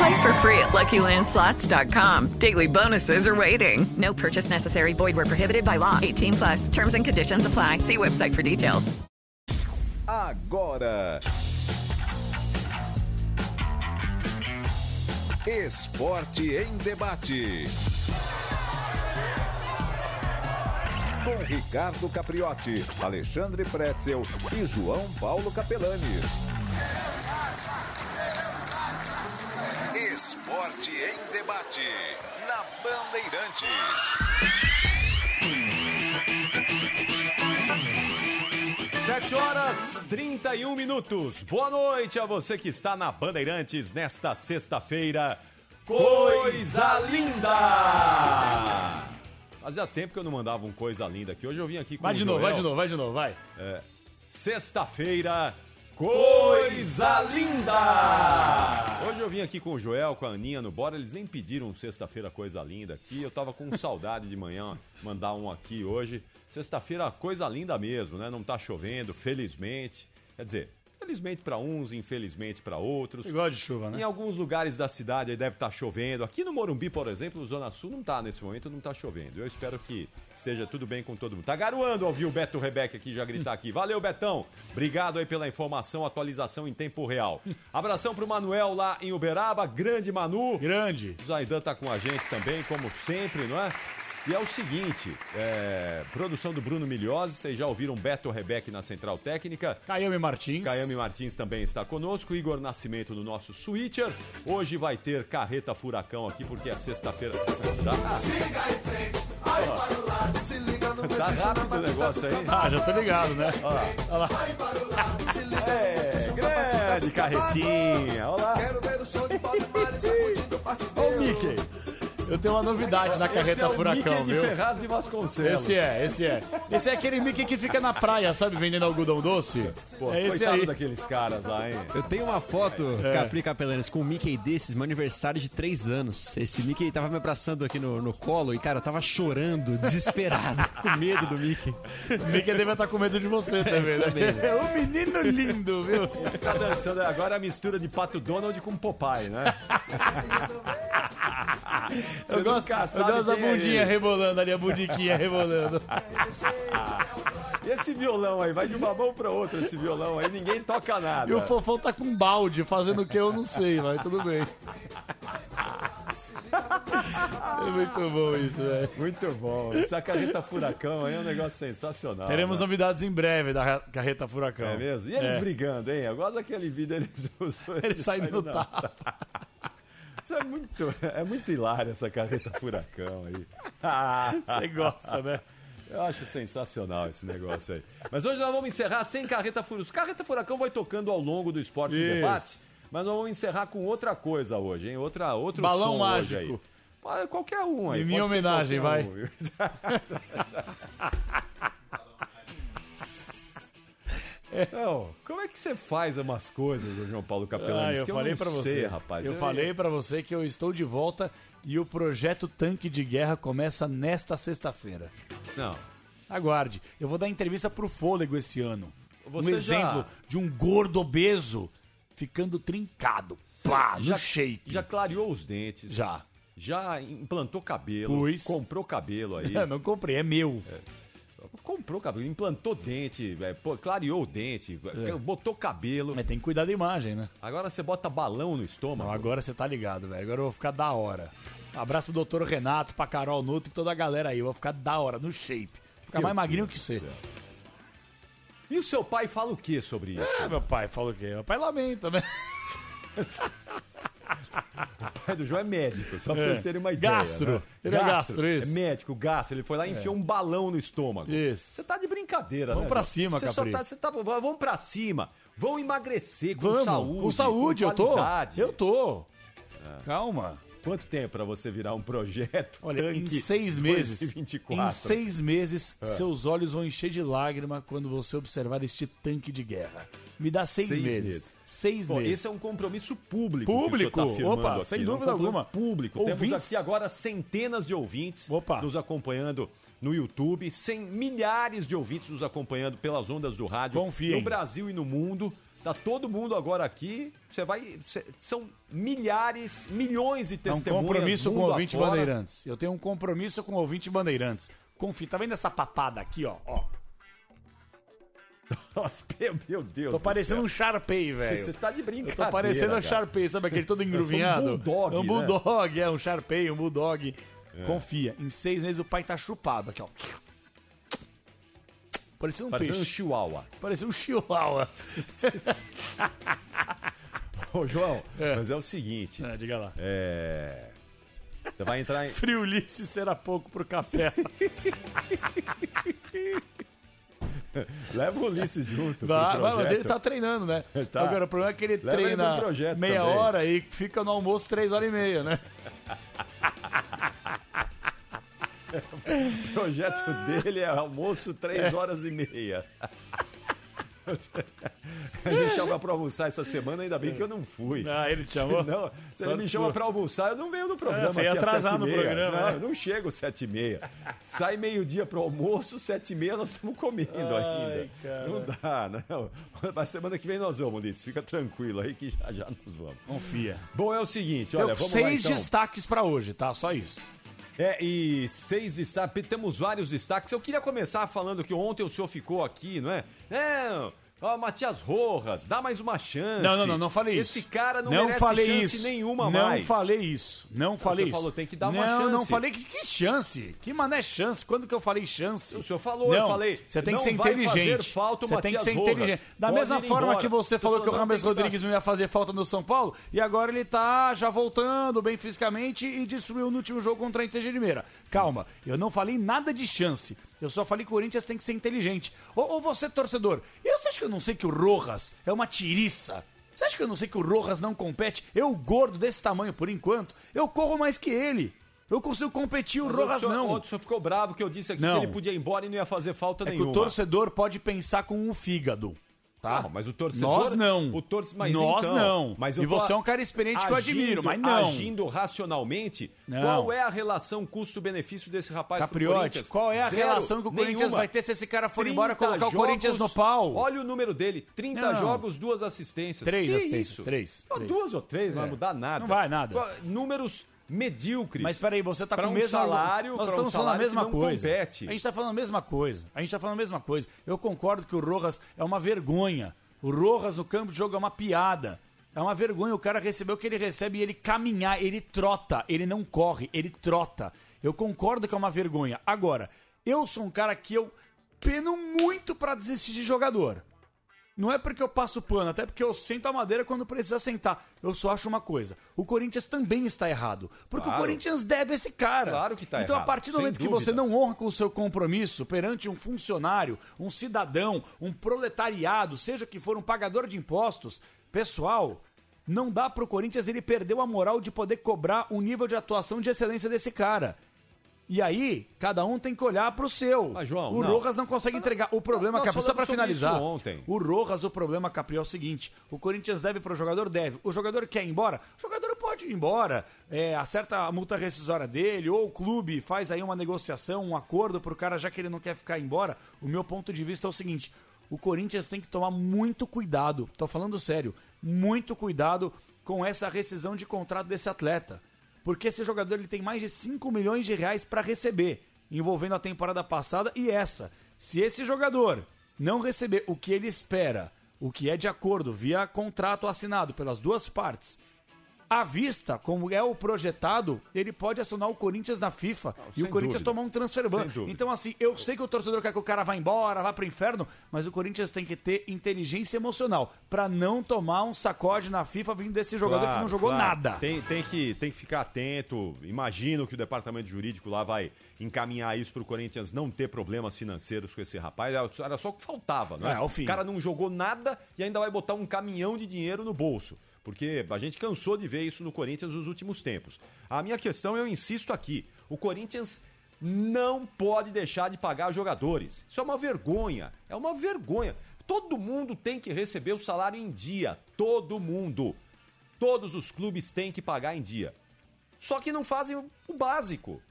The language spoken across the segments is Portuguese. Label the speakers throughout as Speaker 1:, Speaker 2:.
Speaker 1: Play for free at LuckyLandSlots.com. Daily bonuses are waiting. No purchase necessary. Void were prohibited by law. 18 plus. Terms and conditions apply. See website for details.
Speaker 2: Agora. Esporte em debate. Com Ricardo Capriotti, Alexandre Pretzel e João Paulo Capelanes. Esporte em debate. Na Bandeirantes.
Speaker 3: 7 horas 31 minutos. Boa noite a você que está na Bandeirantes nesta sexta-feira. Coisa linda! Fazia tempo que eu não mandava um coisa linda aqui. Hoje eu vim aqui com
Speaker 4: Vai
Speaker 3: o
Speaker 4: de novo,
Speaker 3: Joel. É,
Speaker 4: vai de novo, vai de novo, vai.
Speaker 3: Sexta-feira, coisa linda! Hoje eu vim aqui com o Joel, com a Aninha no Bora. Eles nem pediram sexta-feira, coisa linda aqui. Eu tava com saudade de manhã mandar um aqui hoje. Sexta-feira, coisa linda mesmo, né? Não tá chovendo, felizmente. Quer dizer, felizmente pra uns, infelizmente pra outros.
Speaker 4: Você gosta de chuva,
Speaker 3: Em
Speaker 4: né?
Speaker 3: alguns lugares da cidade aí deve estar chovendo. Aqui no Morumbi, por exemplo, Zona Sul não tá nesse momento, não tá chovendo. Eu espero que seja tudo bem com todo mundo. Tá garoando ouvir o Beto Rebeca aqui já gritar aqui. Valeu, Betão. Obrigado aí pela informação, atualização em tempo real. Abração pro Manuel lá em Uberaba, grande Manu.
Speaker 4: Grande.
Speaker 3: O Zaidan tá com a gente também, como sempre, não é? E é o seguinte, é, produção do Bruno Milhose, vocês já ouviram Beto Rebeca na Central Técnica.
Speaker 4: Caiame Martins.
Speaker 3: Caiame Martins também está conosco, Igor Nascimento no nosso Switcher. Hoje vai ter carreta furacão aqui, porque é sexta-feira. Dá, dá
Speaker 5: Tá
Speaker 3: rápido o negócio aí.
Speaker 4: Ah, já tô ligado, né?
Speaker 3: É, grande carretinha. Olha lá. Ô, Mickey.
Speaker 4: Eu tenho uma novidade na
Speaker 3: Esse é
Speaker 4: carreta
Speaker 3: o Mickey
Speaker 4: furacão,
Speaker 3: de
Speaker 4: viu?
Speaker 3: Ferraz e Vasconcelos.
Speaker 4: Esse é, esse é. Esse é aquele Mickey que fica na praia, sabe? Vendendo algodão doce.
Speaker 3: Pô,
Speaker 4: é esse
Speaker 3: coitado
Speaker 4: aí.
Speaker 3: daqueles caras lá, hein?
Speaker 6: Eu tenho uma foto,
Speaker 4: É.
Speaker 6: Capri Capelanas, com o Mickey desses, meu aniversário de 3 anos. Esse Mickey tava me abraçando aqui no, no colo e, cara, eu tava chorando, desesperado, com medo do Mickey.
Speaker 4: O Mickey deve estar com medo de você também, né? É um menino lindo, viu?
Speaker 3: Tá dançando agora a mistura de Pato Donald com Popeye, né? Você
Speaker 4: Eu gosto,
Speaker 3: nunca
Speaker 4: eu
Speaker 3: sabe
Speaker 4: gosto da
Speaker 3: quem é
Speaker 4: bundinha
Speaker 3: ele.
Speaker 4: rebolando ali, a bundiquinha rebolando.
Speaker 3: E esse violão aí? Vai de uma mão pra outra esse violão aí, ninguém toca nada.
Speaker 4: E o Fofão tá com um balde, fazendo o que eu não sei, mas tudo bem. É muito bom isso, velho.
Speaker 3: Muito bom. Essa carreta furacão aí é um negócio sensacional.
Speaker 4: Teremos
Speaker 3: né?
Speaker 4: novidades em breve da ra- Carreta Furacão.
Speaker 3: É mesmo? E eles
Speaker 4: É.
Speaker 3: brigando, hein? Eu gosto daquele vídeo, eles, os dois
Speaker 4: Ele sai no
Speaker 3: saindo na-
Speaker 4: tapa.
Speaker 3: Isso é muito, é muito hilário essa carreta furacão aí.
Speaker 4: Você gosta, né?
Speaker 3: Eu acho sensacional esse negócio aí. Mas hoje nós vamos encerrar sem carreta furacão. Os carreta furacão vai tocando ao longo do esporte de
Speaker 4: Isso.
Speaker 3: debate, mas nós vamos encerrar com outra coisa hoje, hein? Outra, outro
Speaker 4: Balão
Speaker 3: som
Speaker 4: mágico.
Speaker 3: hoje aí. Ah, Qualquer um aí.
Speaker 4: Em minha
Speaker 3: pode ser
Speaker 4: homenagem,
Speaker 3: qualquer
Speaker 4: vai.
Speaker 3: um. Não, como é que você faz umas coisas, ô João Paulo
Speaker 4: Ah,
Speaker 3: Capelani?
Speaker 4: eu
Speaker 3: que
Speaker 4: falei
Speaker 3: não
Speaker 4: pra
Speaker 3: sei,
Speaker 4: você,
Speaker 3: rapaz.
Speaker 4: Eu falei pra você que eu estou de volta e o projeto Tanque de Guerra começa nesta sexta-feira.
Speaker 3: Não.
Speaker 4: Aguarde, eu vou dar entrevista pro Fôlego esse ano.
Speaker 3: Você
Speaker 4: um
Speaker 3: já-
Speaker 4: exemplo de um gordo obeso ficando trincado. Pá, já, no shape.
Speaker 3: Já clareou os dentes.
Speaker 4: Já.
Speaker 3: Já implantou cabelo.
Speaker 4: Pus.
Speaker 3: Comprou cabelo aí.
Speaker 4: Eu não comprei, é meu.
Speaker 3: comprou cabelo, implantou dente, é, pô, clareou o dente, botou cabelo.
Speaker 4: É. Mas tem que cuidar da imagem, né?
Speaker 3: Agora você bota balão no
Speaker 4: Não,
Speaker 3: estômago.
Speaker 4: agora você tá ligado, velho. Agora eu vou ficar da hora. Abraço pro doutor Renato, pra Carol Nuto e toda a galera aí. Eu vou ficar da hora, no shape. Ficar mais magrinho que você.
Speaker 3: E o seu pai fala o que sobre isso?
Speaker 4: É, meu pai fala o quê? Meu pai lamenta, né?
Speaker 3: O pai do João é médico, só pra
Speaker 4: É.
Speaker 3: vocês terem uma ideia.
Speaker 4: Gastro.
Speaker 3: né?
Speaker 4: Ele é gastro, isso.
Speaker 3: É médico, gastro. Ele foi lá e
Speaker 4: É.
Speaker 3: enfiou um balão no estômago.
Speaker 4: Isso.
Speaker 3: Você tá de brincadeira,
Speaker 4: Vamos
Speaker 3: né?
Speaker 4: pra
Speaker 3: João?
Speaker 4: cima,
Speaker 3: você só
Speaker 4: Capri.
Speaker 3: tá, você tá- Vamos pra cima. Vão emagrecer com
Speaker 4: Vamos,
Speaker 3: saúde.
Speaker 4: com saúde, eu tô.
Speaker 3: Eu
Speaker 4: tô. Calma.
Speaker 3: Quanto tempo pra você virar um projeto?
Speaker 4: Olha, em
Speaker 3: tanque
Speaker 4: seis meses,
Speaker 3: 2024?
Speaker 4: em seis meses,
Speaker 3: É.
Speaker 4: seus olhos vão encher de lágrima quando você observar este tanque de guerra. Me dá seis, meses. Seis
Speaker 3: Pô,
Speaker 4: meses.
Speaker 3: Esse é um compromisso público.
Speaker 4: Público,
Speaker 3: que o senhor tá afirmando
Speaker 4: opa,
Speaker 3: aqui,
Speaker 4: sem
Speaker 3: né? Um
Speaker 4: dúvida
Speaker 3: compromisso
Speaker 4: alguma.
Speaker 3: Público. Temos
Speaker 4: Ouvintes-
Speaker 3: aqui agora centenas de ouvintes nos acompanhando no YouTube, sem milhares de ouvintes nos acompanhando pelas ondas do rádio.
Speaker 4: Confiem.
Speaker 3: No Brasil e no mundo. Tá todo mundo agora aqui. Você vai. cê- são milhares, milhões de
Speaker 4: É um
Speaker 3: testemunhas.
Speaker 4: compromisso com o
Speaker 3: mundo
Speaker 4: ouvinte
Speaker 3: afora.
Speaker 4: bandeirantes. Eu tenho um compromisso com o ouvinte bandeirantes. Confi, tá vendo essa papada aqui, ó? ó.
Speaker 3: Nossa, meu Deus.
Speaker 4: Tô
Speaker 3: do
Speaker 4: parecendo
Speaker 3: céu.
Speaker 4: um Sharpei, velho.
Speaker 3: Você tá de
Speaker 4: Eu
Speaker 3: brincadeira.
Speaker 4: tô parecendo um
Speaker 3: cara.
Speaker 4: Sharpei, sabe aquele todo
Speaker 3: Eu sou
Speaker 4: engruvinhado?
Speaker 3: Um bulldog.
Speaker 4: É um
Speaker 3: né?
Speaker 4: bulldog, é um Sharpei, um bulldog.
Speaker 3: É.
Speaker 4: Confia, em seis meses o pai tá chupado aqui, ó. Parecendo um
Speaker 3: Parecendo um
Speaker 4: peixe.
Speaker 3: chihuahua.
Speaker 4: Parecendo um chihuahua.
Speaker 3: Ô, João, mas é o seguinte.
Speaker 4: diga lá.
Speaker 3: É. Você vai entrar em.
Speaker 4: Friulice será pouco pro café.
Speaker 3: Leva o Ulisses junto.
Speaker 4: Vai,
Speaker 3: pro
Speaker 4: vai, mas
Speaker 3: projeto.
Speaker 4: ele tá treinando, né?
Speaker 3: Tá.
Speaker 4: Agora, o problema é que ele
Speaker 3: Leva ele
Speaker 4: treina
Speaker 3: pro projeto
Speaker 4: meia
Speaker 3: também.
Speaker 4: hora e fica no almoço três horas e meia, né?
Speaker 3: O projeto dele é almoço
Speaker 4: É.
Speaker 3: três horas e meia. Ele me chama pra almoçar essa semana, ainda bem que eu não fui.
Speaker 4: Ah, ele te chamou?
Speaker 3: Não, se ele
Speaker 4: Sorte
Speaker 3: me chama
Speaker 4: sua.
Speaker 3: pra almoçar, eu não venho no programa.
Speaker 4: É, você ia
Speaker 3: aqui às
Speaker 4: atrasar
Speaker 3: sete e
Speaker 4: no
Speaker 3: meia.
Speaker 4: programa,
Speaker 3: Não,
Speaker 4: né?
Speaker 3: eu não chego às sete e meia. Sai meio-dia pro almoço, sete e meia nós estamos comendo
Speaker 4: Ai,
Speaker 3: ainda.
Speaker 4: cara.
Speaker 3: Não dá, não. Mas semana que vem nós vamos, Ulisses. Fica tranquilo aí que já já nós vamos.
Speaker 4: Confia.
Speaker 3: Bom, é o seguinte,
Speaker 4: Tem
Speaker 3: olha, vamos lá
Speaker 4: seis
Speaker 3: então.
Speaker 4: destaques pra hoje, tá? Só isso.
Speaker 3: É, e seis destaques, temos vários destaques. Eu queria começar falando que ontem o senhor ficou aqui, não é? É, ó, Matias Rojas, dá mais uma chance.
Speaker 4: Não, não, não, não falei isso.
Speaker 3: Esse cara não, merece
Speaker 4: falei
Speaker 3: chance
Speaker 4: isso.
Speaker 3: nenhuma
Speaker 4: não
Speaker 3: mais.
Speaker 4: falei isso. Não falei
Speaker 3: senhor
Speaker 4: isso.
Speaker 3: falou, tem que dar
Speaker 4: não,
Speaker 3: uma chance.
Speaker 4: Não, falei que, que chance. Que mané chance. Quando que eu falei chance?
Speaker 3: O senhor falou, eu falei,
Speaker 4: Você tem
Speaker 3: não
Speaker 4: que ser
Speaker 3: vai
Speaker 4: inteligente.
Speaker 3: fazer falta o
Speaker 4: você tem que
Speaker 3: Matias
Speaker 4: ser
Speaker 3: Rojas.
Speaker 4: inteligente. Da
Speaker 3: Pode
Speaker 4: mesma
Speaker 3: ir
Speaker 4: forma
Speaker 3: embora.
Speaker 4: que você
Speaker 3: Você
Speaker 4: falou que o
Speaker 3: falou, não,
Speaker 4: Rames
Speaker 3: tem que dar-
Speaker 4: Rodrigues não ia fazer falta no São Paulo, e agora ele tá já voltando bem fisicamente e destruiu no último jogo contra a Inter de Limeira. Calma, eu não falei nada de chance. Eu só falei que o Corinthians tem que ser inteligente. Ou, ou você, torcedor, eu, você acha que eu não sei que o Rojas é uma tiriça? Você acha que eu não sei que o Rojas não compete? Eu, gordo desse tamanho por enquanto, eu corro mais que ele. Eu consigo competir, o
Speaker 3: Mas
Speaker 4: Rojas
Speaker 3: senhor-
Speaker 4: não.
Speaker 3: Ontem o senhor ficou bravo que eu disse aqui
Speaker 4: Não.
Speaker 3: que ele podia ir embora e não ia fazer falta
Speaker 4: É que
Speaker 3: nenhuma.
Speaker 4: o torcedor pode pensar com o fígado. Tá?
Speaker 3: Não, mas o torcedor-
Speaker 4: Nós não.
Speaker 3: o torce- mas
Speaker 4: Nós
Speaker 3: então,
Speaker 4: não.
Speaker 3: mas eu
Speaker 4: e
Speaker 3: tô
Speaker 4: você é um cara experiente que eu
Speaker 3: agindo-
Speaker 4: admiro, mas não.
Speaker 3: Agindo racionalmente,
Speaker 4: Não.
Speaker 3: qual é a relação custo-benefício desse rapaz com o
Speaker 4: Capriotti,
Speaker 3: Corinthians?
Speaker 4: qual é a
Speaker 3: Zero,
Speaker 4: relação que o Corinthians
Speaker 3: nenhuma.
Speaker 4: vai ter se esse cara for embora
Speaker 3: 30
Speaker 4: colocar o Corinthians no
Speaker 3: jogos-
Speaker 4: pau?
Speaker 3: Olha o número dele: 30
Speaker 4: Não.
Speaker 3: jogos, duas assistências.
Speaker 4: Três
Speaker 3: que
Speaker 4: assistências,
Speaker 3: Isso?
Speaker 4: três,
Speaker 3: Não,
Speaker 4: três.
Speaker 3: Duas ou três, não vai
Speaker 4: É.
Speaker 3: mudar nada.
Speaker 4: Não vai nada.
Speaker 3: Qual- Números medíocres.
Speaker 4: Mas peraí, você tá
Speaker 3: Pra
Speaker 4: com o
Speaker 3: um
Speaker 4: mesmo argu-
Speaker 3: salário,
Speaker 4: Nós
Speaker 3: pra
Speaker 4: estamos
Speaker 3: um salário
Speaker 4: falando a mesma
Speaker 3: que não
Speaker 4: coisa.
Speaker 3: compete.
Speaker 4: A gente tá falando a mesma coisa. A gente tá falando a mesma coisa. Eu concordo que o Rojas é uma vergonha. O Rojas no campo de jogo é uma piada. É uma vergonha o cara receber o que ele recebe e ele caminhar, ele trota, ele não corre, ele trota. Eu concordo que é uma vergonha. Agora, eu sou um cara que eu peno muito pra desistir de jogador. Não é porque eu passo pano, até porque eu sento a madeira quando precisa sentar. Eu só acho uma coisa: o Corinthians também está errado. Porque
Speaker 3: Claro.
Speaker 4: o Corinthians deve esse cara.
Speaker 3: Claro que tá
Speaker 4: Então, a
Speaker 3: errado,
Speaker 4: partir do
Speaker 3: sem
Speaker 4: momento que
Speaker 3: dúvida.
Speaker 4: você não honra com o seu compromisso perante um funcionário, um cidadão, um proletariado, seja que for um pagador de impostos, pessoal. Não dá pro Corinthians, ele perdeu a moral de poder cobrar o nível de atuação de excelência desse cara. E aí, cada um tem que olhar pro seu.
Speaker 3: Mas, João,
Speaker 4: o
Speaker 3: não.
Speaker 4: Rojas não consegue entregar. O problema,
Speaker 3: nós
Speaker 4: Capri, só pra
Speaker 3: falamos sobre isso
Speaker 4: finalizar.
Speaker 3: ontem.
Speaker 4: O Rojas, o problema, Capri, é o seguinte: o Corinthians deve pro jogador, deve. O jogador quer ir embora, o jogador pode ir embora, é, acerta a multa rescisória dele, ou o clube faz aí uma negociação, um acordo pro cara, já que ele não quer ficar embora. O meu ponto de vista é o seguinte: o Corinthians tem que tomar muito cuidado, tô falando sério, muito cuidado com essa rescisão de contrato desse atleta. Porque esse jogador ele tem mais de 5 milhões de reais pra receber, envolvendo a temporada passada e essa. Se esse jogador não receber o que ele espera, o que é de acordo via contrato assinado pelas duas partes, à vista, como é o projetado, ele pode acionar o Corinthians na FIFA e o
Speaker 3: sem
Speaker 4: Corinthians
Speaker 3: dúvida.
Speaker 4: tomar um transfer
Speaker 3: Sem
Speaker 4: ban.
Speaker 3: dúvida.
Speaker 4: Então, assim, eu sei que o torcedor quer que o cara vá embora, vá pro inferno, mas o Corinthians tem que ter inteligência emocional pra não tomar um sacode na FIFA vindo desse jogador que
Speaker 3: Claro,
Speaker 4: não jogou
Speaker 3: claro.
Speaker 4: nada.
Speaker 3: Tem, tem que, tem que ficar atento. Imagino que o departamento jurídico lá vai encaminhar isso pro Corinthians não ter problemas financeiros com esse rapaz. Era só o que faltava, né?
Speaker 4: É, ao fim.
Speaker 3: O cara não jogou nada e ainda vai botar um caminhão de dinheiro no bolso. Porque a gente cansou de ver isso no Corinthians nos últimos tempos. A minha questão, eu insisto aqui: o Corinthians não pode deixar de pagar jogadores. Isso é uma vergonha. É uma vergonha. Todo mundo tem que receber o salário em dia. Todo mundo. Todos os clubes têm que pagar em dia. Só que não fazem o o básico.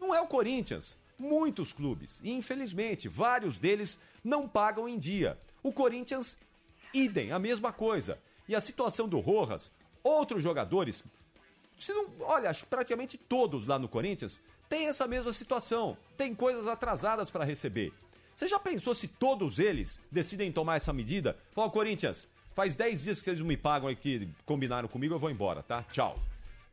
Speaker 3: Não é o Corinthians. Muitos clubes, e infelizmente, vários deles não pagam em dia. O Corinthians, idem, a mesma coisa. E a situação do Rojas, outros jogadores, se não, olha, acho que praticamente todos lá no Corinthians têm essa mesma situação. Tem coisas atrasadas para receber. Você já pensou se todos eles decidem tomar essa medida? Fala, Corinthians, faz 10 dias que vocês não me pagam aí que combinaram comigo, eu vou embora, tá? Tchau.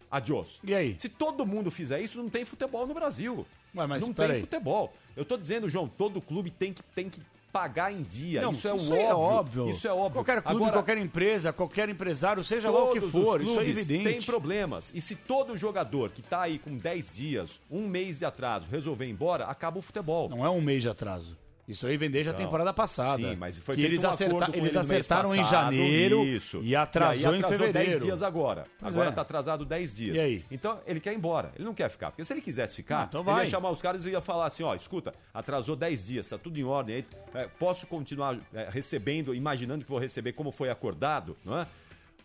Speaker 3: Adiós. E aí? Se todo mundo fizer isso, não tem futebol no Brasil.
Speaker 4: mas
Speaker 3: não tem
Speaker 4: peraí.
Speaker 3: futebol. Eu tô dizendo, João, todo clube tem que, tem que pagar em dia.
Speaker 4: Não,
Speaker 3: isso é
Speaker 4: isso
Speaker 3: o
Speaker 4: aí é
Speaker 3: óbvio.
Speaker 4: óbvio.
Speaker 3: Isso é óbvio.
Speaker 4: Qualquer clube, qualquer empresa, qualquer empresário, seja lá o que
Speaker 3: Todos
Speaker 4: for,
Speaker 3: os
Speaker 4: isso é
Speaker 3: clubes
Speaker 4: evidente.
Speaker 3: Tem problemas. E se todo jogador que tá aí com 10 dias, um mês de atraso, resolver ir embora, acaba o futebol.
Speaker 4: Não é um mês de atraso. Isso aí vem desde a
Speaker 3: Não.
Speaker 4: temporada passada.
Speaker 3: Sim, mas foi
Speaker 4: que
Speaker 3: feito
Speaker 4: eles,
Speaker 3: um
Speaker 4: acerta-
Speaker 3: acordo com
Speaker 4: eles
Speaker 3: ele no mês
Speaker 4: acertaram em
Speaker 3: passado,
Speaker 4: janeiro
Speaker 3: isso.
Speaker 4: e atrasou,
Speaker 3: e aí
Speaker 4: em fevereiro.
Speaker 3: 10 dias agora.
Speaker 4: Pois
Speaker 3: agora
Speaker 4: é.
Speaker 3: tá atrasado 10 dias.
Speaker 4: E aí?
Speaker 3: Então ele quer ir embora, ele não quer ficar. Porque se ele quisesse
Speaker 4: Não,
Speaker 3: ficar,
Speaker 4: então
Speaker 3: ele
Speaker 4: vai.
Speaker 3: ia chamar os caras e ia falar assim: ó, escuta, atrasou 10 dias, tá tudo em ordem. aí, é, posso continuar é, recebendo, imaginando que vou receber como foi acordado, não é?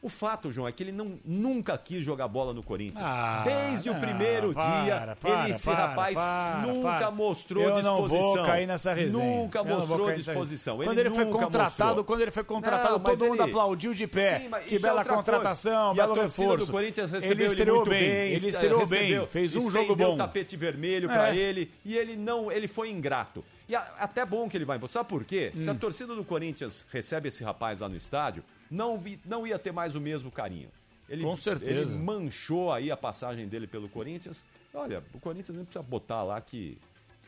Speaker 3: O fato, João, é que ele não, nunca quis jogar bola no Corinthians.
Speaker 4: Ah,
Speaker 3: Desde o
Speaker 4: não,
Speaker 3: primeiro
Speaker 4: para,
Speaker 3: dia,
Speaker 4: para,
Speaker 3: ele, esse
Speaker 4: para,
Speaker 3: rapaz,
Speaker 4: para,
Speaker 3: nunca
Speaker 4: para.
Speaker 3: mostrou
Speaker 4: Eu não vou
Speaker 3: disposição.
Speaker 4: cair nessa resenha.
Speaker 3: Nunca
Speaker 4: Eu não vou
Speaker 3: mostrou
Speaker 4: cair nessa
Speaker 3: disposição.
Speaker 4: resenha. Quando ele foi
Speaker 3: nunca
Speaker 4: contratado,
Speaker 3: mostrou.
Speaker 4: quando ele foi contratado,
Speaker 3: Não, mas
Speaker 4: todo mundo aplaudiu de pé.
Speaker 3: mas
Speaker 4: Que
Speaker 3: isso é
Speaker 4: bela
Speaker 3: outra
Speaker 4: contratação,
Speaker 3: coisa.
Speaker 4: belo
Speaker 3: e a torcida
Speaker 4: reforço.
Speaker 3: do Corinthians
Speaker 4: Ele
Speaker 3: recebeu ele,
Speaker 4: estreou
Speaker 3: muito
Speaker 4: bem,
Speaker 3: bem. é,
Speaker 4: ele estreou bem,
Speaker 3: recebeu,
Speaker 4: fez um
Speaker 3: estendeu
Speaker 4: jogo bom.
Speaker 3: o tapete vermelho pra
Speaker 4: É.
Speaker 3: ele e ele não, ele foi ingrato. E a- até bom que ele vai embora. Sabe por quê?
Speaker 4: Hum.
Speaker 3: Se a torcida do Corinthians recebe esse rapaz lá no estádio, não vi- não ia ter mais o mesmo carinho. Ele,
Speaker 4: Com certeza.
Speaker 3: Ele manchou aí a passagem dele pelo Corinthians. Olha, o Corinthians nem precisa botar lá que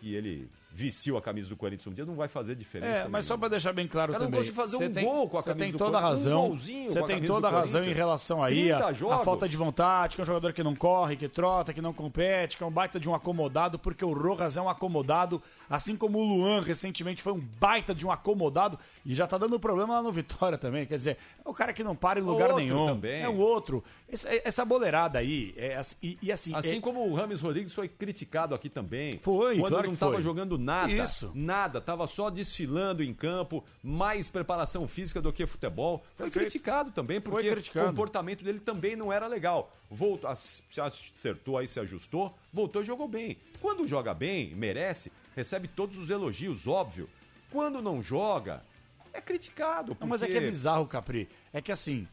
Speaker 3: que ele vestiu a camisa do Corinthians um dia, não vai fazer diferença.
Speaker 4: É, mas só
Speaker 3: nenhuma.
Speaker 4: pra deixar bem claro
Speaker 3: O cara não
Speaker 4: também.
Speaker 3: conseguiu fazer
Speaker 4: você
Speaker 3: né, um gol com a
Speaker 4: você
Speaker 3: camisa
Speaker 4: tem
Speaker 3: do
Speaker 4: toda a
Speaker 3: Corinthians, um
Speaker 4: razão.
Speaker 3: golzinho
Speaker 4: você
Speaker 3: com a
Speaker 4: tem
Speaker 3: camisa
Speaker 4: toda a
Speaker 3: do
Speaker 4: razão em
Speaker 3: Corinthians.
Speaker 4: relação aí
Speaker 3: 30
Speaker 4: a,
Speaker 3: jogos.
Speaker 4: falta de vontade, que é um jogador que não corre, que trota, que não compete, que é um baita de um acomodado, porque o Rojas é um acomodado, assim como o Luan recentemente foi um baita de um acomodado e já tá dando problema lá no Vitória também, quer dizer, é o cara que não para em lugar
Speaker 3: Outro
Speaker 4: nenhum.
Speaker 3: também.
Speaker 4: É o outro. Essa, essa boleirada aí, é, assim- e, e assim,
Speaker 3: Assim
Speaker 4: é-
Speaker 3: como o Rames Rodrigues foi criticado aqui também.
Speaker 4: Foi,
Speaker 3: Quando
Speaker 4: claro
Speaker 3: não
Speaker 4: que
Speaker 3: estava
Speaker 4: foi.
Speaker 3: jogando nada.
Speaker 4: Isso.
Speaker 3: Nada. Tava só desfilando em campo, mais preparação física do que futebol. Foi
Speaker 4: Perfeito.
Speaker 3: criticado também, porque
Speaker 4: criticado.
Speaker 3: o comportamento dele também não era legal. Voltou, as- se acertou aí, se ajustou, voltou e jogou bem. Quando joga bem, merece, recebe todos os elogios, óbvio. Quando não joga, é criticado.
Speaker 4: Não, mas é que
Speaker 3: porque-
Speaker 4: é bizarro, Capri. É que assim,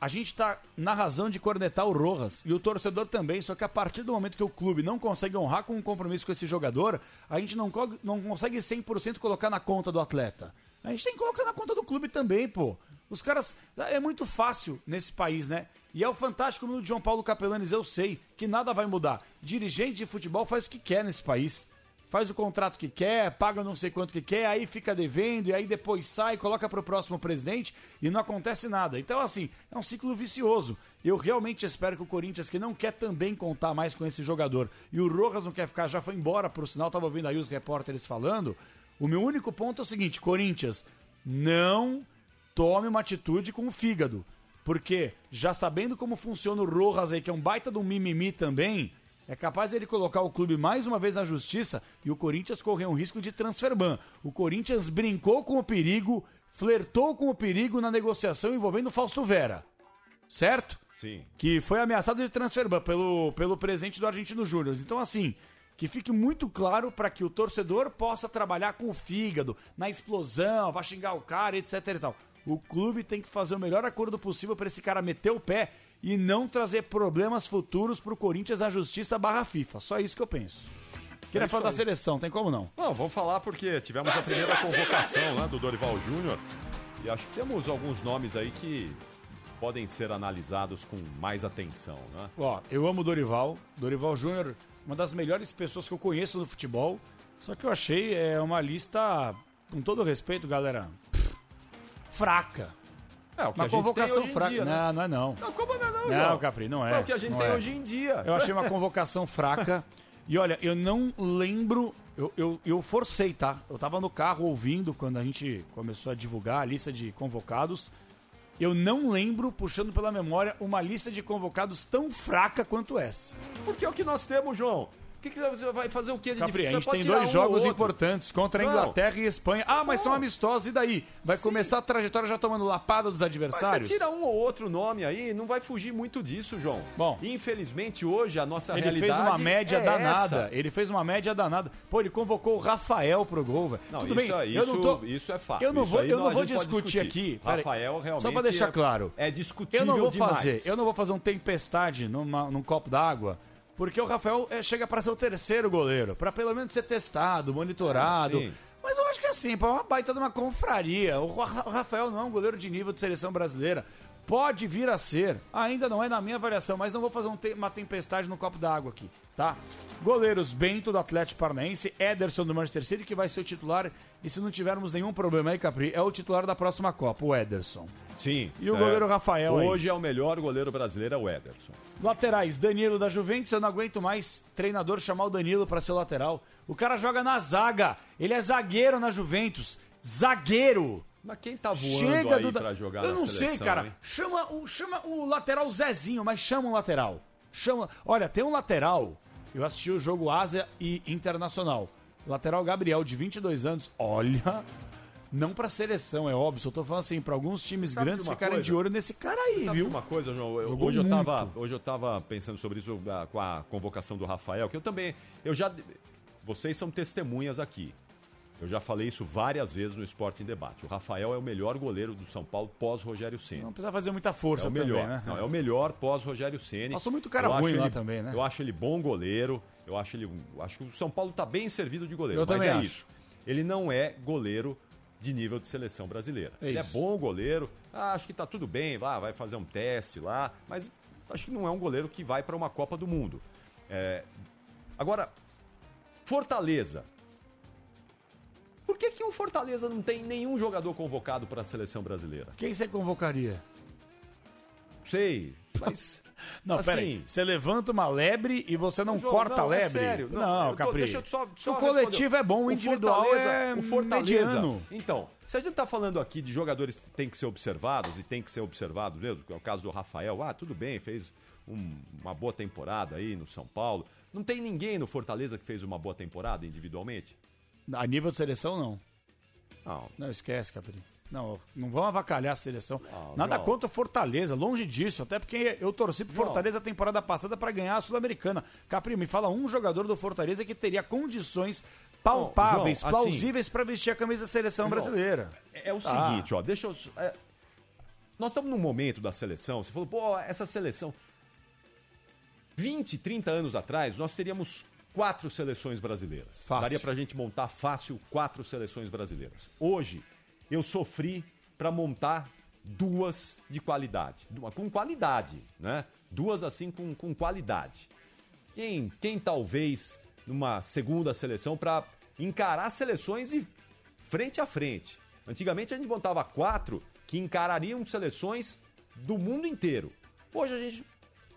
Speaker 4: a gente tá na razão de cornetar o Rojas e o torcedor também, só que a partir do momento que o clube não consegue honrar com um compromisso com esse jogador, a gente não, co- não consegue 100% colocar na conta do atleta. A gente tem que colocar na conta do clube também, pô. Os caras. É muito fácil nesse país, né? E é o fantástico mundo de João Paulo Capelanes, eu sei que nada vai mudar. Dirigente de futebol faz o que quer nesse país faz o contrato que quer, paga não sei quanto que quer, aí fica devendo, e aí depois sai, coloca pro próximo presidente e não acontece nada. Então, assim, é um ciclo vicioso. Eu realmente espero que o Corinthians, que não quer também contar mais com esse jogador, e o Rojas não quer ficar, já foi embora, por sinal, tava ouvindo aí os repórteres falando. O meu único ponto é o seguinte, Corinthians, não tome uma atitude com o fígado. Porque já sabendo como funciona o Rojas aí, que é um baita de um mimimi também, é capaz ele colocar o clube mais uma vez na justiça e o Corinthians correu um risco de transfer ban. O Corinthians brincou com o perigo, flertou com o perigo na negociação envolvendo o Fausto Vera. Certo?
Speaker 3: Sim.
Speaker 4: que foi ameaçado de transfer ban pelo, pelo presidente do Argentino Júnior. Então, assim, que fique muito claro para que o torcedor possa trabalhar com o fígado, na explosão, vai xingar o cara, etc e tal. O clube tem que fazer o melhor acordo possível para esse cara meter o pé e não trazer problemas futuros para o Corinthians na justiça barra FIFA. Só isso que eu penso. Queria
Speaker 3: É isso
Speaker 4: falar é da
Speaker 3: aí.
Speaker 4: seleção, tem como não?
Speaker 3: Não, vamos falar porque tivemos a primeira convocação né, do Dorival Júnior. E acho que temos alguns nomes aí que podem ser analisados com mais atenção, né?
Speaker 4: Ó, eu amo o Dorival. Dorival Júnior, uma das melhores pessoas que eu conheço do futebol. Só que eu achei é, uma lista, com todo respeito, galera, pff, fraca.
Speaker 3: É, o que
Speaker 4: uma
Speaker 3: a gente tem
Speaker 4: convocação
Speaker 3: hoje em
Speaker 4: fraca.
Speaker 3: dia, né?
Speaker 4: não, não é não.
Speaker 3: Não, como não, é não,
Speaker 4: Não,
Speaker 3: João?
Speaker 4: Capri, não é.
Speaker 3: É o que a gente
Speaker 4: não
Speaker 3: tem
Speaker 4: é.
Speaker 3: hoje em dia.
Speaker 4: Eu achei uma convocação fraca. E olha, eu não lembro. Eu, eu, eu forcei, tá? Eu tava no carro ouvindo quando a gente começou a divulgar a lista de convocados. Eu não lembro, puxando pela memória, uma lista de convocados tão fraca quanto essa.
Speaker 3: Porque é o que nós temos, João. O que, que você vai fazer o que de
Speaker 4: Capri, a
Speaker 3: difícil?
Speaker 4: gente
Speaker 3: Você pode
Speaker 4: tem
Speaker 3: tirar
Speaker 4: dois
Speaker 3: um
Speaker 4: jogos
Speaker 3: ou outro.
Speaker 4: importantes contra a
Speaker 3: Não.
Speaker 4: Inglaterra e Espanha. Ah, mas são
Speaker 3: Pô.
Speaker 4: amistosos, e daí? Vai começar a trajetória já tomando lapada dos
Speaker 3: Mas
Speaker 4: adversários?
Speaker 3: você tira um ou outro nome aí, não vai fugir muito disso, João. Bom, infelizmente hoje a nossa
Speaker 4: Ele
Speaker 3: realidade
Speaker 4: fez uma média
Speaker 3: é
Speaker 4: danada.
Speaker 3: essa.
Speaker 4: Ele fez uma média danada. Pô, ele convocou o Rafael pro gol, velho.
Speaker 3: Não,
Speaker 4: Tudo
Speaker 3: isso,
Speaker 4: bem,
Speaker 3: é-
Speaker 4: eu
Speaker 3: isso,
Speaker 4: não tô.
Speaker 3: isso é fato.
Speaker 4: Eu não
Speaker 3: Isso
Speaker 4: vou,
Speaker 3: aí
Speaker 4: eu
Speaker 3: nós
Speaker 4: não vou
Speaker 3: a gente pode
Speaker 4: discutir aqui. Pera aí.
Speaker 3: Rafael realmente
Speaker 4: Só pra deixar
Speaker 3: é-
Speaker 4: claro.
Speaker 3: É discutível
Speaker 4: Eu não vou
Speaker 3: demais.
Speaker 4: fazer, eu não vou fazer um tempestade numa- num copo d'água. Porque o Rafael é, chega pra ser o terceiro goleiro, Pra pelo menos ser testado, monitorado.
Speaker 3: Ah, sim.
Speaker 4: Mas eu acho que assim, pô, é uma baita de uma confraria. O Ra- o Rafael não é um goleiro de nível de seleção brasileira. Pode vir a ser, ainda não é na minha avaliação, mas não vou fazer um te- uma tempestade no copo d'água aqui, tá? Goleiros Bento do Atlético Paranaense, Ederson do Manchester City, que vai ser o titular, e se não tivermos nenhum problema aí, Capri, é o titular da próxima Copa, o Ederson.
Speaker 3: Sim.
Speaker 4: E o goleiro Rafael aí?
Speaker 3: Hoje é o melhor goleiro brasileiro, é o Ederson.
Speaker 4: Laterais, Danilo da Juventus, eu não aguento mais treinador chamar o Danilo pra ser lateral. O cara joga na zaga, ele é zagueiro na Juventus, zagueiro.
Speaker 3: Mas quem tá voando
Speaker 4: Chega
Speaker 3: aí
Speaker 4: do da-
Speaker 3: pra jogar
Speaker 4: Eu
Speaker 3: na
Speaker 4: não sei,
Speaker 3: seleção,
Speaker 4: cara.
Speaker 3: hein?
Speaker 4: Chama o chama o lateral Zezinho, mas chama o lateral. Chama. Olha, tem um lateral. Eu assisti o jogo Ásia e Internacional. Lateral Gabriel de 22 anos. Olha, não pra seleção, é óbvio. Eu tô falando assim, pra alguns times
Speaker 3: Sabe
Speaker 4: grandes
Speaker 3: de uma
Speaker 4: ficarem
Speaker 3: coisa?
Speaker 4: de olho nesse cara aí,
Speaker 3: Sabe
Speaker 4: viu?
Speaker 3: uma coisa, João? Eu-
Speaker 4: Jogou
Speaker 3: hoje, eu tava,
Speaker 4: muito.
Speaker 3: hoje eu tava pensando sobre isso ah, com a convocação do Rafael, que eu também. Eu já. Vocês são testemunhas aqui. Eu já falei isso várias vezes no Esporte em Debate. O Rafael é o melhor goleiro do São Paulo pós-Rogério Ceni.
Speaker 4: Não precisa fazer muita força
Speaker 3: É o melhor.
Speaker 4: também, né?
Speaker 3: Não, é o melhor pós-Rogério Ceni.
Speaker 4: Passou muito cara
Speaker 3: Eu acho
Speaker 4: ruim lá
Speaker 3: ele-
Speaker 4: também, né?
Speaker 3: Eu acho ele bom goleiro. Eu acho ele. um- eu Acho que o São Paulo tá bem servido de goleiro.
Speaker 4: Eu
Speaker 3: mas
Speaker 4: também
Speaker 3: é
Speaker 4: acho.
Speaker 3: isso. Ele não é goleiro de nível de seleção brasileira.
Speaker 4: É
Speaker 3: ele é
Speaker 4: isso.
Speaker 3: bom goleiro. ah, acho que tá tudo bem, vá, vai fazer um teste lá, mas acho que não é um goleiro que vai para uma Copa do Mundo. É, Agora, Fortaleza. Por que, que o Fortaleza não tem nenhum jogador convocado para a seleção brasileira?
Speaker 4: Quem você convocaria?
Speaker 3: Sei, mas.
Speaker 4: Não,
Speaker 3: assim,
Speaker 4: peraí. Você levanta uma lebre e você não
Speaker 3: João,
Speaker 4: corta
Speaker 3: não,
Speaker 4: a
Speaker 3: é
Speaker 4: lebre?
Speaker 3: sério.
Speaker 4: Não,
Speaker 3: eu tô-
Speaker 4: Capri.
Speaker 3: deixa eu só- só
Speaker 4: o coletivo
Speaker 3: responder.
Speaker 4: é bom, o individual
Speaker 3: Fortaleza-
Speaker 4: é
Speaker 3: o Fortaleza.
Speaker 4: mediano.
Speaker 3: Então, se a gente tá falando aqui de jogadores que têm que ser observados e tem que ser observado mesmo, que é o caso do Rafael, ah, tudo bem, fez um- uma boa temporada aí no São Paulo. Não tem ninguém no Fortaleza que fez uma boa temporada individualmente?
Speaker 4: A nível de seleção, não.
Speaker 3: Não.
Speaker 4: Não, esquece, Capri. Não, não vão avacalhar a seleção. Nada
Speaker 3: João.
Speaker 4: contra o Fortaleza, longe disso. Até porque eu torci pro Fortaleza a temporada passada pra ganhar a Sul-Americana. Capri, me fala um jogador do Fortaleza que teria condições palpáveis,
Speaker 3: João, assim-
Speaker 4: plausíveis pra vestir a camisa da seleção
Speaker 3: João,
Speaker 4: brasileira.
Speaker 3: É, é o
Speaker 4: Tá.
Speaker 3: seguinte, ó, deixa eu. é, nós estamos num momento da seleção, você falou, pô, essa seleção. 20, 30 anos atrás, nós teríamos quatro seleções brasileiras.
Speaker 6: Fácil.
Speaker 3: Daria pra gente montar fácil quatro seleções brasileiras. Hoje, eu sofri pra montar duas de qualidade. Uma com qualidade, né? Duas assim com, com qualidade. Quem, quem talvez numa segunda seleção pra encarar seleções e frente a frente. Antigamente a gente montava quatro que encarariam seleções do mundo inteiro. Hoje a gente,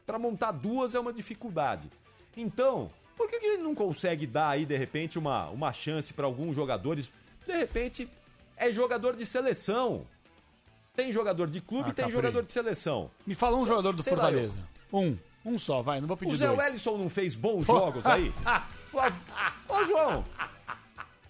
Speaker 3: para montar duas é uma dificuldade. Então, por que, que a gente não consegue dar aí de repente uma, uma chance para alguns jogadores? De repente é jogador de seleção. Tem jogador de clube,
Speaker 4: Ah,
Speaker 3: tem
Speaker 4: Capri.
Speaker 3: jogador de seleção.
Speaker 4: Me fala um jogador do
Speaker 3: Sei lá,
Speaker 4: Fortaleza. Um. Um só, vai. Não vou pedir
Speaker 3: O Zé
Speaker 4: dois.
Speaker 3: Wellison não fez bons
Speaker 4: Pô.
Speaker 3: jogos aí? Ô, ô, João!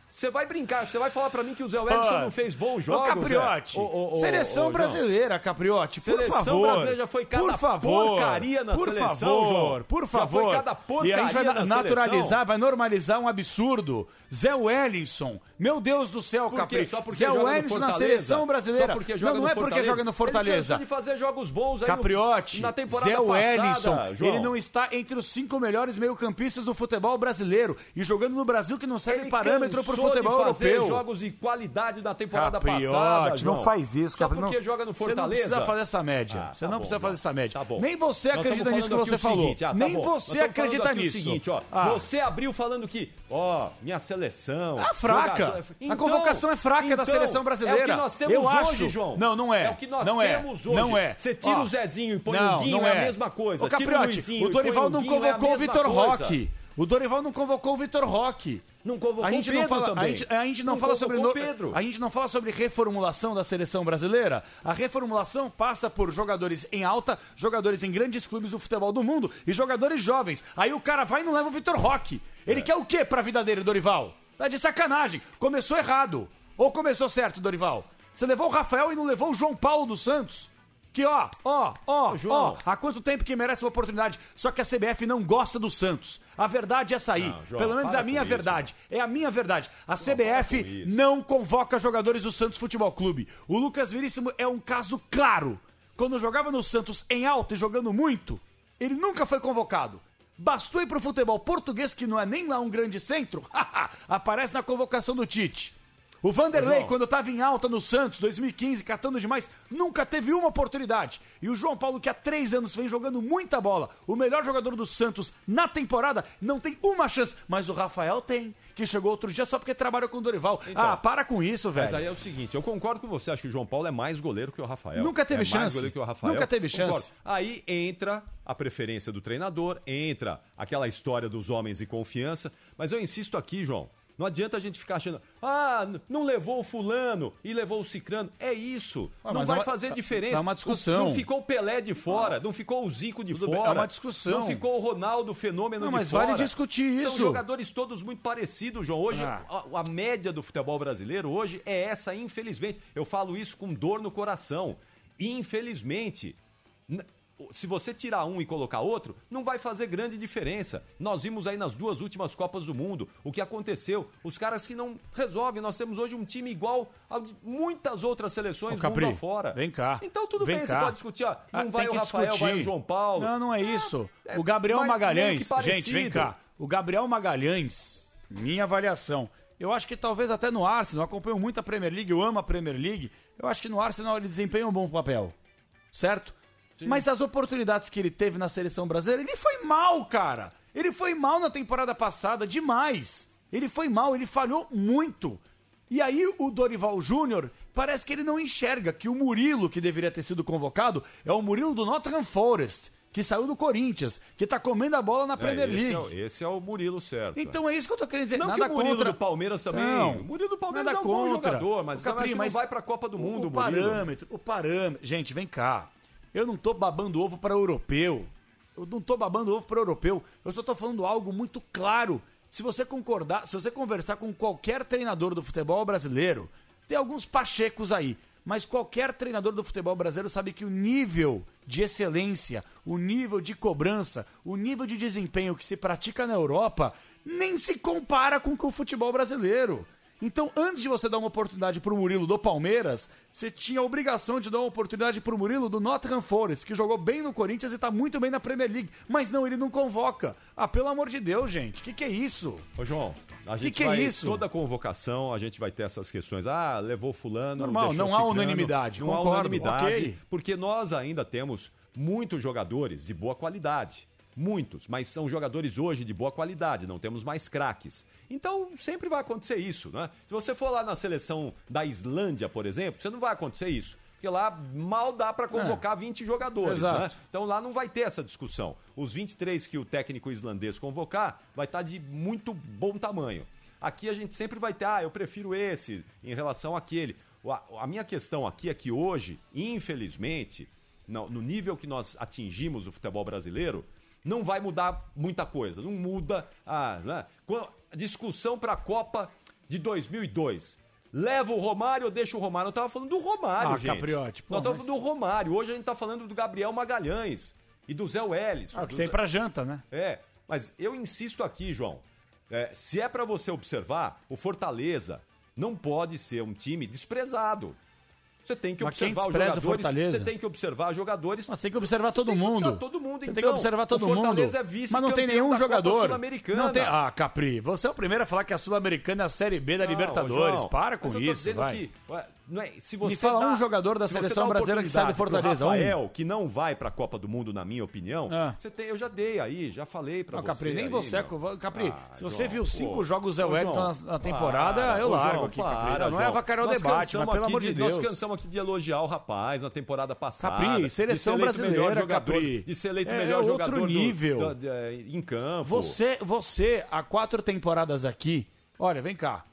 Speaker 3: Você vai brincar, você vai falar pra mim que o Zé Wellison não fez bons jogos?
Speaker 4: Ô, Capriote,
Speaker 3: Zé? Ô, ô, ô,
Speaker 4: seleção
Speaker 3: ô, João.
Speaker 4: brasileira, Capriote, por
Speaker 3: Seleção
Speaker 4: favor.
Speaker 3: brasileira já foi cada
Speaker 4: por favor,
Speaker 3: porcaria na
Speaker 4: por
Speaker 3: seleção,
Speaker 4: Favor,
Speaker 3: João.
Speaker 4: Por
Speaker 3: Já foi
Speaker 4: favor,
Speaker 3: cada
Speaker 4: E a gente vai
Speaker 3: porcaria na
Speaker 4: naturalizar,
Speaker 3: seleção.
Speaker 4: vai normalizar um absurdo. Zé Wellison, meu Deus do céu,
Speaker 3: Por quê?
Speaker 4: Capri.
Speaker 3: Só porque
Speaker 4: Zé
Speaker 3: joga no
Speaker 4: Wellison na
Speaker 3: Fortaleza?
Speaker 4: seleção brasileira.
Speaker 3: Só porque joga
Speaker 4: não, não
Speaker 3: no
Speaker 4: é porque
Speaker 3: Fortaleza?
Speaker 4: joga no
Speaker 3: Ele cansou
Speaker 4: Fortaleza.
Speaker 3: de fazer jogos bons aí no-
Speaker 4: Capriotti,
Speaker 3: na temporada
Speaker 4: Zé
Speaker 3: passada,
Speaker 4: Wellison,
Speaker 3: João.
Speaker 4: ele não está entre os cinco melhores meio-campistas do futebol brasileiro. E jogando no Brasil que não serve parâmetro pro
Speaker 3: cansou
Speaker 4: futebol
Speaker 3: de fazer
Speaker 4: europeu.
Speaker 3: jogos de qualidade da temporada
Speaker 4: Capriote,
Speaker 3: passada. João.
Speaker 4: não faz isso,
Speaker 3: Só
Speaker 4: Capriote,
Speaker 3: porque
Speaker 4: não-
Speaker 3: joga no
Speaker 4: você não
Speaker 3: Fortaleza. Ah,
Speaker 4: precisa fazer essa média. Você não precisa fazer essa média.
Speaker 3: Tá bom.
Speaker 4: Nem você
Speaker 3: Nós
Speaker 4: acredita
Speaker 3: estamos
Speaker 4: nisso
Speaker 3: falando
Speaker 4: que você
Speaker 3: aqui o
Speaker 4: falou.
Speaker 3: seguinte, ah, tá
Speaker 4: Nem
Speaker 3: bom. Nós
Speaker 4: você
Speaker 3: estamos falando
Speaker 4: acredita
Speaker 3: aqui o
Speaker 4: nisso.
Speaker 3: seguinte, ó,
Speaker 4: Ah.
Speaker 3: Você abriu falando que, ó, minha seleção.
Speaker 4: Ah, fraca.
Speaker 3: jogador- Então,
Speaker 4: A convocação é fraca da seleção brasileira.
Speaker 3: É o que nós temos
Speaker 4: Eu
Speaker 3: hoje,
Speaker 4: acho.
Speaker 3: João.
Speaker 4: Não, não é.
Speaker 3: É o que nós
Speaker 4: Não é.
Speaker 3: temos hoje.
Speaker 4: Não é.
Speaker 3: Você tira
Speaker 4: Ó.
Speaker 3: o Zezinho e põe
Speaker 4: Não,
Speaker 3: o Guinho,
Speaker 4: não
Speaker 3: é
Speaker 4: é.
Speaker 3: a mesma coisa.
Speaker 4: Ô,
Speaker 3: Tira
Speaker 4: Capriotti,
Speaker 3: Luizinho
Speaker 4: o
Speaker 3: e põe
Speaker 4: Dorival não
Speaker 3: Guinho, é a
Speaker 4: convocou o
Speaker 3: mesma
Speaker 4: Vitor
Speaker 3: coisa.
Speaker 4: Roque. O Dorival não convocou o Vitor Roque. Não convocou a gente
Speaker 3: o Pedro
Speaker 4: não fala,
Speaker 3: também.
Speaker 4: A gente, a gente não,
Speaker 3: Não
Speaker 4: fala sobre
Speaker 3: convocou
Speaker 4: no-
Speaker 3: o Pedro.
Speaker 4: A gente não fala sobre reformulação da seleção brasileira. A reformulação passa por jogadores em alta, jogadores em grandes clubes do futebol do mundo e jogadores jovens. Aí o cara vai e não leva o Vitor Roque. Ele
Speaker 3: É.
Speaker 4: quer o quê pra vida dele, Dorival? Tá de sacanagem. Começou errado. Ou começou certo, Dorival? Você levou o Rafael e não levou o João Paulo dos Santos? Que ó, ó, ó, ó, há quanto tempo que merece uma oportunidade? Só que a CBF não gosta do Santos. A verdade é essa aí.
Speaker 3: Não, João,
Speaker 4: Pelo menos
Speaker 3: para
Speaker 4: a minha
Speaker 3: com isso.
Speaker 4: verdade. É a minha verdade. A CBF não convoca jogadores do Santos Futebol Clube. O Lucas Veríssimo é um caso claro. Quando jogava no Santos em alta e jogando muito, ele nunca foi convocado. Bastou ir pro futebol português, que não é nem lá um grande centro, aparece na convocação do Tite. O Vanderlei,
Speaker 3: João.
Speaker 4: quando estava em alta no Santos, 2015, catando demais, nunca teve uma oportunidade. E o João Paulo, que há três anos vem jogando muita bola, o melhor jogador do Santos na temporada, não tem uma chance. Mas o Rafael tem, que chegou outro dia só porque trabalhou com o Dorival. ah, para com isso,
Speaker 3: Então. Mas
Speaker 4: velho.
Speaker 3: aí é o seguinte, eu concordo com você, acho que o João Paulo é mais goleiro que o Rafael.
Speaker 4: Nunca teve
Speaker 3: É Mais
Speaker 4: chance.
Speaker 3: goleiro que o Rafael.
Speaker 4: Nunca teve chance.
Speaker 3: Aí entra a preferência do treinador, entra aquela história dos homens e confiança, mas eu insisto aqui, João, não adianta a gente ficar achando, ah, n- não levou o fulano e levou o cicrano. É isso.
Speaker 4: Ah,
Speaker 3: não
Speaker 4: mas
Speaker 3: vai
Speaker 4: é uma-
Speaker 3: fazer diferença.
Speaker 4: é uma discussão. Ah,
Speaker 3: Não ficou o Pelé de fora, não ficou o Zico de
Speaker 4: Tudo bem,
Speaker 3: fora.
Speaker 4: é uma discussão.
Speaker 3: Não ficou o Ronaldo Fenômeno
Speaker 4: Não,
Speaker 3: de
Speaker 4: mas
Speaker 3: fora.
Speaker 4: vale discutir
Speaker 3: São
Speaker 4: isso.
Speaker 3: jogadores todos muito parecidos, João. Hoje,
Speaker 4: Ah.
Speaker 3: a, a média do futebol brasileiro hoje é essa, infelizmente. Eu falo isso com dor no coração. Infelizmente. N- Se você tirar um e colocar outro, não vai fazer grande diferença. Nós vimos aí nas duas últimas Copas do Mundo o que aconteceu. Os caras que não resolvem. Nós temos hoje um time igual a de muitas outras seleções
Speaker 4: Ô,
Speaker 3: do
Speaker 4: Capri,
Speaker 3: mundo afora.
Speaker 4: Vem cá.
Speaker 3: um Então tudo
Speaker 4: Vem
Speaker 3: bem,
Speaker 4: cá.
Speaker 3: você pode discutir. Ó, não
Speaker 4: Ah,
Speaker 3: vai
Speaker 4: tem
Speaker 3: o
Speaker 4: que
Speaker 3: Rafael, vai o
Speaker 4: discutir.
Speaker 3: João Paulo.
Speaker 4: Não, não é isso.
Speaker 3: é,
Speaker 4: o Gabriel
Speaker 3: mas meio que
Speaker 4: Magalhães. Gente,
Speaker 3: parecido.
Speaker 4: vem cá. O Gabriel Magalhães, minha avaliação. Eu acho que talvez até no Arsenal, eu acompanho muito a Premier League, eu amo a Premier League. Eu acho que no Arsenal ele desempenha um bom papel. Certo? Mas as oportunidades que ele teve na seleção brasileira, ele foi mal, cara. Ele foi mal na temporada passada, demais. Ele foi mal, ele falhou muito. E aí o Dorival Júnior parece que ele não enxerga que o Murilo que deveria ter sido convocado é o Murilo do Nottingham Forest, que saiu do Corinthians, que tá comendo a bola na Premier
Speaker 3: É, esse
Speaker 4: League.
Speaker 3: é o- esse é o Murilo certo.
Speaker 4: Então é isso que eu tô querendo dizer.
Speaker 3: Não
Speaker 4: nada
Speaker 3: que o Murilo
Speaker 4: contra.
Speaker 3: do Palmeiras também.
Speaker 4: Não,
Speaker 3: o Murilo do Palmeiras
Speaker 4: nada
Speaker 3: é um bom
Speaker 4: contra.
Speaker 3: jogador, mas
Speaker 4: Ô,
Speaker 3: eu acho que não vai pra Copa do
Speaker 4: o-
Speaker 3: Mundo,
Speaker 4: O
Speaker 3: Murilo.
Speaker 4: parâmetro, o parâmetro. Gente, vem cá. Eu não tô babando ovo pra europeu. Eu não tô babando ovo pra europeu. Eu só tô falando algo muito claro. Se você concordar, se você conversar com qualquer treinador do futebol brasileiro, tem alguns pachecos aí, mas qualquer treinador do futebol brasileiro sabe que o nível de excelência, o nível de cobrança, o nível de desempenho que se pratica na Europa nem se compara com o que o futebol brasileiro. Então, antes de você dar uma oportunidade pro Murilo do Palmeiras, você tinha a obrigação de dar uma oportunidade pro Murilo do Nottingham Forest, que jogou bem no Corinthians e tá muito bem na Premier League. Mas não, ele não convoca. Ah, pelo amor de Deus, gente, que que é isso?
Speaker 3: Ô, João, a gente
Speaker 4: que é
Speaker 3: vai,
Speaker 4: isso?
Speaker 3: toda convocação, a gente vai ter essas questões. Ah, levou fulano,
Speaker 4: Normal,
Speaker 3: deixou
Speaker 4: não há
Speaker 3: ciclano.
Speaker 4: unanimidade,
Speaker 3: Não há
Speaker 4: concordo,
Speaker 3: unanimidade,
Speaker 4: ok.
Speaker 3: porque nós ainda temos muitos jogadores de boa qualidade. Muitos, mas são jogadores hoje de boa qualidade, não temos mais craques. Então sempre vai acontecer isso, né? Se você for lá na seleção da Islândia, por exemplo, você não vai acontecer isso. Porque lá mal dá pra convocar 20 jogadores,
Speaker 4: É, Exato.
Speaker 3: né? Então lá não vai ter essa discussão. Os 23 que o técnico islandês convocar vai estar de muito bom tamanho. Aqui a gente sempre vai ter, ah, eu prefiro esse em relação àquele. O- A, a minha questão aqui é que hoje, infelizmente, no, no nível que nós atingimos o futebol brasileiro, não vai mudar muita coisa. Não muda a né? Quan- discussão para a Copa de 2002. Leva o Romário ou deixa o Romário? Eu tava falando do Romário,
Speaker 4: Ah,
Speaker 3: gente.
Speaker 4: Capriotti, pô,
Speaker 3: Nós tava
Speaker 4: mas-
Speaker 3: falando do Romário. Hoje a gente tá falando do Gabriel Magalhães e do Zé Welles.
Speaker 4: Ah, o que
Speaker 3: Do
Speaker 4: tem
Speaker 3: Zé-
Speaker 4: pra janta, né?
Speaker 3: É, mas eu insisto aqui, João. É, se é pra você observar, o Fortaleza não pode ser um time desprezado. Você tem que
Speaker 5: Mas quem
Speaker 3: observar os
Speaker 5: despreza o
Speaker 3: jogadores.
Speaker 5: Fortaleza?
Speaker 3: Você tem que observar jogadores.
Speaker 5: Mas tem que observar todo mundo.
Speaker 3: observar todo mundo,
Speaker 5: Você tem
Speaker 3: então.
Speaker 5: que observar todo
Speaker 3: o Fortaleza
Speaker 5: mundo.
Speaker 3: é vice
Speaker 5: Mas não tem nenhum jogador.
Speaker 3: Sul-Americana.
Speaker 5: Não tem. Ah,
Speaker 4: Ah, Capri, você é o primeiro a falar que a Sul-Americana é a Série B da
Speaker 3: Não,
Speaker 4: Libertadores.
Speaker 3: João,
Speaker 4: Para com
Speaker 3: mas eu tô
Speaker 4: isso,
Speaker 3: dizendo
Speaker 4: vai.
Speaker 3: que, ué, não é- se você
Speaker 5: Me fala
Speaker 3: dá-
Speaker 5: um jogador da
Speaker 3: se você
Speaker 5: seleção
Speaker 3: dá
Speaker 5: brasileira que sai do
Speaker 3: oportunidade
Speaker 5: Fortaleza,
Speaker 3: pro
Speaker 5: um.
Speaker 3: Rafael, que não vai pra Copa do Mundo, na minha opinião,
Speaker 4: É.
Speaker 3: você tem, eu já dei aí, já falei pra
Speaker 4: Não,
Speaker 3: você.
Speaker 4: Capri, nem
Speaker 3: aí,
Speaker 4: você é
Speaker 3: meu.
Speaker 4: co- Capri,
Speaker 3: Ah,
Speaker 4: se você
Speaker 3: João,
Speaker 4: viu cinco
Speaker 3: pô.
Speaker 4: jogos Zé
Speaker 3: Ô,
Speaker 4: Wellington
Speaker 3: João,
Speaker 4: na, na temporada,
Speaker 3: para,
Speaker 4: eu
Speaker 3: ô,
Speaker 4: largo
Speaker 3: João,
Speaker 4: aqui,
Speaker 3: para,
Speaker 4: Capri. Não é
Speaker 3: João.
Speaker 4: avacalhar o
Speaker 3: Nós
Speaker 4: debate, mas
Speaker 3: cansamos
Speaker 4: pelo
Speaker 3: aqui
Speaker 4: amor de Deus.
Speaker 3: Nós cansamos aqui de elogiar o rapaz na temporada passada.
Speaker 4: Capri,
Speaker 3: de ser
Speaker 4: seleção
Speaker 3: eleito
Speaker 4: brasileira,
Speaker 3: melhor jogador,
Speaker 5: Capri.
Speaker 3: De ser eleito
Speaker 5: É
Speaker 3: melhor
Speaker 5: outro
Speaker 3: jogador do-
Speaker 5: nível.
Speaker 3: da- da- em campo.
Speaker 5: Você, você, há quatro temporadas aqui, olha, vem cá.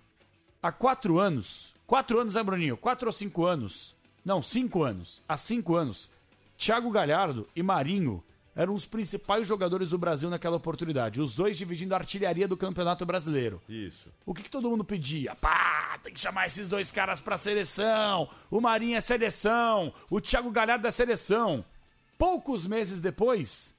Speaker 5: Há quatro anos, quatro anos, né, Bruninho? Quatro ou cinco anos? Não, cinco anos. Há cinco anos, Thiago Galhardo e Marinho eram os principais jogadores do Brasil naquela oportunidade. Os dois dividindo a artilharia do Campeonato Brasileiro.
Speaker 3: Isso.
Speaker 5: O que, que todo mundo pedia? Pá, tem que chamar esses dois caras pra seleção. O Marinho é seleção. O Thiago Galhardo é seleção. Poucos meses depois,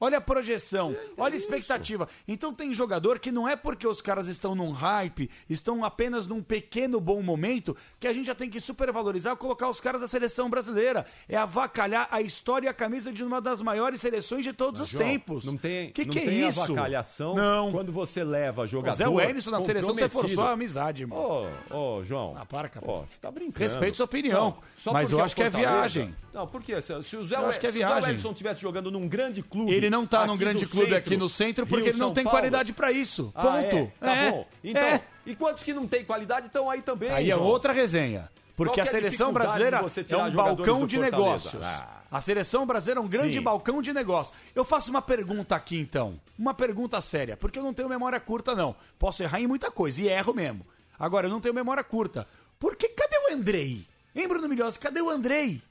Speaker 4: Olha a projeção,
Speaker 3: é
Speaker 4: olha a expectativa. Então tem jogador que não é porque os caras estão num hype, estão apenas num pequeno bom momento, que a gente já tem que supervalorizar e colocar os caras da seleção brasileira. É avacalhar a história e a camisa de uma das maiores seleções de todos os
Speaker 3: João,
Speaker 4: tempos.
Speaker 3: Não tem,
Speaker 4: que
Speaker 3: não
Speaker 4: que
Speaker 3: tem
Speaker 4: é isso? é,
Speaker 3: avacalhação quando você leva jogador.
Speaker 4: O Zé Wellington na seleção, você
Speaker 3: comprometido.
Speaker 4: forçou a amizade, irmão.
Speaker 3: Ô, ô, João. Ah, para,
Speaker 4: Capri.
Speaker 3: você tá brincando.
Speaker 4: Respeito sua opinião,
Speaker 3: só
Speaker 4: mas eu
Speaker 3: porque
Speaker 4: acho que é
Speaker 3: Fortaleza-
Speaker 4: viagem.
Speaker 3: Não, por quê? Se, se o Zé
Speaker 4: Eu acho que é
Speaker 3: se o Zé
Speaker 4: viagem.
Speaker 3: Wellington estivesse jogando num grande clube.
Speaker 4: Ele não tá num
Speaker 3: aqui
Speaker 4: grande
Speaker 3: do
Speaker 4: clube aqui no centro porque
Speaker 3: Rio,
Speaker 4: ele não
Speaker 3: São
Speaker 4: tem
Speaker 3: Paulo.
Speaker 4: qualidade pra isso.
Speaker 3: Ah,
Speaker 4: Ponto.
Speaker 3: é? Tá
Speaker 4: É,
Speaker 3: bom. Então,
Speaker 4: é.
Speaker 3: e quantos que não têm qualidade estão aí também?
Speaker 4: Aí é
Speaker 3: João?
Speaker 4: outra resenha. Porque
Speaker 3: Qual
Speaker 4: a
Speaker 3: que é a
Speaker 4: seleção
Speaker 3: dificuldade
Speaker 4: brasileira
Speaker 3: de você
Speaker 4: é
Speaker 3: tirar
Speaker 4: um
Speaker 3: jogadores
Speaker 4: balcão
Speaker 3: do
Speaker 4: de
Speaker 3: Fortaleza?
Speaker 4: negócios.
Speaker 3: Ah.
Speaker 4: A seleção brasileira é um grande
Speaker 3: Sim.
Speaker 4: balcão de negócios. Eu faço uma pergunta aqui, então. Uma pergunta séria, porque eu não tenho memória curta, não. Posso errar em muita coisa, e erro mesmo. Agora, eu não tenho memória curta. Porque cadê o Andrei? Hein, Bruno Milhosa? Cadê o Andrei?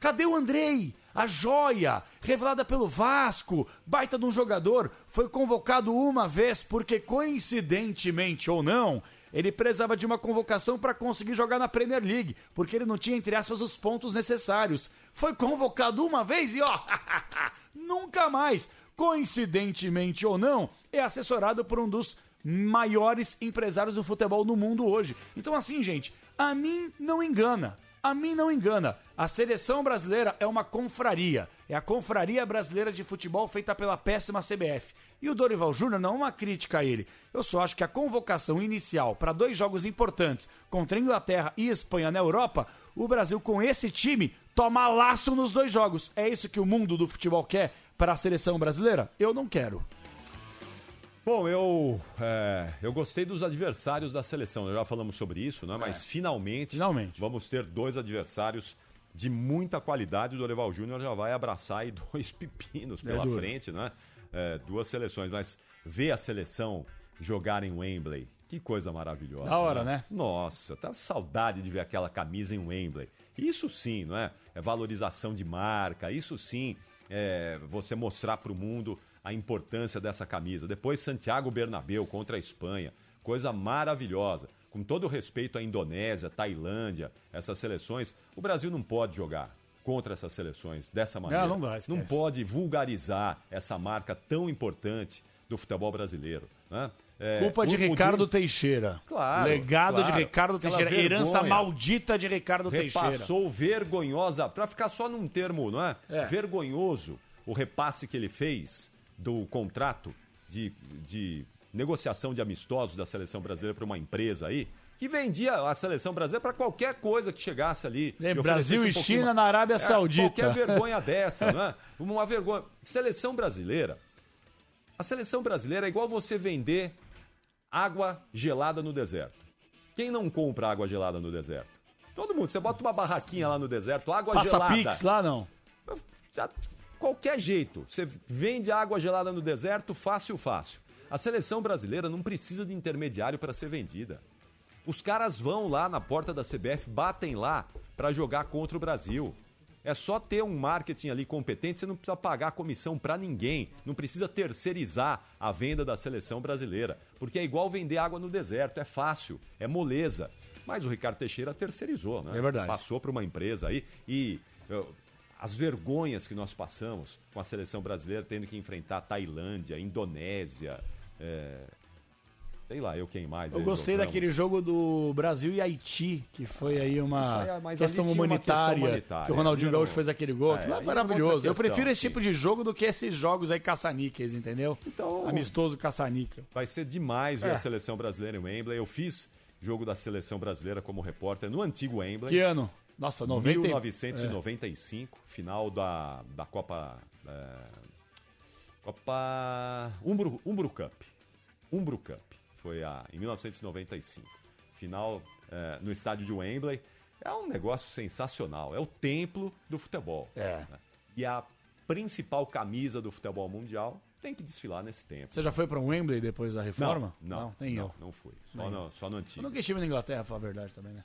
Speaker 4: Cadê o Andrei? A joia, revelada pelo Vasco, baita de um jogador, foi convocado uma vez porque, coincidentemente ou não, ele precisava de uma convocação para conseguir jogar na Premier League, porque ele não tinha, entre aspas, os pontos necessários. Foi convocado uma vez e ó, nunca mais. Coincidentemente ou não, é assessorado por um dos maiores empresários do futebol no mundo hoje. Então, assim, gente, a mim não engana. A mim não engana. A seleção brasileira é uma confraria. É a confraria brasileira de futebol feita pela péssima CBF. E o Dorival Júnior não é uma crítica a ele. Eu só acho que a convocação inicial para dois jogos importantes contra a Inglaterra e Espanha na Europa, o Brasil com esse time toma laço nos dois jogos. É isso que o mundo do futebol quer para a seleção brasileira? Eu não quero.
Speaker 3: Bom, eu, é, eu gostei dos adversários da seleção. Nós já falamos sobre isso, né? Mas finalmente, vamos ter dois adversários de muita qualidade. O Dorival Júnior já vai abraçar aí dois pepinos pela
Speaker 7: duro.
Speaker 3: frente, né? É, duas seleções, mas ver a seleção jogar em Wembley, que coisa maravilhosa.
Speaker 5: Da hora, né?
Speaker 3: Nossa, tá saudade de ver aquela camisa em Wembley. Isso sim, não é? É valorização de marca, isso sim é você mostrar para o mundo a importância dessa camisa. Depois Santiago Bernabéu contra a Espanha, coisa maravilhosa. Com todo o respeito à Indonésia, Tailândia, essas seleções, o Brasil não pode jogar contra essas seleções dessa maneira.
Speaker 4: não dá, esquece.
Speaker 3: não pode vulgarizar essa marca tão importante do futebol brasileiro. Né? É,
Speaker 5: Culpa de
Speaker 3: o- o
Speaker 5: Ricardo
Speaker 3: Dorival-
Speaker 5: Teixeira.
Speaker 3: Claro,
Speaker 5: Legado
Speaker 3: claro.
Speaker 5: de Ricardo
Speaker 3: Aquela
Speaker 5: Teixeira. Herança
Speaker 3: vergonha.
Speaker 5: maldita de Ricardo Teixeira.
Speaker 3: Repassou vergonhosa, pra ficar só num termo, não é?
Speaker 5: É.
Speaker 3: Vergonhoso o repasse que ele fez do contrato de, de negociação de amistosos da seleção brasileira para uma empresa aí. que vendia a seleção brasileira para qualquer coisa que chegasse ali.
Speaker 4: É,
Speaker 3: oferecesse um
Speaker 4: Brasil e
Speaker 3: pouquinho
Speaker 4: China
Speaker 3: mais. É,
Speaker 4: na Arábia Saudita.
Speaker 3: Qualquer vergonha dessa, não é? Uma vergonha. Seleção brasileira. A seleção brasileira é igual você vender água gelada no deserto. Quem não compra água gelada no deserto? Todo mundo. Você bota uma barraquinha lá no deserto, água
Speaker 4: Passa
Speaker 3: gelada.
Speaker 4: Pix lá, não.
Speaker 3: Já- Qualquer jeito. Você vende água gelada no deserto, fácil, fácil. A seleção brasileira não precisa de intermediário para ser vendida. Os caras vão lá na porta da CBF, batem lá para jogar contra o Brasil. É só ter um marketing ali competente, você não precisa pagar comissão para ninguém, não precisa terceirizar a venda da seleção brasileira, porque é igual vender água no deserto, é fácil, é moleza. Mas o Ricardo Teixeira terceirizou, né? É verdade. Passou para uma empresa aí e eu, as vergonhas que nós passamos com a seleção brasileira tendo que enfrentar Tailândia, Indonésia, é, sei lá, eu quem mais.
Speaker 4: Eu
Speaker 3: aí
Speaker 4: gostei
Speaker 3: jogamos.
Speaker 4: daquele jogo do Brasil e Haiti, que foi aí uma,
Speaker 3: Isso aí, é, mas
Speaker 4: questão,
Speaker 3: ali tinha uma questão
Speaker 4: humanitária,
Speaker 3: humanitária.
Speaker 4: Que o Ronaldinho
Speaker 3: Ali era
Speaker 4: Gaúcho
Speaker 3: um-
Speaker 4: fez aquele gol.
Speaker 3: É,
Speaker 4: Aquilo lá
Speaker 3: aí
Speaker 4: é
Speaker 3: era uma
Speaker 4: maravilhoso.
Speaker 3: outra
Speaker 4: Eu prefiro
Speaker 3: questão,
Speaker 4: esse tipo de jogo do que esses jogos aí caça-níqueis, entendeu?
Speaker 3: Então,
Speaker 4: Amistoso caça-níquel.
Speaker 3: Vai ser demais ver
Speaker 4: É.
Speaker 3: a seleção brasileira em Wembley. Eu fiz jogo da seleção brasileira como repórter no antigo Wembley.
Speaker 4: Que ano? Nossa, 90 e- É.
Speaker 3: 1995, final da, da Copa. eh, Copa. Umbro, Umbro Cup. Umbro Cup. Foi a, em 1995. Final eh, no estádio de Wembley. É um negócio sensacional. É o templo do futebol. Né?
Speaker 4: É.
Speaker 3: E a principal camisa do futebol mundial tem que desfilar nesse templo.
Speaker 4: Você já foi pra um Wembley depois da reforma?
Speaker 3: Não, não,
Speaker 4: nem
Speaker 3: não,
Speaker 4: eu.
Speaker 3: não fui.
Speaker 4: Nem
Speaker 3: Só
Speaker 4: eu.
Speaker 3: no, só no antigo.
Speaker 4: Eu nunca estive na Inglaterra, pra falar a verdade também, né?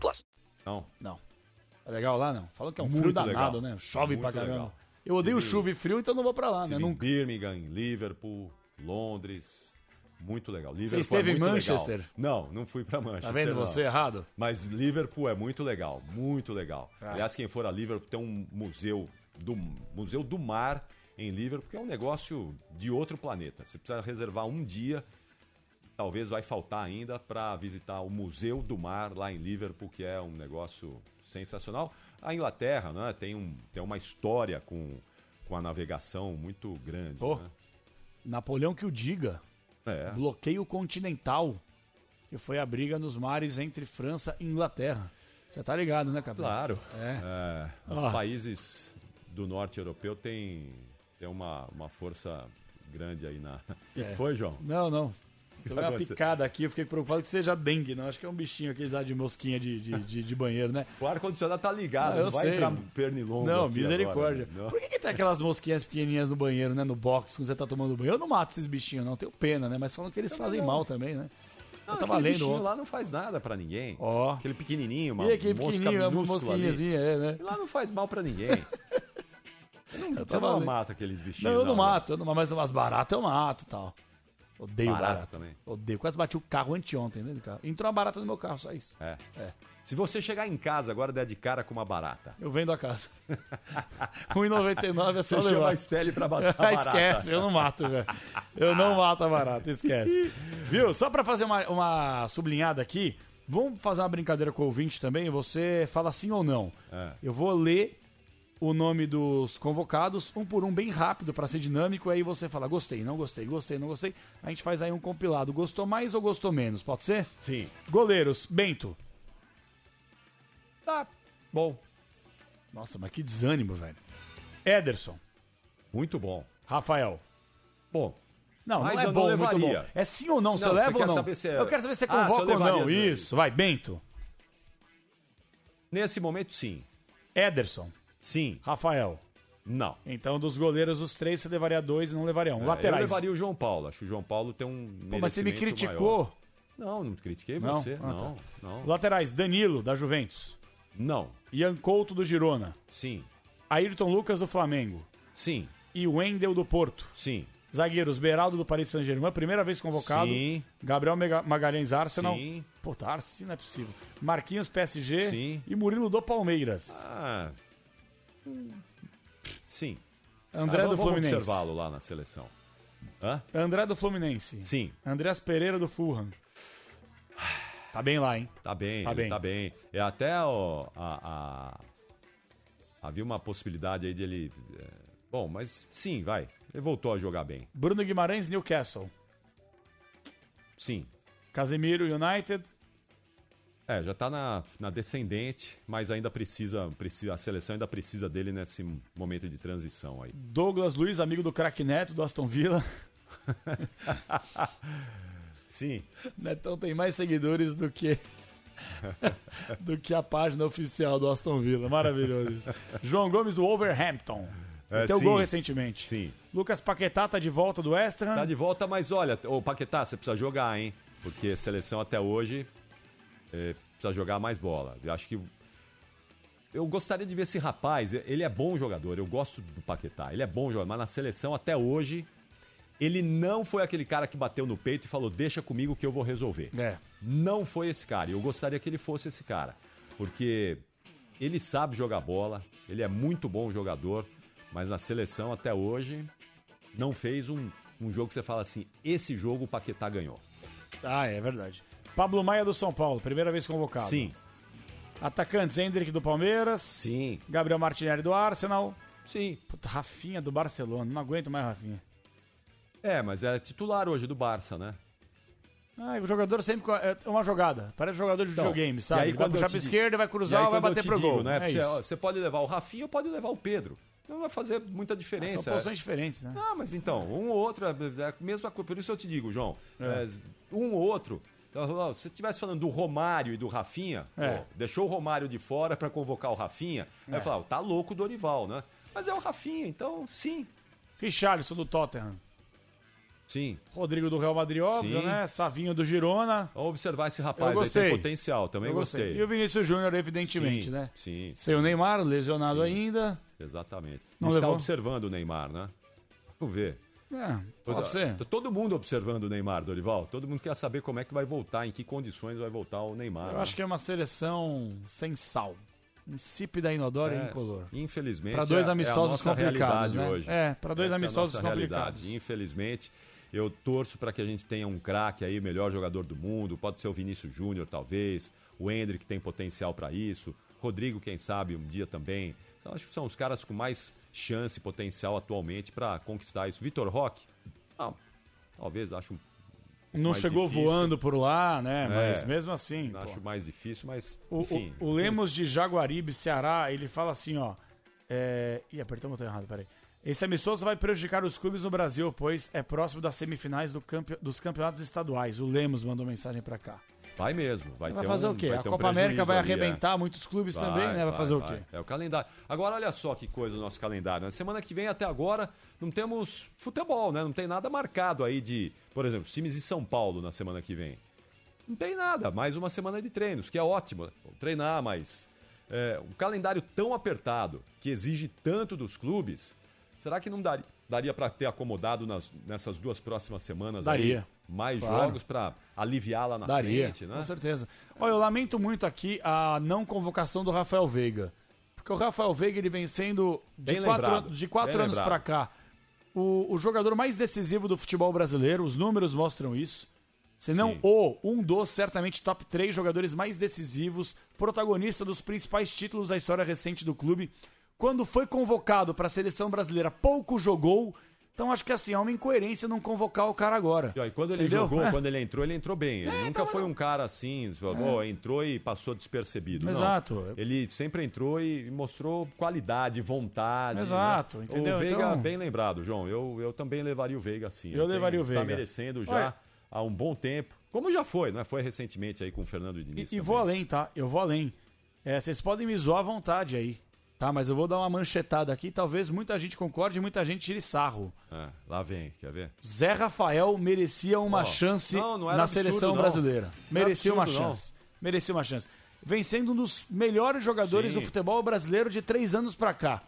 Speaker 8: plus.
Speaker 3: Não.
Speaker 4: Não. É legal lá, não? Falam que é um
Speaker 3: Muito
Speaker 4: frio danado,
Speaker 3: legal.
Speaker 4: né? Chove
Speaker 3: Muito
Speaker 4: pra caramba.
Speaker 3: legal.
Speaker 4: Eu odeio
Speaker 3: Sim.
Speaker 4: chuva e frio, então não vou pra lá, né?
Speaker 3: Estive em
Speaker 4: Não
Speaker 3: Birmingham, em Liverpool, Londres. Muito legal. Liverpool
Speaker 4: esteve
Speaker 3: é
Speaker 4: em
Speaker 3: muito
Speaker 4: Manchester? Tá
Speaker 3: legal. Não, não fui para Manchester.
Speaker 4: vendo
Speaker 3: não.
Speaker 4: você errado? Ah.
Speaker 3: Mas Liverpool é muito legal, muito legal. Aliás, quem for a Liverpool tem um museu do Museu do Mar em Liverpool, que é um negócio de outro planeta. Você precisa reservar um dia talvez vai faltar ainda para visitar o Museu do Mar lá em Liverpool, que é um negócio sensacional. A Inglaterra né, tem, um, tem uma história com, com a navegação muito grande.
Speaker 4: Pô.
Speaker 3: né?
Speaker 4: Napoleão que o diga.
Speaker 3: É.
Speaker 4: Bloqueio continental, que foi a briga nos mares entre França e Inglaterra. Você tá ligado, né, Capitão?
Speaker 3: Claro.
Speaker 4: É.
Speaker 3: É, os
Speaker 4: Ah.
Speaker 3: países do norte europeu têm, têm uma, uma força grande aí na. O que
Speaker 4: É.
Speaker 3: foi, João?
Speaker 4: Não, não.
Speaker 3: que tá
Speaker 4: Tomei uma
Speaker 3: aconteceu?
Speaker 4: picada aqui, eu fiquei preocupado que seja dengue, não. Acho que é um bichinho aqueles lá de mosquinha de, de, de- de banheiro, né?
Speaker 3: O ar-condicionado tá ligado, não vai entrar pernilongo
Speaker 4: Ah, Não,
Speaker 3: aqui
Speaker 4: misericórdia.
Speaker 3: agora, né? Não.
Speaker 4: Por que, que tem aquelas mosquinhas pequenininhas no banheiro, né? No box, quando você tá tomando banho? Eu não mato esses bichinhos, não. Tenho pena, né? Mas falam que eles
Speaker 3: Também
Speaker 4: fazem
Speaker 3: não.
Speaker 4: mal também, né?
Speaker 3: Não,
Speaker 4: eu tava
Speaker 3: aquele
Speaker 4: lendo
Speaker 3: bichinho
Speaker 4: ontem.
Speaker 3: lá não faz nada pra ninguém.
Speaker 4: Ó.
Speaker 3: Aquele pequenininho, uma
Speaker 4: E aquele
Speaker 3: mosca
Speaker 4: pequenininho, uma
Speaker 3: minúscula ali.
Speaker 4: mosquinhazinha, é, né?
Speaker 3: E lá não faz mal pra ninguém.
Speaker 4: Eu
Speaker 3: Você
Speaker 4: tava
Speaker 3: não
Speaker 4: lendo.
Speaker 3: mata aqueles bichinhos.
Speaker 4: Não, eu não
Speaker 3: né?
Speaker 4: mato, eu não, mas umas baratas eu mato e tal. Odeio barata,
Speaker 3: Barata também.
Speaker 4: Odeio. Quase bati o carro anteontem, né? do Carro. Entrou uma barata no meu carro, só isso.
Speaker 3: É.
Speaker 4: É.
Speaker 3: Se você chegar em casa agora e der de cara com uma barata.
Speaker 4: Eu vendo a casa. 1,99 é só
Speaker 3: Você
Speaker 4: levar.
Speaker 3: chama a Stelle pra matar a
Speaker 4: Ah,
Speaker 3: barata.
Speaker 4: Esquece, eu não mato, velho. Eu não mato a barata, esquece. Viu? Só pra fazer uma, uma sublinhada aqui, vamos fazer uma brincadeira com o ouvinte também. Você fala sim ou não.
Speaker 3: É.
Speaker 4: Eu vou ler o nome dos convocados, um por um, bem rápido, pra ser dinâmico. Aí você fala, gostei, não gostei, gostei, não gostei. A gente faz aí um compilado. Gostou mais ou gostou menos? Pode ser?
Speaker 3: Sim.
Speaker 4: Goleiros, Bento.
Speaker 3: Tá bom.
Speaker 4: Nossa, mas que desânimo, velho. Ederson.
Speaker 3: Muito bom.
Speaker 4: Rafael.
Speaker 3: Bom.
Speaker 4: Não,
Speaker 3: Mas
Speaker 4: não é
Speaker 3: eu
Speaker 4: bom,
Speaker 3: não
Speaker 4: muito bom.
Speaker 3: levaria.
Speaker 4: É sim ou não, você
Speaker 3: Não,
Speaker 4: leva
Speaker 3: você
Speaker 4: ou
Speaker 3: quer
Speaker 4: não?
Speaker 3: saber se é-
Speaker 4: Eu quero saber se você
Speaker 3: Ah, se eu
Speaker 4: convoca ou não.
Speaker 3: levaria, né?
Speaker 4: Isso, vai, Bento.
Speaker 3: Nesse momento, sim.
Speaker 4: Ederson.
Speaker 3: Sim.
Speaker 4: Rafael.
Speaker 3: Não.
Speaker 4: Então, dos goleiros, os três, você levaria dois e não levaria um.
Speaker 3: É,
Speaker 4: Laterais.
Speaker 3: Eu levaria o João Paulo. Acho que o João Paulo tem um.
Speaker 4: Pô, mas você me
Speaker 3: merecimento
Speaker 4: criticou.
Speaker 3: maior. Não, não critiquei
Speaker 4: Não?
Speaker 3: você.
Speaker 4: Ah,
Speaker 3: não,
Speaker 4: tá.
Speaker 3: não.
Speaker 4: Laterais, Danilo, da Juventus.
Speaker 3: Não.
Speaker 4: Ian Couto, do Girona.
Speaker 3: Sim.
Speaker 4: Ayrton Lucas, do Flamengo.
Speaker 3: Sim.
Speaker 4: E Wendel, do Porto.
Speaker 3: Sim.
Speaker 4: Zagueiros, Beraldo do Paris Saint-Germain, primeira vez convocado.
Speaker 3: Sim.
Speaker 4: Gabriel Mega- Magalhães, Arsenal.
Speaker 3: Sim.
Speaker 4: Pô, tá, Arsenal não é possível. Marquinhos, PSG.
Speaker 3: Sim.
Speaker 4: E Murilo do Palmeiras.
Speaker 3: Ah. Sim.
Speaker 4: André
Speaker 3: Ah,
Speaker 4: do
Speaker 3: vamos- vamos
Speaker 4: Fluminense.
Speaker 3: observá-lo lá na seleção. Hã?
Speaker 4: André do Fluminense.
Speaker 3: Sim.
Speaker 4: Andreas Pereira do Fulham. Tá bem lá, hein?
Speaker 3: Tá bem,
Speaker 4: Tá
Speaker 3: tá
Speaker 4: bem.
Speaker 3: bem. Tá bem. É até ó, a, a- havia uma possibilidade aí de ele. é, Bom, mas sim, vai. Ele voltou a jogar bem.
Speaker 4: Bruno Guimarães, Newcastle.
Speaker 3: Sim.
Speaker 4: Casemiro, United.
Speaker 3: É, já tá na, na descendente, mas ainda precisa, precisa. A seleção ainda precisa dele nesse momento de transição aí.
Speaker 4: Douglas Luiz, amigo do craque Neto, do Aston Villa.
Speaker 3: Sim.
Speaker 5: Netão tem mais seguidores do que do que a página oficial do Aston Villa. Maravilhoso isso.
Speaker 4: João Gomes do Wolverhampton.
Speaker 3: É,
Speaker 4: Meteu
Speaker 3: sim.
Speaker 4: gol recentemente.
Speaker 3: Sim.
Speaker 4: Lucas Paquetá tá de volta do West Ham.
Speaker 3: Tá de volta, mas olha, ô Paquetá, você precisa jogar, hein? Porque a seleção até hoje é, precisa jogar mais bola. Eu acho que. Eu gostaria de ver esse rapaz, ele é bom jogador, eu gosto do Paquetá, ele é bom jogador, mas na seleção até hoje, ele não foi aquele cara que bateu no peito e falou: deixa comigo que eu vou resolver.
Speaker 5: É.
Speaker 3: Não foi esse cara, e eu gostaria que ele fosse esse cara, porque ele sabe jogar bola, ele é muito bom jogador, mas na seleção até hoje não fez um, um jogo que você fala assim: esse jogo o Paquetá ganhou.
Speaker 4: Ah, é verdade. Pablo Maia do São Paulo, primeira vez convocado.
Speaker 3: Sim.
Speaker 4: Atacantes, Hendrick do Palmeiras.
Speaker 3: Sim.
Speaker 4: Gabriel Martinelli do Arsenal.
Speaker 3: Sim.
Speaker 4: Puta, Rafinha do Barcelona. Não aguento mais, Rafinha.
Speaker 3: É, mas é titular hoje do Barça, né?
Speaker 4: Ah, e o jogador sempre. co- É uma jogada. Parece jogador de
Speaker 3: Então,
Speaker 4: videogame,
Speaker 3: e
Speaker 4: sabe?
Speaker 3: aí
Speaker 4: Ele vai
Speaker 3: quando eu
Speaker 4: puxar
Speaker 3: te
Speaker 4: pra
Speaker 3: di-
Speaker 4: esquerda, vai cruzar
Speaker 3: e aí
Speaker 4: ou vai
Speaker 3: quando
Speaker 4: bater
Speaker 3: eu te
Speaker 4: pro
Speaker 3: digo,
Speaker 4: gol.
Speaker 3: Né?
Speaker 4: É
Speaker 3: você,
Speaker 4: isso.
Speaker 3: você pode levar o Rafinha ou pode levar o Pedro. Não vai fazer muita
Speaker 4: Ah,
Speaker 3: diferença.
Speaker 4: São posições diferentes, né?
Speaker 3: Ah, mas então, um ou outro é é a mesma coisa. Por isso eu te digo, João. é, um ou outro. então, Se estivesse falando do Romário e do Rafinha,
Speaker 4: É.
Speaker 3: pô, deixou o Romário de fora pra convocar o Rafinha, aí
Speaker 4: É.
Speaker 3: eu falava, tá louco o Dorival, né? Mas é o Rafinha, então sim.
Speaker 4: Richarlison do Tottenham.
Speaker 3: Sim.
Speaker 4: Rodrigo do Real Madrid, óbvio,
Speaker 3: é Sim.
Speaker 4: né? Savinho do Girona.
Speaker 3: Vamos observar esse
Speaker 4: Eu
Speaker 3: rapaz aí,
Speaker 4: gostei.
Speaker 3: tem potencial, também
Speaker 4: Eu
Speaker 3: gostei.
Speaker 4: E o Vinícius Júnior, evidentemente,
Speaker 3: Sim,
Speaker 4: né?
Speaker 3: Sim.
Speaker 5: Sem o Neymar, lesionado ainda.
Speaker 3: Exatamente.
Speaker 5: Não
Speaker 3: Está
Speaker 5: levou?
Speaker 3: observando o Neymar, né? Vamos ver.
Speaker 5: É,
Speaker 3: Todo-
Speaker 5: pode ser.
Speaker 3: tá Todo mundo observando o Neymar, Dorival. Todo mundo quer saber como é que vai voltar, em que condições vai voltar o Neymar. né?
Speaker 5: Eu acho que é uma seleção sem sal. Insípida, inodora e incolor.
Speaker 3: É, Infelizmente.
Speaker 5: Pra dois
Speaker 3: é- é a
Speaker 5: amistosos
Speaker 3: nossa
Speaker 5: complicados,
Speaker 3: realidade
Speaker 5: né?
Speaker 3: Hoje.
Speaker 5: É, pra dois
Speaker 3: Essa é a
Speaker 5: amistosos
Speaker 3: nossa realidade.
Speaker 5: complicados.
Speaker 3: Infelizmente, eu torço para que a gente tenha um craque aí, melhor jogador do mundo. Pode ser o Vinícius Júnior, talvez. O Hendrick tem potencial para isso. Rodrigo, quem sabe, um dia também. Então, acho que são os caras com mais chance e potencial atualmente para conquistar isso. Vitor Roque? Não. Talvez, acho um pouco
Speaker 4: Não
Speaker 3: mais
Speaker 4: chegou
Speaker 3: difícil.
Speaker 4: voando por lá, né?
Speaker 3: É.
Speaker 4: Mas mesmo assim.
Speaker 3: Acho
Speaker 4: pô.
Speaker 3: mais difícil, mas.
Speaker 4: O,
Speaker 3: enfim.
Speaker 4: o- o Lemos de Jaguaribe, Ceará, ele fala assim, ó. É... Ih, apertei o botão errado, peraí. Esse amistoso vai prejudicar os clubes no Brasil, pois é próximo das semifinais do campe- dos campeonatos estaduais. O Lemos mandou mensagem pra cá.
Speaker 3: Vai mesmo. Vai,
Speaker 5: Vai
Speaker 3: ter
Speaker 5: fazer
Speaker 3: um-
Speaker 5: o quê?
Speaker 3: vai
Speaker 5: A
Speaker 3: ter um
Speaker 5: Copa América
Speaker 3: prejuízo
Speaker 5: vai
Speaker 3: ali, é.
Speaker 5: arrebentar muitos clubes também, né? Vai, fazer o quê?
Speaker 3: É o calendário. Agora, olha só que coisa o nosso calendário. Na semana que vem, até agora, não temos futebol, né? Não tem nada marcado aí de, por exemplo, times de São Paulo na semana que vem. Não tem nada. Mais uma semana de treinos, que é ótimo. Vamos Treinar, mas é, um calendário tão apertado, que exige tanto dos clubes, será que não daria, daria para ter acomodado nas- nessas duas próximas semanas aí
Speaker 5: Daria.
Speaker 3: mais
Speaker 5: Claro.
Speaker 3: jogos para aliviar lá na
Speaker 5: Daria,
Speaker 3: frente, né?
Speaker 5: com certeza. Olha, eu lamento muito aqui a não convocação do Rafael Veiga. Porque o Rafael Veiga ele vem sendo de
Speaker 3: Bem
Speaker 5: quatro,
Speaker 3: lembrado,
Speaker 5: an- de quatro
Speaker 3: bem
Speaker 5: anos
Speaker 3: lembrado.
Speaker 5: pra cá o, o jogador mais decisivo do futebol brasileiro. Os números mostram isso. Se não o, um dos certamente top três jogadores mais decisivos, protagonista dos principais títulos da história recente do clube. Quando foi convocado pra seleção brasileira, pouco jogou. Então acho que assim, é uma incoerência não convocar o cara agora.
Speaker 3: E ó, e quando ele
Speaker 5: Entendeu?
Speaker 3: jogou,
Speaker 5: É.
Speaker 3: quando ele entrou, ele entrou bem.
Speaker 4: É,
Speaker 3: Ele nunca foi um cara assim, falou, "Ó, entrou e passou despercebido. Não.
Speaker 5: Exato.
Speaker 3: Ele sempre entrou e mostrou qualidade, vontade. né?
Speaker 4: Exato, entendeu?
Speaker 3: O Veiga,
Speaker 4: Então-
Speaker 3: bem lembrado, João. Eu, eu também levaria o Veiga assim.
Speaker 4: Eu
Speaker 3: Ele
Speaker 4: levaria o
Speaker 3: Está
Speaker 4: Veiga.
Speaker 3: merecendo já
Speaker 4: Olha-
Speaker 3: há um bom tempo. Como já foi, né? Foi recentemente aí com o Fernando
Speaker 4: E,
Speaker 3: Diniz.
Speaker 4: e vou além, tá? Eu vou além. É, vocês podem me zoar à vontade aí,
Speaker 5: tá? Mas eu vou dar uma manchetada aqui, talvez muita gente concorde e muita gente tire sarro.
Speaker 3: Ah, lá vem, quer ver?
Speaker 5: Zé Rafael merecia uma
Speaker 4: Ó,
Speaker 5: chance
Speaker 4: não, não era
Speaker 5: na
Speaker 4: absurdo,
Speaker 5: seleção
Speaker 4: não.
Speaker 5: brasileira.
Speaker 4: Não era
Speaker 5: Merecia uma
Speaker 4: absurdo, não.
Speaker 5: chance. Merecia uma chance. Vem sendo um dos melhores jogadores
Speaker 4: Sim.
Speaker 5: do futebol brasileiro de três anos pra cá.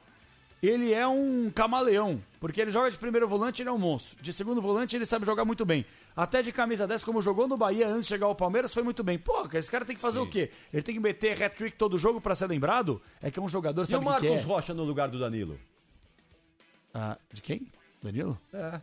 Speaker 4: Ele é um camaleão, porque ele joga de primeiro volante, ele é um monstro. De segundo volante, ele sabe jogar muito bem. Até de camisa 10, como jogou no Bahia antes de chegar ao Palmeiras, foi muito bem. Pô, esse cara tem que fazer o quê? Ele tem que meter hat-trick todo jogo pra ser lembrado? É que é um jogador,
Speaker 3: E o
Speaker 4: sabe o que
Speaker 3: Marcos
Speaker 4: é?
Speaker 3: Rocha no lugar do Danilo?
Speaker 4: Ah, de quem? Danilo?
Speaker 3: É.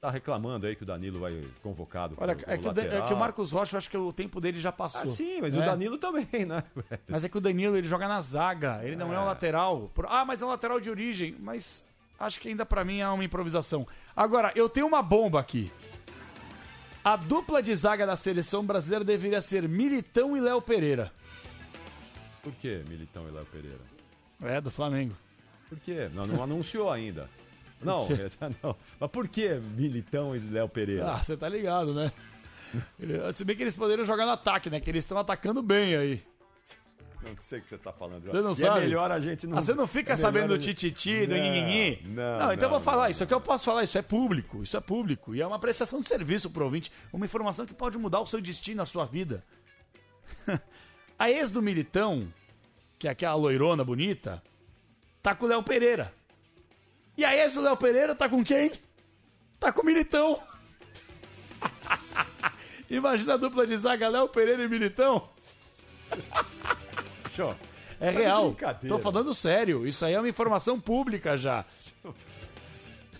Speaker 3: Tá reclamando aí que o Danilo vai convocado.
Speaker 4: Olha,
Speaker 3: pro-
Speaker 4: é
Speaker 3: pro
Speaker 4: que, o Dan- é
Speaker 3: lateral.
Speaker 4: que o Marcos Rocha, eu acho que o tempo dele já passou. É.
Speaker 3: Ah, sim, mas o Danilo também, né?
Speaker 4: Mas é que o Danilo, ele joga na zaga, ele não é, um
Speaker 3: É.
Speaker 4: lateral. Por- Ah, mas é um lateral de origem. Mas acho que ainda pra mim é uma improvisação. Agora, eu tenho uma bomba aqui. A dupla de zaga da seleção brasileira deveria ser Militão e Léo Pereira.
Speaker 3: Por que Militão e Léo Pereira?
Speaker 4: É, do Flamengo.
Speaker 3: Por quê? Não, não anunciou ainda. Não, tá
Speaker 4: quê?
Speaker 3: não. Mas por que Militão e Léo Pereira?
Speaker 4: Ah, você tá ligado, né? Se bem que eles poderiam jogar no ataque, né? Que eles estão atacando bem aí.
Speaker 3: Não sei o que você tá falando.
Speaker 4: Você não
Speaker 3: E
Speaker 4: sabe?
Speaker 3: É melhor a gente não.
Speaker 4: Ah, você não fica
Speaker 3: é melhor
Speaker 4: sabendo
Speaker 3: a
Speaker 4: do
Speaker 3: gente-
Speaker 4: tititi, do
Speaker 3: Não,
Speaker 4: nhinhinhi?
Speaker 3: Não,
Speaker 4: então eu vou
Speaker 3: não,
Speaker 4: falar. Isso aqui eu posso falar. Isso é público. Isso é público. E é uma prestação de serviço pro ouvinte. Uma informação que pode mudar o seu destino, a sua vida. a ex do Militão, que é aquela loirona bonita, tá com o Léo Pereira. E a ex do Léo Pereira tá com quem? Tá com o Militão. Imagina a dupla de zaga Léo Pereira e Militão.
Speaker 3: Show.
Speaker 4: É
Speaker 3: Tá de
Speaker 4: real.
Speaker 3: brincadeira.
Speaker 4: Tô falando sério. Isso aí é uma informação pública já.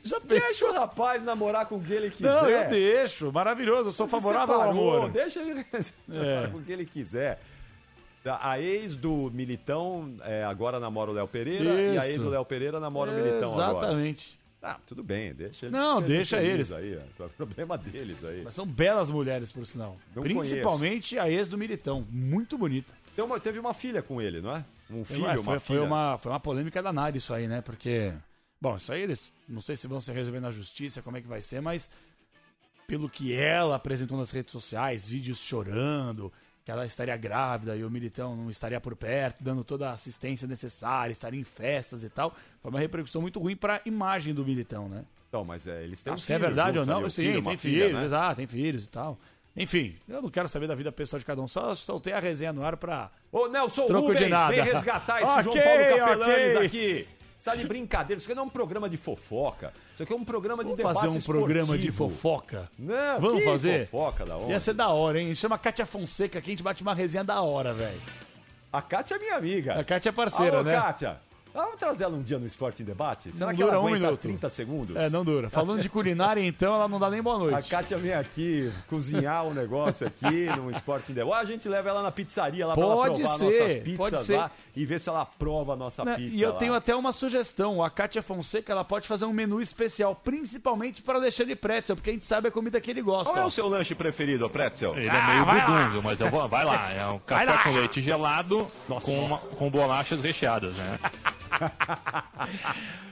Speaker 4: Já
Speaker 3: Deixa o rapaz namorar com quem ele quiser.
Speaker 4: Não, eu deixo. Maravilhoso. Eu sou
Speaker 3: Você
Speaker 4: favorável ao
Speaker 3: separou,
Speaker 4: amor. É.
Speaker 3: Deixa ele namorar com quem ele quiser. A a ex do Militão é, agora namora o Léo Pereira e a ex
Speaker 4: Isso.
Speaker 3: do Léo Pereira namora o Militão agora.
Speaker 4: Exatamente.
Speaker 3: Ah, tudo bem, deixa eles.
Speaker 4: Não,
Speaker 3: serem
Speaker 4: deixa eles.
Speaker 3: felizes Aí, ó. é problema deles aí.
Speaker 4: Mas são belas mulheres, por sinal.
Speaker 3: Não
Speaker 4: Principalmente a ex do Militão. Muito bonita.
Speaker 3: Tem uma- teve uma filha com ele, não é? Um filho,
Speaker 4: Ué,
Speaker 3: uma
Speaker 4: foi,
Speaker 3: filha.
Speaker 4: foi uma, foi uma polêmica danada isso aí, né? Porque, bom, isso aí eles não sei se vão se resolver na justiça, como é que vai ser, mas pelo que ela apresentou nas redes sociais, vídeos chorando, que ela estaria grávida e o militão não estaria por perto, dando toda a assistência necessária, estaria em festas e tal, foi uma repercussão muito ruim pra imagem do militão, né?
Speaker 3: Então, mas é, eles têm
Speaker 4: Ah,
Speaker 3: um
Speaker 4: se é
Speaker 3: filho
Speaker 4: verdade ou
Speaker 3: juntos,
Speaker 4: não,
Speaker 3: né? Um
Speaker 4: sim,
Speaker 3: filho, uma
Speaker 4: tem
Speaker 3: filha,
Speaker 4: filhos,
Speaker 3: né?
Speaker 4: exato, tem filhos e tal. Enfim, eu não quero saber da vida pessoal de cada um, só soltei a resenha no ar pra.
Speaker 3: Ô, Nelson
Speaker 4: Troco
Speaker 3: Rubens,
Speaker 4: de nada.
Speaker 3: vem resgatar esse
Speaker 4: Ok,
Speaker 3: João Paulo Capelanes
Speaker 4: ok.
Speaker 3: aqui. Você tá de brincadeira, isso aqui não é um programa de fofoca. Isso aqui é um programa de
Speaker 4: Vamos
Speaker 3: debate
Speaker 4: fazer um
Speaker 3: esportivo.
Speaker 4: programa de fofoca.
Speaker 3: Não,
Speaker 4: Vamos
Speaker 3: que
Speaker 4: fazer?
Speaker 3: fofoca da onda.
Speaker 4: Ia ser da hora, hein? Chama a Kátia Fonseca que a gente bate uma resenha da hora, velho.
Speaker 3: A Kátia é minha amiga.
Speaker 4: A Kátia é parceira,
Speaker 3: Alô,
Speaker 4: né?
Speaker 3: Kátia. Ah, Vamos trazer ela um dia no Esporte em Debate? Será
Speaker 4: Não
Speaker 3: que ela
Speaker 4: dura um
Speaker 3: aguenta
Speaker 4: minuto.
Speaker 3: 30 segundos?
Speaker 4: É, não dura. Falando de culinária, então, ela não dá nem boa noite.
Speaker 3: A Kátia vem aqui cozinhar um negócio aqui no Esporte em Debate. Ou a gente leva ela na pizzaria lá pra ela
Speaker 4: Pode
Speaker 3: provar
Speaker 4: ser,
Speaker 3: nossas pizzas
Speaker 4: pode ser.
Speaker 3: lá e ver se ela aprova a nossa
Speaker 4: Né?
Speaker 3: tá pizza
Speaker 4: E eu
Speaker 3: lá.
Speaker 4: tenho até uma sugestão. A Kátia Fonseca ela pode fazer um menu especial, principalmente para o Alexandre Pretzel, porque a gente sabe a comida que ele gosta.
Speaker 9: Qual é
Speaker 4: ó.
Speaker 9: o seu lanche preferido, Pretzel? Ele
Speaker 4: Ah,
Speaker 9: é meio
Speaker 4: vai lá.
Speaker 9: budunzo, mas eu vou, vai lá. É um café
Speaker 4: Vai lá.
Speaker 9: com leite gelado com, uma- com bolachas recheadas, né?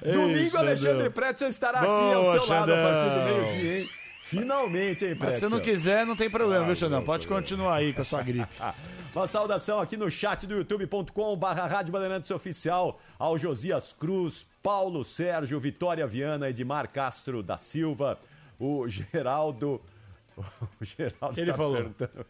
Speaker 4: É
Speaker 3: Domingo,
Speaker 9: Ei,
Speaker 3: Alexandre
Speaker 9: Xandão.
Speaker 3: Pretzel estará aqui
Speaker 4: Boa,
Speaker 3: ao seu lado a partir do
Speaker 4: Xandão.
Speaker 3: meio-dia, hein? Finalmente, hein,
Speaker 4: Mas Ah, se
Speaker 3: Pretzel?
Speaker 4: não quiser, não tem
Speaker 3: Ah,
Speaker 4: problema, viu, Xandão? Pode continuar aí com a sua gripe.
Speaker 3: Uma saudação aqui no chat do youtube.com barra Rádio Bandeirantes Oficial ao Josias Cruz, Paulo Sérgio, Vitória Viana, Edmar Castro da Silva, o Geraldo... O Geraldo
Speaker 4: Que ele
Speaker 3: tá
Speaker 4: falou?
Speaker 3: perguntando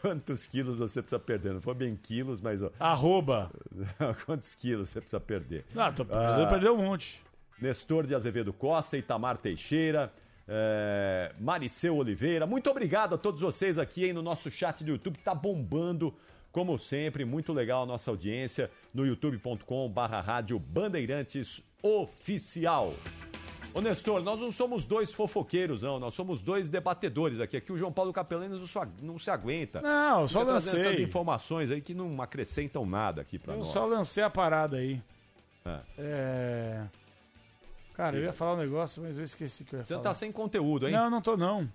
Speaker 3: quantos quilos você precisa perder. Não foi bem quilos, mas... ó,
Speaker 4: Arroba.
Speaker 3: Quantos quilos você precisa perder?
Speaker 4: Ah, tô precisando
Speaker 3: Ah.
Speaker 4: perder um monte.
Speaker 3: Nestor de Azevedo Costa, Itamar Teixeira, eh, Mariceu Oliveira. Muito obrigado a todos vocês aqui hein, no nosso chat do YouTube. Tá bombando, como sempre. Muito legal a nossa audiência no youtube.com/barra rádio Bandeirantes Oficial. Ô Nestor, nós não somos dois fofoqueiros, não. Nós somos dois debatedores aqui. Aqui o João Paulo Capelanes não, só- não se aguenta.
Speaker 4: Não, eu só
Speaker 3: Fica trazendo
Speaker 4: lancei.
Speaker 3: essas informações aí que não acrescentam nada aqui pra
Speaker 4: Eu
Speaker 3: nós.
Speaker 4: só lancei a parada aí.
Speaker 3: É.
Speaker 4: É... Cara, eu ia falar um negócio, mas eu esqueci que eu ia
Speaker 3: Você
Speaker 4: falar.
Speaker 3: tá sem conteúdo, hein?
Speaker 4: Não, não tô não.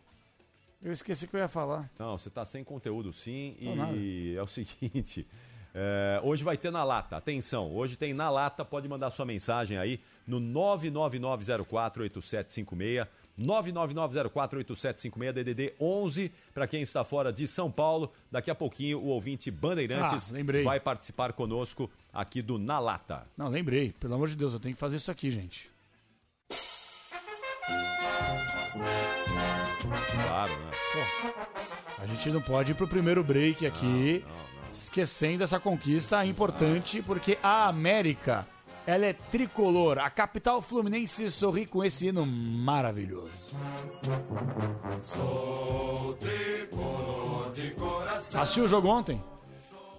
Speaker 4: Eu esqueci que eu ia falar.
Speaker 3: Não, você tá sem conteúdo sim.
Speaker 4: Tô
Speaker 3: e
Speaker 4: nada.
Speaker 3: é o seguinte. é, hoje vai ter na lata, atenção. Hoje tem na lata, pode mandar sua mensagem aí no 999048756, 999048756 DDD 11 para quem está fora de São Paulo. Daqui a pouquinho o ouvinte Bandeirantes
Speaker 4: Ah, lembrei.
Speaker 3: vai participar conosco aqui do Na Lata.
Speaker 4: Não, lembrei. Pelo amor de Deus, eu tenho que fazer isso aqui, gente.
Speaker 3: Claro, né?
Speaker 4: A gente não pode ir pro primeiro break É. aqui esquecendo essa conquista importante, porque a América Ela é tricolor. A capital fluminense sorri com esse hino maravilhoso.
Speaker 5: Sou tricolor de coração.
Speaker 4: Assistiu o jogo ontem?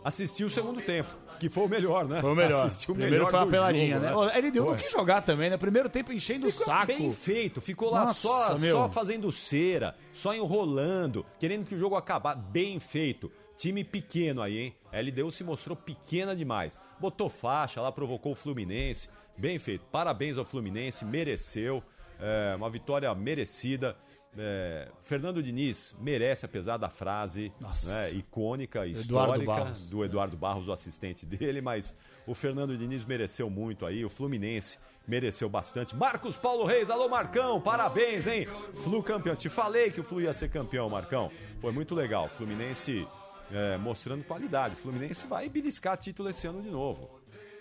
Speaker 3: Assisti o segundo tempo, que foi o melhor, né?
Speaker 4: Foi o melhor.
Speaker 3: Assisti o
Speaker 4: Primeiro
Speaker 3: melhor
Speaker 4: foi uma
Speaker 3: do
Speaker 4: peladinha,
Speaker 3: jogo,
Speaker 4: né?
Speaker 3: né?
Speaker 4: Ó, Ele deu o
Speaker 3: Foi.
Speaker 4: que jogar também, né? Primeiro tempo enchendo o
Speaker 3: Ficou
Speaker 4: saco.
Speaker 3: bem feito, ficou lá
Speaker 4: Nossa,
Speaker 3: só,
Speaker 4: meu.
Speaker 3: só fazendo cera, só enrolando, querendo que o jogo acabar. Bem feito. Time pequeno aí, hein? A LDU se mostrou pequena demais. Botou faixa lá, provocou o Fluminense. Bem feito. Parabéns ao Fluminense, mereceu. É, uma vitória merecida. É, Fernando Diniz merece, apesar da frase né, icônica,
Speaker 4: Eduardo
Speaker 3: histórica
Speaker 4: Barros.
Speaker 3: do Eduardo Barros, o assistente dele, mas o Fernando Diniz mereceu muito aí, o Fluminense mereceu bastante. Marcos Paulo Reis, alô Marcão, parabéns, hein? Flu campeão, te falei que o Flu ia ser campeão, Marcão. Foi muito legal, Fluminense é, mostrando qualidade. O Fluminense vai beliscar título esse ano de novo.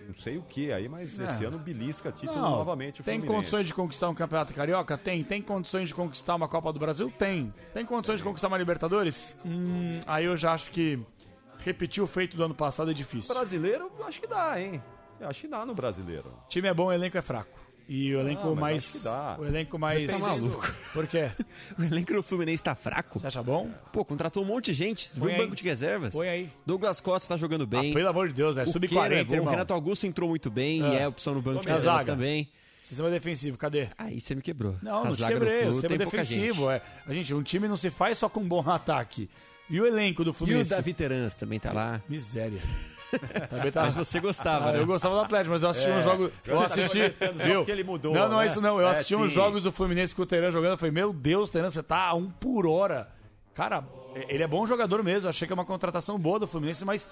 Speaker 3: Não sei o que aí, mas esse
Speaker 4: É.
Speaker 3: ano belisca título
Speaker 4: Não,
Speaker 3: novamente o
Speaker 4: tem
Speaker 3: Fluminense.
Speaker 4: condições de conquistar um campeonato carioca? Tem. Tem condições de conquistar uma Copa do Brasil? Tem. Tem condições de conquistar uma Libertadores? Hum, aí eu já acho que repetir o feito do ano passado é difícil.
Speaker 3: Brasileiro, acho que dá, hein? Eu acho que dá no brasileiro.
Speaker 4: Time é bom, o elenco é fraco. assim, E o elenco
Speaker 3: Ah, mas acho
Speaker 4: mais.
Speaker 3: que dá.
Speaker 4: O elenco mais.
Speaker 6: Você tá maluco.
Speaker 4: Por quê?
Speaker 6: O elenco do Fluminense tá fraco. Você
Speaker 4: acha bom?
Speaker 6: Pô, contratou um monte de gente. Você
Speaker 4: Põe
Speaker 6: viu o
Speaker 4: aí.
Speaker 6: banco de reservas?
Speaker 4: Põe aí.
Speaker 6: Douglas Costa tá jogando bem.
Speaker 4: Ah, pelo amor de Deus, é
Speaker 6: O
Speaker 4: sub-40,
Speaker 6: Queiro é bom, O
Speaker 4: irmão.
Speaker 6: Renato Augusto entrou muito bem e
Speaker 4: Ah.
Speaker 6: é opção no banco de
Speaker 4: Tome a
Speaker 6: reservas
Speaker 4: zaga.
Speaker 6: também.
Speaker 4: Sistema defensivo, cadê?
Speaker 6: Aí você me quebrou.
Speaker 4: Não,
Speaker 6: a
Speaker 4: não te
Speaker 6: zaga
Speaker 4: quebrei.
Speaker 6: do
Speaker 4: O
Speaker 6: Flu
Speaker 4: sistema
Speaker 6: tem pouca
Speaker 4: defensivo.
Speaker 6: gente.
Speaker 4: É. A gente, um time não se faz só com um bom ataque. E o elenco do
Speaker 6: E o
Speaker 4: Fluminense?
Speaker 6: Davi Terans também tá lá.
Speaker 4: Miséria. Também tá-
Speaker 6: Mas você gostava, né?
Speaker 4: Eu gostava do Atlético, mas eu assisti
Speaker 6: É.
Speaker 4: um jogo. Eu
Speaker 6: Só
Speaker 4: assisti.
Speaker 3: só
Speaker 4: viu?
Speaker 3: porque ele mudou,
Speaker 4: não, não
Speaker 3: né?
Speaker 4: é isso, não. Eu
Speaker 3: É,
Speaker 4: assisti uns
Speaker 3: sim.
Speaker 4: jogos do Fluminense com o Teran jogando. Eu falei, meu Deus, Teran, você tá a um por hora. Cara, ele é bom jogador mesmo. Eu achei que é uma contratação boa do Fluminense, mas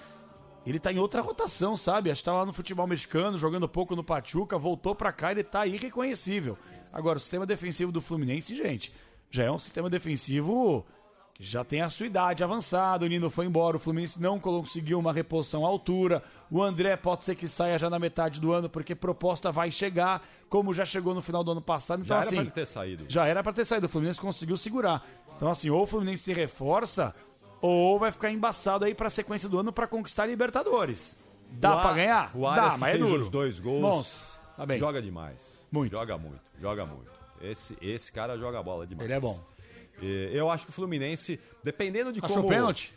Speaker 4: ele tá em outra rotação, sabe? Acho que tava lá no futebol mexicano, jogando pouco no Pachuca, voltou pra cá, ele tá irreconhecível. Agora, o sistema defensivo do Fluminense, gente, já é um sistema defensivo que já tem a sua idade avançada. O Nino foi embora, o Fluminense não conseguiu uma reposição à altura. O André pode ser que saia já na metade do ano, porque proposta vai chegar, como já chegou no final do ano passado. Então,
Speaker 3: Já era
Speaker 4: assim,
Speaker 3: pra ele ter saído.
Speaker 4: já era pra ter saído, o Fluminense conseguiu segurar. Então, assim, ou o Fluminense se reforça, ou vai ficar embaçado aí pra sequência do ano pra conquistar a Libertadores. Dá
Speaker 3: O
Speaker 4: pra
Speaker 3: A-
Speaker 4: ganhar?
Speaker 3: O Arias
Speaker 4: Dá,
Speaker 3: que
Speaker 4: mas é
Speaker 3: fez
Speaker 4: duro.
Speaker 3: os dois gols.
Speaker 4: Monstro. Tá bem.
Speaker 3: Joga demais. Muito. Joga muito, joga muito. Esse, esse cara joga bola demais.
Speaker 4: Ele é bom.
Speaker 3: E eu acho que o Fluminense, dependendo de
Speaker 4: Achou
Speaker 3: como...
Speaker 4: pênalti?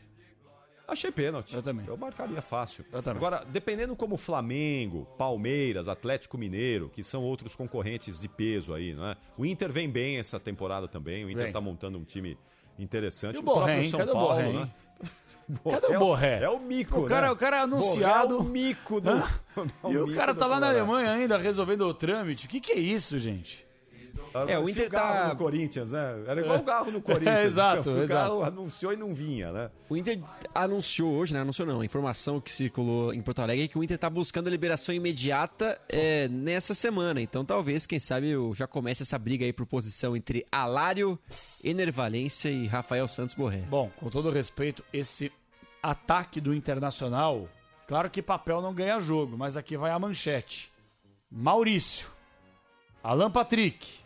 Speaker 3: Achei pênalti. Eu também. Eu marcaria fácil. Eu também. Agora, dependendo como Flamengo, Palmeiras, Atlético Mineiro, que são outros concorrentes de peso aí, né? O Inter vem bem essa temporada também. O Inter
Speaker 4: Vem.
Speaker 3: tá montando um time interessante.
Speaker 4: E o
Speaker 3: próprio
Speaker 4: Borré, hein?
Speaker 3: São
Speaker 4: Cadê o
Speaker 3: Paulo,
Speaker 4: Borré,
Speaker 3: né?
Speaker 4: hein? Cadê
Speaker 3: É
Speaker 4: o Borré?
Speaker 3: É o mico,
Speaker 4: O cara,
Speaker 3: né?
Speaker 4: o cara é
Speaker 3: Borré
Speaker 4: anunciado.
Speaker 3: é o mico do... É Um
Speaker 4: e o cara tá lá na Alemanha ainda resolvendo o trâmite. O que, que é isso, gente?
Speaker 3: É, o Inter tá... no Corinthians, né? Era igual o Garro no
Speaker 4: É,
Speaker 3: Corinthians. né?
Speaker 4: exato,
Speaker 3: o Garro
Speaker 4: exato.
Speaker 3: anunciou e não vinha, né?
Speaker 6: O Inter anunciou hoje, né? Anunciou não. A informação que circulou em Porto Alegre é que o Inter tá buscando a liberação imediata é, nessa semana. Então talvez, quem sabe, eu já comece essa briga aí por posição entre Alário, Enervalência e Rafael Santos Borré.
Speaker 4: Bom, com todo respeito, esse ataque do Internacional, claro que papel não ganha jogo, mas aqui vai a manchete. Maurício, Alan Patrick,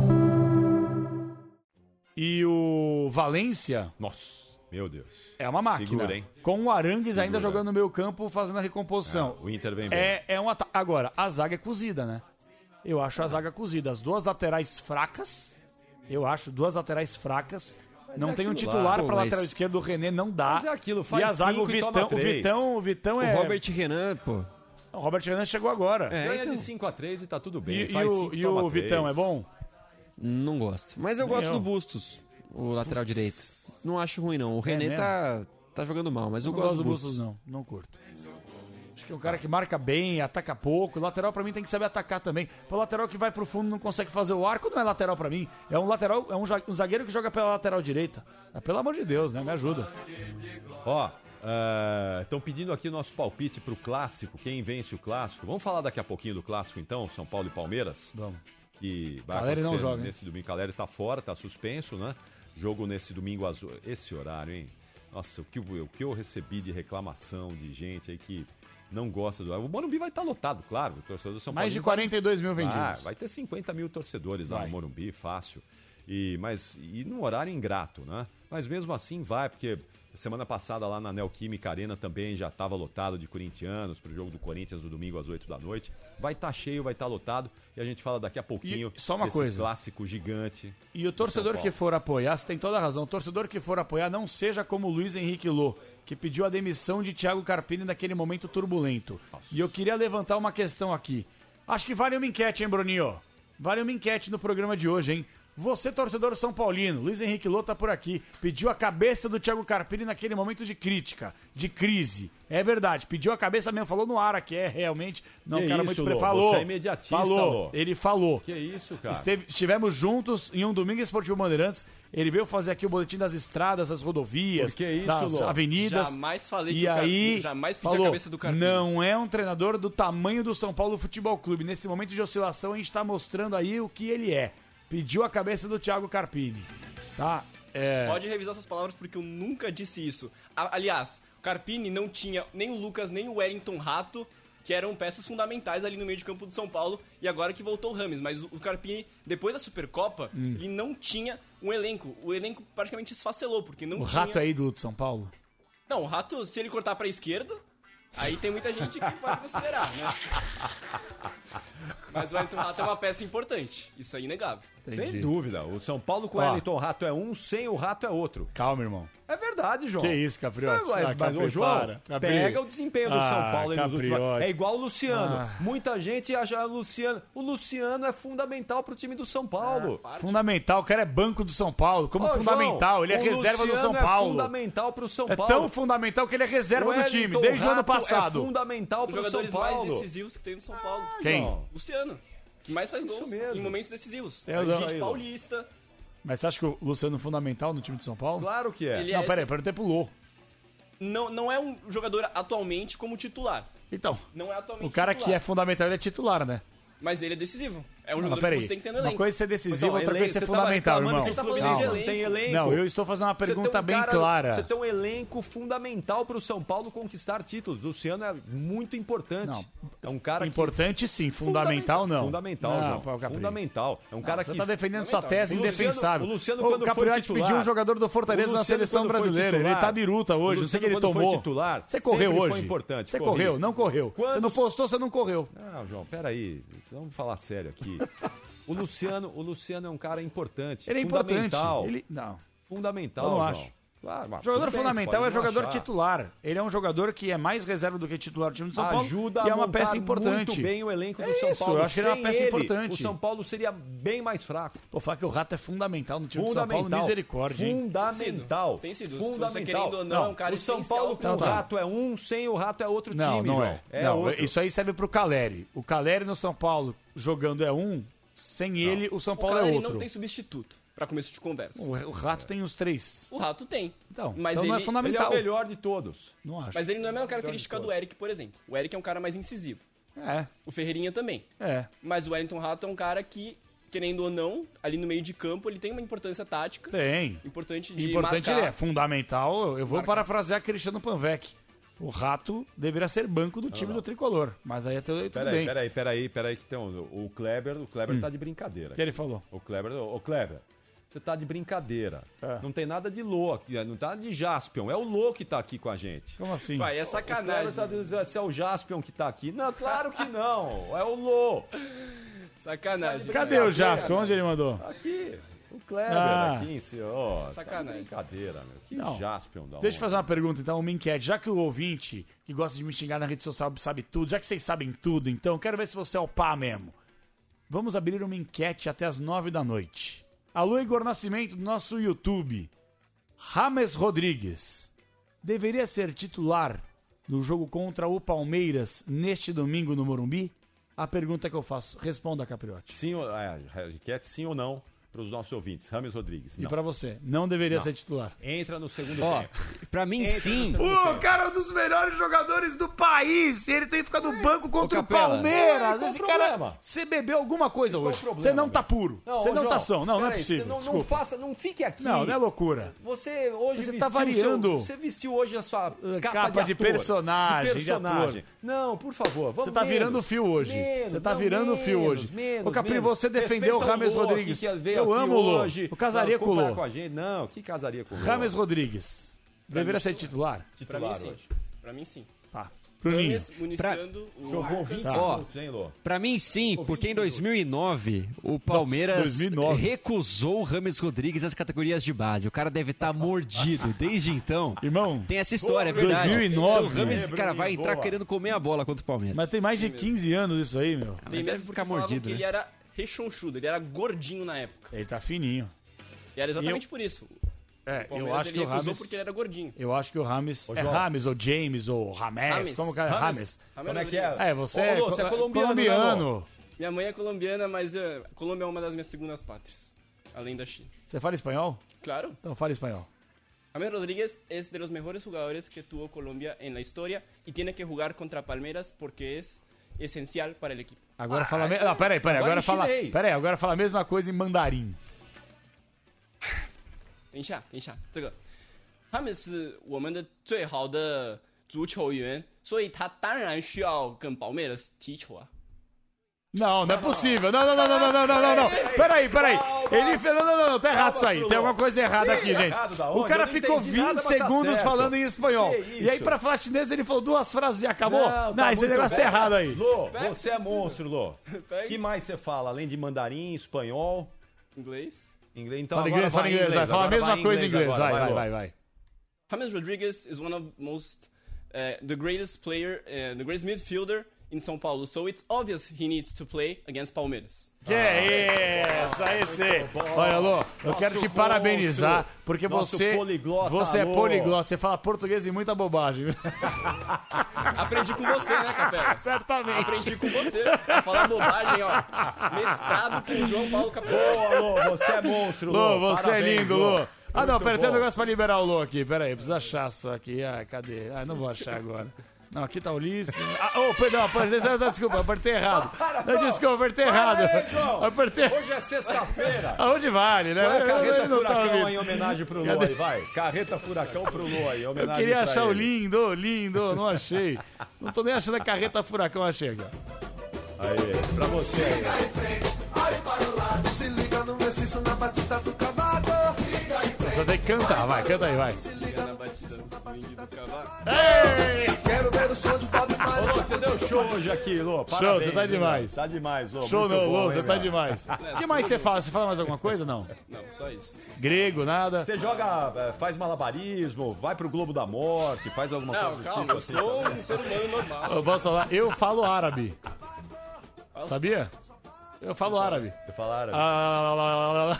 Speaker 4: E o Valência.
Speaker 3: Nossa, meu Deus.
Speaker 4: É uma máquina.
Speaker 3: Segura, hein?
Speaker 4: Com o Arangues ainda
Speaker 3: Segura.
Speaker 4: jogando no meio campo, fazendo a recomposição.
Speaker 3: O Inter vem bem.
Speaker 4: É, é um ata- Agora, a zaga é cozida, né? Eu acho a zaga cozida. As duas laterais fracas. Eu acho duas laterais fracas.
Speaker 10: não
Speaker 4: é
Speaker 10: tem um
Speaker 4: aquilo lá.
Speaker 10: titular
Speaker 4: Pô,
Speaker 10: para
Speaker 4: mas-
Speaker 10: lateral esquerdo, o René não dá.
Speaker 4: Mas é aquilo,
Speaker 10: e
Speaker 4: faz
Speaker 10: a zaga, o
Speaker 4: cinco e toma
Speaker 10: Vitão, o
Speaker 4: três.
Speaker 10: Vitão, o
Speaker 3: Então
Speaker 10: Vitão
Speaker 4: O
Speaker 10: é
Speaker 4: Robert
Speaker 6: Renan, pô.
Speaker 10: O Robert Renan chegou
Speaker 4: É,
Speaker 10: agora.
Speaker 3: Ganha
Speaker 4: então,
Speaker 3: de 5x3 e tá tudo bem.
Speaker 10: É, então. E- e
Speaker 3: faz
Speaker 10: o-
Speaker 3: cinco,
Speaker 10: e
Speaker 3: toma
Speaker 10: o
Speaker 3: três.
Speaker 10: Vitão, é bom?
Speaker 6: Não gosto. Mas eu
Speaker 3: Nem
Speaker 6: gosto
Speaker 3: eu.
Speaker 6: do Bustos, o lateral direito. Não acho ruim, não. O René
Speaker 10: É mesmo?
Speaker 6: tá, tá jogando mal, mas eu
Speaker 10: Não
Speaker 6: gosto,
Speaker 10: gosto
Speaker 6: do
Speaker 10: do
Speaker 6: Bustos.
Speaker 10: Bustos, não. Não curto. Acho que é um cara que marca bem, ataca pouco. Lateral pra mim tem que saber atacar também. Pô, lateral que vai pro fundo não consegue fazer o arco, não é lateral pra mim. É um lateral, é um, ja- um zagueiro que joga pela lateral direita. Ah, pelo amor de Deus, né? Me ajuda.
Speaker 3: Ó, estão pedindo aqui o nosso palpite pro clássico, quem vence o clássico. Vamos falar daqui a pouquinho do clássico então, São Paulo e Palmeiras?
Speaker 10: Vamos.
Speaker 3: Que vai
Speaker 10: Caleri não
Speaker 3: acontecer
Speaker 10: joga, hein?
Speaker 3: nesse domingo. Caleri tá fora, tá suspenso, né? Jogo nesse domingo às o- esse horário, hein? Nossa, o que, eu- o que eu recebi de reclamação de gente aí que não gosta do... O Morumbi vai estar lotado, claro. O torcedor do São
Speaker 4: Mais
Speaker 3: Paulo tá.
Speaker 4: de
Speaker 3: vai-
Speaker 4: 42 mil vendidos.
Speaker 3: Ah, vai ter 50 mil torcedores lá
Speaker 4: Vai.
Speaker 3: no Morumbi, fácil. E, mas, e num horário ingrato, né? Mas mesmo assim vai, porque semana passada lá na Neoquímica Arena também já estava lotado de corintianos para o jogo do Corinthians no domingo às 8 da noite. Vai estar cheio, vai estar lotado. E a gente fala daqui a pouquinho
Speaker 4: só uma
Speaker 3: desse
Speaker 4: coisa.
Speaker 3: clássico gigante.
Speaker 4: E o
Speaker 3: de
Speaker 4: torcedor
Speaker 3: São
Speaker 4: que
Speaker 3: Paulo.
Speaker 4: for apoiar, você tem toda a razão, o torcedor que for apoiar não seja como o Luiz Henrique Lô, que pediu a demissão de Thiago Carpini naquele momento turbulento. E eu queria levantar uma questão aqui. Acho que vale uma enquete, hein, Bruninho? Vale uma enquete no programa de hoje, hein? Você, torcedor São Paulino, Luiz Henrique Lô tá por aqui, pediu a cabeça do Thiago Carpini naquele momento de crítica, de crise. É verdade, pediu a cabeça mesmo, falou no ar aqui, é realmente, não,
Speaker 3: Que
Speaker 4: cara, muito
Speaker 3: isso,
Speaker 4: pre-
Speaker 3: Lô,
Speaker 4: falou.
Speaker 3: você é imediatista,
Speaker 4: falou,
Speaker 3: Lô.
Speaker 4: ele falou.
Speaker 3: Que isso, cara?
Speaker 4: Esteve- estivemos juntos em um domingo esportivo Bandeirantes. Ele veio fazer aqui o boletim das estradas, das rodovias,
Speaker 11: Por que É isso,
Speaker 4: das
Speaker 11: Lô?
Speaker 4: avenidas.
Speaker 11: Jamais falei
Speaker 4: e
Speaker 11: que o Carpi-
Speaker 4: aí,
Speaker 11: jamais pedi a
Speaker 4: falou,
Speaker 11: cabeça do Carpini.
Speaker 4: Não é um treinador do tamanho do São Paulo Futebol Clube. Nesse momento de oscilação, a gente está mostrando aí o que ele é. Pediu a cabeça do Thiago Carpini. Tá? É,
Speaker 11: Pode revisar suas palavras porque eu nunca disse isso. A- aliás, o Carpini não tinha nem o Lucas nem o Wellington Rato, que eram peças fundamentais ali no meio de campo do São Paulo, e agora que voltou o Rames. Mas o o Carpini, depois da Supercopa,
Speaker 4: Hum.
Speaker 11: ele não tinha um elenco. O elenco praticamente esfacelou, porque não
Speaker 4: o
Speaker 11: tinha.
Speaker 4: rato é ídolo de São Paulo.
Speaker 11: Não, o Rato, se ele cortar pra esquerda, aí tem muita gente que vai considerar, né? Mas o Wellington Rato é uma peça importante. Isso é inegável.
Speaker 3: Sem dúvida. O São Paulo com o
Speaker 11: Ó.
Speaker 3: Wellington Rato é um, sem o Rato é outro.
Speaker 4: Calma, irmão.
Speaker 3: É verdade, João.
Speaker 4: Que isso, Capriotti? Ah,
Speaker 3: É, mas, mas, ô,
Speaker 4: Capri,
Speaker 3: João,
Speaker 4: para. Capri.
Speaker 3: pega o desempenho do São
Speaker 4: Ah,
Speaker 3: Paulo aí nos últimos
Speaker 4: Capriotti.
Speaker 3: É igual o Luciano.
Speaker 4: Ah.
Speaker 3: Muita gente acha o Luciano. O Luciano é fundamental pro time do São Paulo.
Speaker 4: Fundamental, o cara é banco do São Paulo. Ah, Como
Speaker 3: Ô, João,
Speaker 4: fundamental, ele é
Speaker 3: o
Speaker 4: reserva do
Speaker 3: Luciano
Speaker 4: São
Speaker 3: é
Speaker 4: Paulo.
Speaker 3: fundamental pro São
Speaker 4: É
Speaker 3: Paulo.
Speaker 4: tão fundamental que ele é reserva do
Speaker 3: Wellington
Speaker 4: time, desde o ano
Speaker 3: Rato
Speaker 4: passado.
Speaker 3: É fundamental
Speaker 11: Os
Speaker 3: pro São
Speaker 11: jogadores
Speaker 3: Paulo. Ah,
Speaker 11: mais decisivos que tem no São Paulo.
Speaker 4: Quem? João.
Speaker 11: Luciano. Que mais faz gols em momentos decisivos.
Speaker 4: Tem razão.
Speaker 11: Gente
Speaker 4: Aí, Lu.
Speaker 11: paulista.
Speaker 4: Mas você acha que o Luciano é fundamental no time de São Paulo?
Speaker 3: Claro que
Speaker 11: é. Ele
Speaker 4: não,
Speaker 11: é
Speaker 4: peraí,
Speaker 11: esse-
Speaker 4: peraí, tempo Lô.
Speaker 11: Não, não é um jogador atualmente como titular.
Speaker 4: Então.
Speaker 11: Não é atualmente
Speaker 4: O cara que
Speaker 11: titular.
Speaker 4: é fundamental, ele é titular, né?
Speaker 11: Mas ele é decisivo. É um
Speaker 4: Não, mas
Speaker 11: jogador
Speaker 4: peraí,
Speaker 11: que você tem que ter no
Speaker 4: uma
Speaker 11: elenco.
Speaker 4: coisa é ser
Speaker 3: Então,
Speaker 4: decisivo, outra coisa é ser fundamental, irmão.
Speaker 3: Você tá falando
Speaker 4: Calma.
Speaker 3: de elenco. Tem elenco.
Speaker 4: Não, eu estou fazendo uma
Speaker 3: Você tem
Speaker 4: pergunta
Speaker 3: um
Speaker 4: bem
Speaker 3: cara-
Speaker 4: clara.
Speaker 3: Você tem um elenco fundamental pro São Paulo conquistar títulos. O Luciano é muito importante.
Speaker 4: Não.
Speaker 3: É um cara que-
Speaker 4: Importante sim, fundamental, não.
Speaker 3: Fundamental,
Speaker 4: Não,
Speaker 3: João.
Speaker 4: Paulo Capri.
Speaker 3: Fundamental. É um cara
Speaker 4: você
Speaker 3: que.
Speaker 4: tá defendendo sua tese
Speaker 3: O Luciano-
Speaker 4: indefensável.
Speaker 3: O Luciano,
Speaker 4: Ô,
Speaker 3: quando
Speaker 4: o
Speaker 3: foi
Speaker 4: Capriotti
Speaker 3: titular-
Speaker 4: pediu um jogador do Fortaleza
Speaker 3: O
Speaker 4: na
Speaker 3: Luciano,
Speaker 4: seleção
Speaker 3: quando foi
Speaker 4: brasileira.
Speaker 3: titular-
Speaker 4: ele tá biruta
Speaker 3: O
Speaker 4: hoje, não sei o
Speaker 3: Luciano,
Speaker 4: que ele
Speaker 3: quando foi
Speaker 4: tomou.
Speaker 3: titular,
Speaker 4: você correu
Speaker 3: sempre
Speaker 4: hoje.
Speaker 3: foi importante,
Speaker 4: Você
Speaker 3: corri.
Speaker 4: correu, não correu. Você
Speaker 3: Quando-
Speaker 4: não postou, você não correu.
Speaker 3: Não, João, peraí. Vamos falar sério aqui. O Luciano, o Luciano é um cara importante.
Speaker 4: Ele é importante.
Speaker 3: fundamental.
Speaker 4: Ele- não.
Speaker 3: Fundamental,
Speaker 4: Eu não
Speaker 3: João.
Speaker 4: acho.
Speaker 3: Claro, mas
Speaker 4: Jogador
Speaker 3: tudo bem,
Speaker 4: fundamental
Speaker 3: você
Speaker 4: é
Speaker 3: pode não
Speaker 4: jogador
Speaker 3: achar.
Speaker 4: titular. Ele é um jogador que é mais reserva do que titular do time do São Paulo.
Speaker 3: ajuda
Speaker 4: e é
Speaker 3: a
Speaker 4: uma
Speaker 3: montar
Speaker 4: peça importante.
Speaker 3: muito bem o elenco do
Speaker 4: É
Speaker 3: São
Speaker 4: isso,
Speaker 3: Paulo.
Speaker 4: Eu acho que ele é uma
Speaker 3: Sem
Speaker 4: peça
Speaker 3: ele,
Speaker 4: importante.
Speaker 3: O São Paulo seria bem mais fraco.
Speaker 4: Pô, falar que o Rato é fundamental no time do São
Speaker 3: Fundamental.
Speaker 4: Paulo, misericórdia, hein?
Speaker 3: Fundamental.
Speaker 11: Tem sido. Se você
Speaker 3: Fundamental.
Speaker 11: querendo ou não, é um cara
Speaker 3: O São
Speaker 11: essencial
Speaker 3: Paulo
Speaker 11: pro
Speaker 3: com o
Speaker 4: São Paulo.
Speaker 3: rato é um, sem o rato é outro
Speaker 4: Não,
Speaker 3: time,
Speaker 4: não
Speaker 3: João.
Speaker 4: é. não,
Speaker 3: outro.
Speaker 4: isso aí serve pro Caleri. O Caleri no São Paulo jogando é um, sem ele o São
Speaker 11: O
Speaker 4: Paulo
Speaker 11: cara,
Speaker 4: é
Speaker 11: ele
Speaker 4: outro.
Speaker 11: não tem substituto, pra começo de conversa.
Speaker 4: O, o
Speaker 3: É.
Speaker 4: Rato tem os três.
Speaker 11: O Rato tem.
Speaker 4: Então,
Speaker 11: mas
Speaker 4: então
Speaker 11: ele,
Speaker 4: não é fundamental.
Speaker 11: ele é o melhor.
Speaker 3: de todos.
Speaker 4: Não acho.
Speaker 11: Mas ele não é a mesma característica do Eric, por exemplo. O Eric é um cara mais incisivo.
Speaker 4: É,
Speaker 11: O Ferreirinha também.
Speaker 4: é.
Speaker 11: Mas o Wellington Rato é um cara que, querendo ou não, ali no meio de campo, ele tem uma importância tática.
Speaker 4: Tem.
Speaker 11: Importante de
Speaker 4: Importante
Speaker 11: marcar.
Speaker 4: ele é. Fundamental, eu vou
Speaker 11: Marcar.
Speaker 4: parafrasear Cristiano Panvec. O Rato deveria ser banco do time do Tricolor. Mas aí até aí tudo
Speaker 3: Peraí,
Speaker 4: bem. Hum.
Speaker 3: peraí, peraí, peraí, que tem um, o Kleber, o Kleber tá de brincadeira.
Speaker 4: O que ele falou?
Speaker 3: O Kleber, ô Kleber, você tá de brincadeira.
Speaker 4: É.
Speaker 3: Não tem nada de Lô aqui, não tá de Jaspion, é o Lô que tá aqui com a gente.
Speaker 4: Como assim?
Speaker 11: Vai, é
Speaker 3: O
Speaker 11: sacanagem.
Speaker 3: Kleber tá dizendo se é o Jaspion que tá aqui. Não, claro que não, é o Lô.
Speaker 11: Sacanagem. né?
Speaker 4: Cadê o Jasper? Onde ele mandou?
Speaker 3: Aqui. O Kleber
Speaker 4: Ah.
Speaker 3: aqui em si, ó. Sacanagem.
Speaker 11: Sacanagem.
Speaker 3: brincadeira, meu. Que
Speaker 4: Não.
Speaker 3: jaspion da
Speaker 4: Deixa eu
Speaker 3: onda.
Speaker 4: fazer uma pergunta, então, uma enquete. Já que o ouvinte que gosta de me xingar na rede social sabe tudo, já que vocês sabem tudo, então, quero ver se você é o pá mesmo. Vamos abrir uma enquete até as nove da noite. Alô, Igor Nascimento, do nosso YouTube. Rames Rodrigues deveria ser titular no jogo contra o Palmeiras neste domingo no Morumbi? A pergunta que eu faço. Responda, Capriotti.
Speaker 3: Sim ou, é, enquete sim ou não para os nossos ouvintes. Rames Rodrigues.
Speaker 4: E
Speaker 3: não.
Speaker 4: pra você, não deveria
Speaker 3: Não.
Speaker 4: ser titular.
Speaker 3: Entra no segundo
Speaker 4: Ó,
Speaker 3: tempo.
Speaker 6: Pra mim,
Speaker 3: Entra no
Speaker 6: sim.
Speaker 3: segundo
Speaker 4: O cara é um dos melhores jogadores do país. Ele tem que ficar no banco contra
Speaker 6: Ô,
Speaker 4: É, o
Speaker 6: Capela.
Speaker 3: Ué,
Speaker 4: Palmeiras.
Speaker 3: qual
Speaker 4: Esse
Speaker 3: o
Speaker 4: cara,
Speaker 3: problema?
Speaker 4: você bebeu alguma coisa
Speaker 3: Qual o
Speaker 4: hoje.
Speaker 3: problema,
Speaker 4: Você não tá puro.
Speaker 3: Não,
Speaker 4: Você não
Speaker 3: João,
Speaker 4: tá são. Não, não é
Speaker 3: peraí,
Speaker 4: possível.
Speaker 3: Você não, não
Speaker 4: Desculpa.
Speaker 3: faça, não fique aqui.
Speaker 4: Não, não é loucura.
Speaker 3: Você hoje
Speaker 4: Você
Speaker 3: vestiu
Speaker 4: tá variando. Eh,
Speaker 3: seu- você vestiu hoje a sua capa,
Speaker 4: capa de
Speaker 3: ator,
Speaker 4: personagem, de ator.
Speaker 3: Não, por favor, vamos
Speaker 4: Você tá
Speaker 3: menos,
Speaker 4: virando o fio hoje.
Speaker 3: menos,
Speaker 4: você tá
Speaker 3: não,
Speaker 4: virando o fio
Speaker 3: menos,
Speaker 4: hoje.
Speaker 3: Menos,
Speaker 4: Ô, Capri,
Speaker 3: menos.
Speaker 4: você defendeu o
Speaker 3: Respeita
Speaker 4: Rames
Speaker 3: Lô aqui
Speaker 4: Rodrigues.
Speaker 3: que veio
Speaker 4: Eu
Speaker 3: aqui
Speaker 4: amo o Lô.
Speaker 3: hoje.
Speaker 4: Eu casaria
Speaker 3: Não,
Speaker 4: com o
Speaker 3: comparar
Speaker 4: Lô.
Speaker 3: a gente. Não, que casaria com o Lô.
Speaker 4: Rames Rodrigues deveria ser titular?
Speaker 11: Pra mim, sim. Pra mim, sim.
Speaker 4: Tá.
Speaker 6: Bruninho.
Speaker 11: Nunes municiando o
Speaker 3: Jogou
Speaker 11: Arcas.
Speaker 3: 20
Speaker 6: Tá.
Speaker 3: minutos, hein, Lô?
Speaker 6: Pra mim, sim, porque em 2009 o Palmeiras
Speaker 4: 2009.
Speaker 6: recusou o Rames Rodrigues às categorias de base. O cara deve estar mordido desde então.
Speaker 4: Irmão,
Speaker 6: tem essa história, é
Speaker 4: boa,
Speaker 6: verdade.
Speaker 4: 2009.
Speaker 6: Então, o Rames,
Speaker 4: É,
Speaker 6: cara, vai
Speaker 4: Bruninho,
Speaker 6: entrar
Speaker 4: boa.
Speaker 6: querendo comer a bola contra o Palmeiras.
Speaker 4: Mas tem mais de 15 anos isso aí, meu.
Speaker 11: Tem mesmo porque
Speaker 6: ficar
Speaker 11: falavam
Speaker 6: mordido,
Speaker 11: que
Speaker 6: né?
Speaker 11: ele era rechonchudo, ele era gordinho na época.
Speaker 4: Ele tá fininho.
Speaker 11: E era exatamente
Speaker 4: Eu-
Speaker 11: por isso. O
Speaker 4: É, eu
Speaker 11: Palmeiras,
Speaker 4: acho
Speaker 11: ele
Speaker 4: que o
Speaker 11: recusou
Speaker 4: Rames...
Speaker 11: porque ele era gordinho.
Speaker 4: Eu acho que o Rames.
Speaker 11: Ô,
Speaker 4: é
Speaker 11: João.
Speaker 4: Rames, ou James, ou Rames.
Speaker 11: Rames.
Speaker 4: Como que é? Rames.
Speaker 11: Rames.
Speaker 3: Como é que é?
Speaker 4: É, você,
Speaker 3: Ô,
Speaker 4: é,
Speaker 3: Lô, você é
Speaker 4: co-
Speaker 3: colombiano, né, Lô?
Speaker 11: Minha mãe é colombiana, mas eh, Colômbia é uma das minhas segundas pátrias, além da China.
Speaker 4: Você fala espanhol?
Speaker 11: Claro.
Speaker 4: Então fala espanhol.
Speaker 11: James Rodríguez es de los mejores jugadores que tuvo Colombia en la historia y tiene que jugar contra Palmeras porque es esencial para el equipo.
Speaker 4: Agora fala. Me... ah, Não, peraí, peraí. Agora,
Speaker 11: em
Speaker 4: fala.
Speaker 11: é um chinês.
Speaker 4: Peraí, agora fala a mesma coisa em mandarim.
Speaker 11: 等一下，等一下，这个他们是我们的最好的足球员，所以他当然需要跟保妹的踢球啊。
Speaker 4: Não, não é possível. Não, não, não, não, não, não, não, não, não. Peraí, peraí. Ele fez. Não, não, não, tá errado isso aí. Tem alguma coisa errada aqui, gente.
Speaker 3: errado da
Speaker 4: O
Speaker 3: onde?
Speaker 4: cara
Speaker 3: Eu não
Speaker 4: ficou
Speaker 3: entendi nada,
Speaker 4: 20
Speaker 3: mas tá
Speaker 4: segundos
Speaker 3: certo.
Speaker 4: falando em espanhol.
Speaker 3: Que
Speaker 4: E aí,
Speaker 3: isso?
Speaker 4: pra falar chinês, ele falou duas frases e acabou? Não,
Speaker 3: tá
Speaker 4: esse
Speaker 3: muito
Speaker 4: negócio tá
Speaker 3: bem.
Speaker 4: errado aí.
Speaker 3: Lô, você é monstro, Lô.
Speaker 11: Pega.
Speaker 3: que mais você fala, além de mandarim, espanhol,
Speaker 11: Inglês.
Speaker 3: inglês? Então
Speaker 4: Fala
Speaker 3: agora
Speaker 4: inglês, fala
Speaker 3: vai
Speaker 4: inglês, vai. Fala a
Speaker 3: agora vai
Speaker 4: mesma coisa em inglês.
Speaker 3: agora,
Speaker 4: Vai, vai,
Speaker 3: Lô.
Speaker 4: vai, vai.
Speaker 11: James Rodriguez is one of most uh, the greatest player, uh, the greatest midfielder in São Paulo. So it's obvious he needs to play against Palmeiras.
Speaker 4: Que é isso, aí sim. Olha, Lô, eu
Speaker 3: Nosso
Speaker 4: quero te
Speaker 3: monstro.
Speaker 4: parabenizar, porque
Speaker 3: Nosso
Speaker 4: você,
Speaker 3: poliglota,
Speaker 4: você é
Speaker 3: Lô.
Speaker 4: poliglota, você fala português e muita bobagem. viu?
Speaker 11: Aprendi com você, né, Capela?
Speaker 4: Certamente.
Speaker 11: Aprendi com você. A falar bobagem, ó. Mestrado com o João Paulo Capela.
Speaker 3: Boa, Lô, você é monstro, Lô.
Speaker 4: Lô, você é
Speaker 3: Parabéns,
Speaker 4: lindo, Lô. Ah, não,
Speaker 3: Muito
Speaker 4: pera, tem um
Speaker 3: bom.
Speaker 4: negócio pra liberar o Lô aqui, pera aí, preciso achar isso aqui. Ah, cadê? Ah, não vou achar agora. Não, aqui tá o listo. Ah, oh, perdão, apertei, desculpa, apertei errado. Não, desculpa, apertei errado. né?
Speaker 3: Aí, João.
Speaker 4: Apertei.
Speaker 3: Hoje é sexta-feira.
Speaker 4: Aonde vale, né?
Speaker 3: Vai a
Speaker 4: Ele
Speaker 3: carreta
Speaker 4: não tá
Speaker 3: furacão
Speaker 4: ouvindo.
Speaker 3: aí, em homenagem pro Lô
Speaker 4: Cadê?
Speaker 3: aí, vai. Carreta furacão pro Lô aí,
Speaker 4: Eu
Speaker 3: homenagem
Speaker 4: queria
Speaker 3: pra
Speaker 4: achar o
Speaker 3: ele.
Speaker 4: lindo, lindo, não achei. Não tô nem achando a carreta furacão, achei aqui. ó.
Speaker 3: Aí, pra você aí.
Speaker 5: Se liga no mestiço na batida do cavaco.
Speaker 4: Só tem que cantar, vai, canta aí, vai.
Speaker 11: Liga na batida do swing do cavalo.
Speaker 5: Quero ver o show de Bob
Speaker 3: Ô, Lô,
Speaker 5: Marley.
Speaker 3: você deu show hoje aqui, Lô. Parabéns,
Speaker 4: você tá
Speaker 3: viu,
Speaker 4: demais.
Speaker 3: meu? Tá demais, Lô.
Speaker 4: Show
Speaker 3: Muito
Speaker 4: não,
Speaker 3: bom,
Speaker 4: Lô,
Speaker 3: hein,
Speaker 4: você tá
Speaker 3: meu?
Speaker 4: demais. O que mais você fala? Você fala mais alguma coisa? Não.
Speaker 11: Não, só isso.
Speaker 4: Grego, nada.
Speaker 3: Você joga, eh, faz malabarismo, vai pro Globo da Morte, faz alguma coisa
Speaker 11: Não,
Speaker 3: do
Speaker 11: calma,
Speaker 3: tipo
Speaker 11: eu
Speaker 3: assim.
Speaker 11: sou um ser humano normal.
Speaker 4: Eu posso falar? Eu falo árabe. Sabia? Eu falo árabe.
Speaker 3: Você falaram?
Speaker 4: Ah, lá, lá, lá, lá.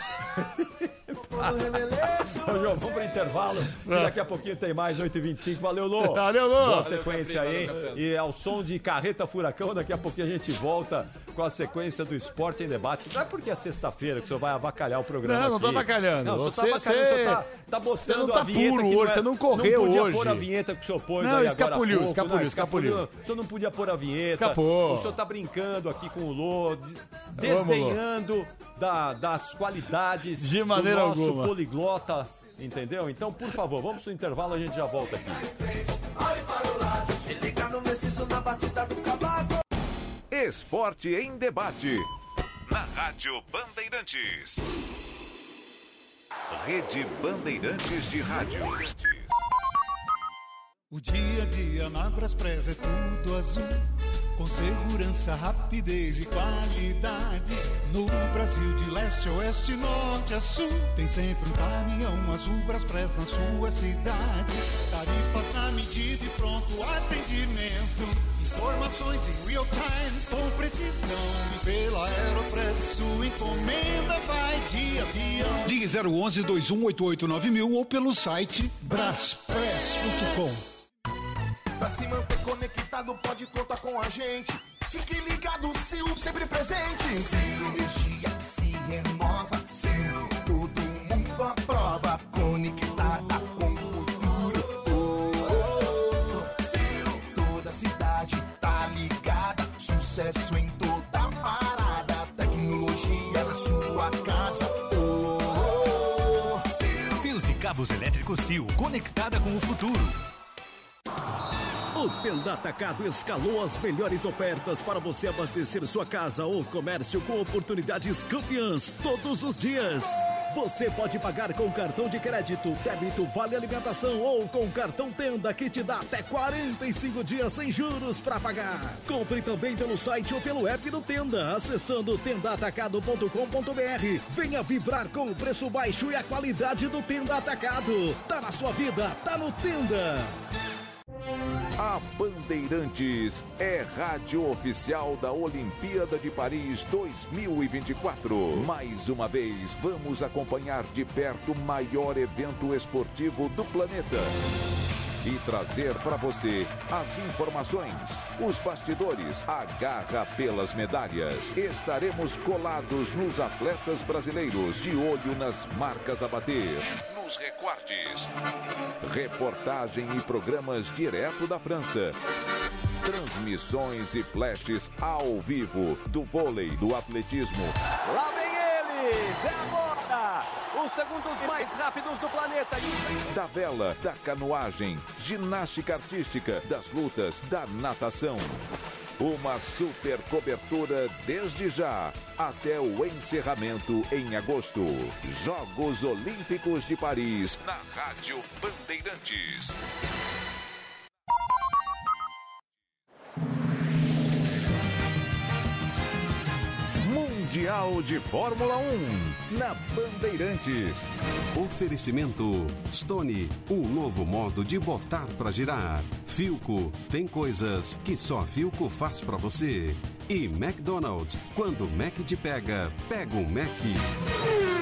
Speaker 3: Ô, João, vamos pro intervalo. que Daqui a pouquinho tem mais 8h25. Valeu, Lô.
Speaker 4: É. Valeu, Lô.
Speaker 3: Boa
Speaker 4: Valeu,
Speaker 3: sequência aí. E ao som de Carreta Furacão, daqui a pouquinho a gente volta com a sequência do Esporte em Debate. Não é porque é sexta-feira que o senhor vai avacalhar o programa
Speaker 4: Não, não tô
Speaker 3: aqui.
Speaker 4: avacalhando.
Speaker 3: Não, o senhor
Speaker 4: Você-
Speaker 3: tá avacalhando, o senhor tá,
Speaker 4: você-
Speaker 3: tá botando
Speaker 4: você não tá
Speaker 3: a vinheta
Speaker 4: puro
Speaker 3: que é-
Speaker 4: hoje, você não correu
Speaker 3: Não podia
Speaker 4: hoje.
Speaker 3: pôr a vinheta que o senhor pôs
Speaker 4: Não,
Speaker 3: aí
Speaker 4: escapuliu,
Speaker 3: agora há pouco.
Speaker 4: escapuliu,
Speaker 3: Não,
Speaker 4: escapuliu.
Speaker 3: O senhor não podia pôr a vinheta.
Speaker 4: Escapou.
Speaker 3: O senhor tá brincando aqui com o Lô, de-
Speaker 4: Eu amo o Lô.
Speaker 3: desdenhando da- das qualidades
Speaker 4: De maneira
Speaker 3: do nosso
Speaker 4: alguma.
Speaker 3: poliglota, entendeu? Então, por favor, vamos pro intervalo, a gente já volta aqui.
Speaker 5: Se liga no mestiço na batida do cavaco.
Speaker 2: Esporte em debate. Na Rádio Bandeirantes. Rede Bandeirantes de Rádio.
Speaker 12: O dia a dia na Braspress é tudo azul. com segurança, rapidez e qualidade. No Brasil de leste a oeste, norte a sul, tem sempre um caminhão azul Braspress na sua cidade. Tarifas na medida e pronto atendimento. Informações em real time com precisão. E pela Aeropress sua encomenda vai de avião.
Speaker 13: Ligue 011 2188 ou pelo site braspress.com.
Speaker 14: Pra se manter conectado, pode contar com a gente. Fique ligado, Sil, sempre presente. Sil, energia que se renova. Sil, todo mundo aprova. Conectada com o futuro. Oh, oh, oh. Sil, toda cidade tá ligada. Sucesso em toda parada. Tecnologia na sua casa. Oh, oh, oh. Sil.
Speaker 15: Fios e cabos elétricos Sil, conectada com o futuro.
Speaker 16: O Tenda Atacado escalou as melhores ofertas para você abastecer sua casa ou comércio com oportunidades campeãs todos os dias. Você pode pagar com cartão de crédito, débito, vale alimentação ou com cartão Tenda que te dá até 45 dias sem juros para pagar. Compre também pelo site ou pelo app do Tenda, acessando tendaatacado.com.br. Venha vibrar com o preço baixo e a qualidade do Tenda Atacado. Tá na sua vida, tá no Tenda.
Speaker 2: A Bandeirantes é rádio oficial da Olimpíada de Paris 2024. Mais uma vez, vamos acompanhar de perto o maior evento esportivo do planeta. E trazer para você as informações, os bastidores, a garra pelas medalhas. Estaremos colados nos atletas brasileiros, de olho nas marcas a bater. Nos recortes. Reportagem e programas direto da França. Transmissões e flashes ao vivo do vôlei, do atletismo.
Speaker 5: Lá vem eles! É agora! Os segundos mais rápidos do planeta.
Speaker 2: Da vela, da canoagem, ginástica artística, das lutas, da natação. Uma super cobertura desde já até o encerramento em agosto. Jogos Olímpicos de Paris na Rádio Bandeirantes. Mundial de Fórmula 1 na Bandeirantes.
Speaker 17: Oferecimento Stone, um novo modo de botar pra girar. Filco, tem coisas que só a Filco faz pra você. E McDonald's, quando o Mac te pega, pega um Mac.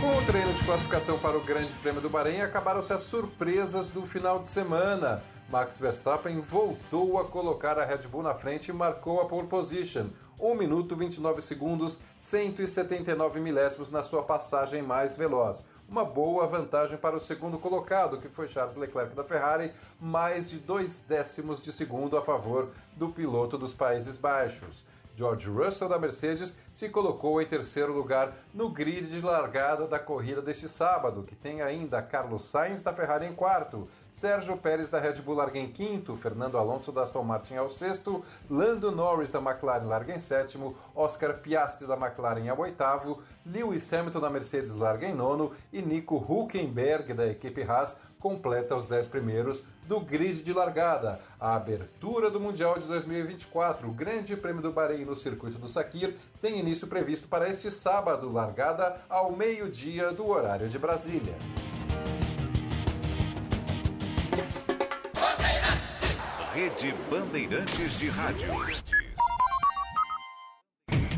Speaker 18: Com o treino de classificação para o Grande Prêmio do Bahrein, acabaram-se as surpresas do final de semana. Max Verstappen voltou a colocar a Red Bull na frente e marcou a pole position. 1 minuto 29 segundos, 179 milésimos na sua passagem mais veloz. Uma boa vantagem para o segundo colocado, que foi Charles Leclerc da Ferrari, mais de dois décimos de segundo a favor do piloto dos Países Baixos. George Russell da Mercedes se colocou em terceiro lugar no grid de largada da corrida deste sábado, que tem ainda Carlos Sainz da Ferrari em quarto, Sérgio Pérez da Red Bull larga em quinto, Fernando Alonso da Aston Martin ao sexto, Lando Norris da McLaren larga em sétimo, Oscar Piastri da McLaren ao oitavo, Lewis Hamilton da Mercedes larga em nono e Nico Huckenberg da equipe Haas completa os dez primeiros do grid de largada. A abertura do Mundial de 2024, o Grande Prêmio do Bahrein no circuito do Sakir, tem início previsto para este sábado, largada ao meio-dia do horário de Brasília.
Speaker 2: Rede Bandeirantes de Rádio.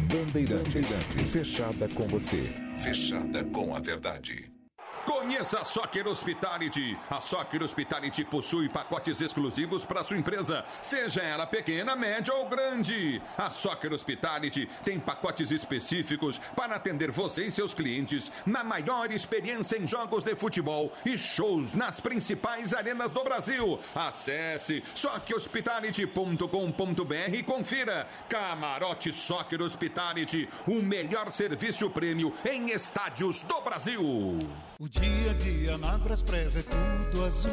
Speaker 2: Bandeirantes, fechada com você. Fechada com a verdade.
Speaker 19: Conheça a Soccer Hospitality. A Soccer Hospitality possui pacotes exclusivos para sua empresa, seja ela pequena, média ou grande. A Soccer Hospitality tem pacotes específicos para atender você e seus clientes na maior experiência em jogos de futebol e shows nas principais arenas do Brasil. Acesse soccerhospitality.com.br e confira. Camarote Soccer Hospitality, o melhor serviço prêmio em estádios do Brasil.
Speaker 12: O dia a dia na Braspress é tudo azul.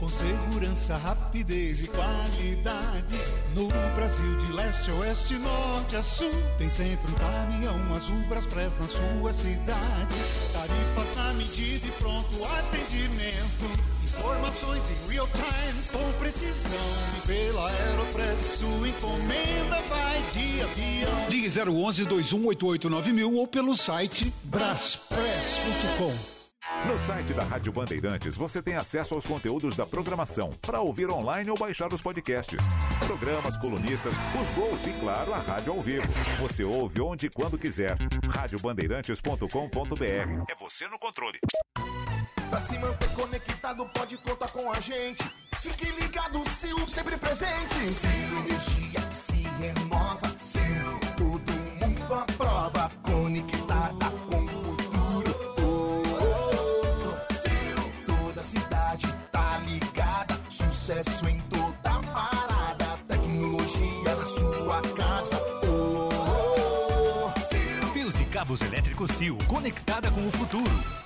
Speaker 12: Com segurança, rapidez e qualidade. No Brasil de leste, a oeste, norte a sul. Tem sempre um caminhão azul Braspress na sua cidade. Tarifas na medida e pronto atendimento. Informações em real time, com precisão. E pela Aeropress, sua encomenda vai de avião.
Speaker 13: Ligue 011 2188 ou pelo site braspress.com.
Speaker 20: No site da Rádio Bandeirantes, você tem acesso aos conteúdos da programação para ouvir online ou baixar os podcasts, programas, colunistas, os gols e, claro, a rádio ao vivo. Você ouve onde e quando quiser. radiobandeirantes.com.br. É você no controle.
Speaker 14: Pra se manter conectado, pode contar com a gente. Fique ligado, Sil, sempre presente. Sil, energia que se renova. Sil, todo mundo aprova. Conectada com o futuro. Oh, oh, oh. Sil, toda cidade tá ligada. Sucesso em toda parada. Tecnologia na sua casa. Oh, oh, oh. Sil,
Speaker 21: Fios e cabos elétricos Sil, conectada com o futuro.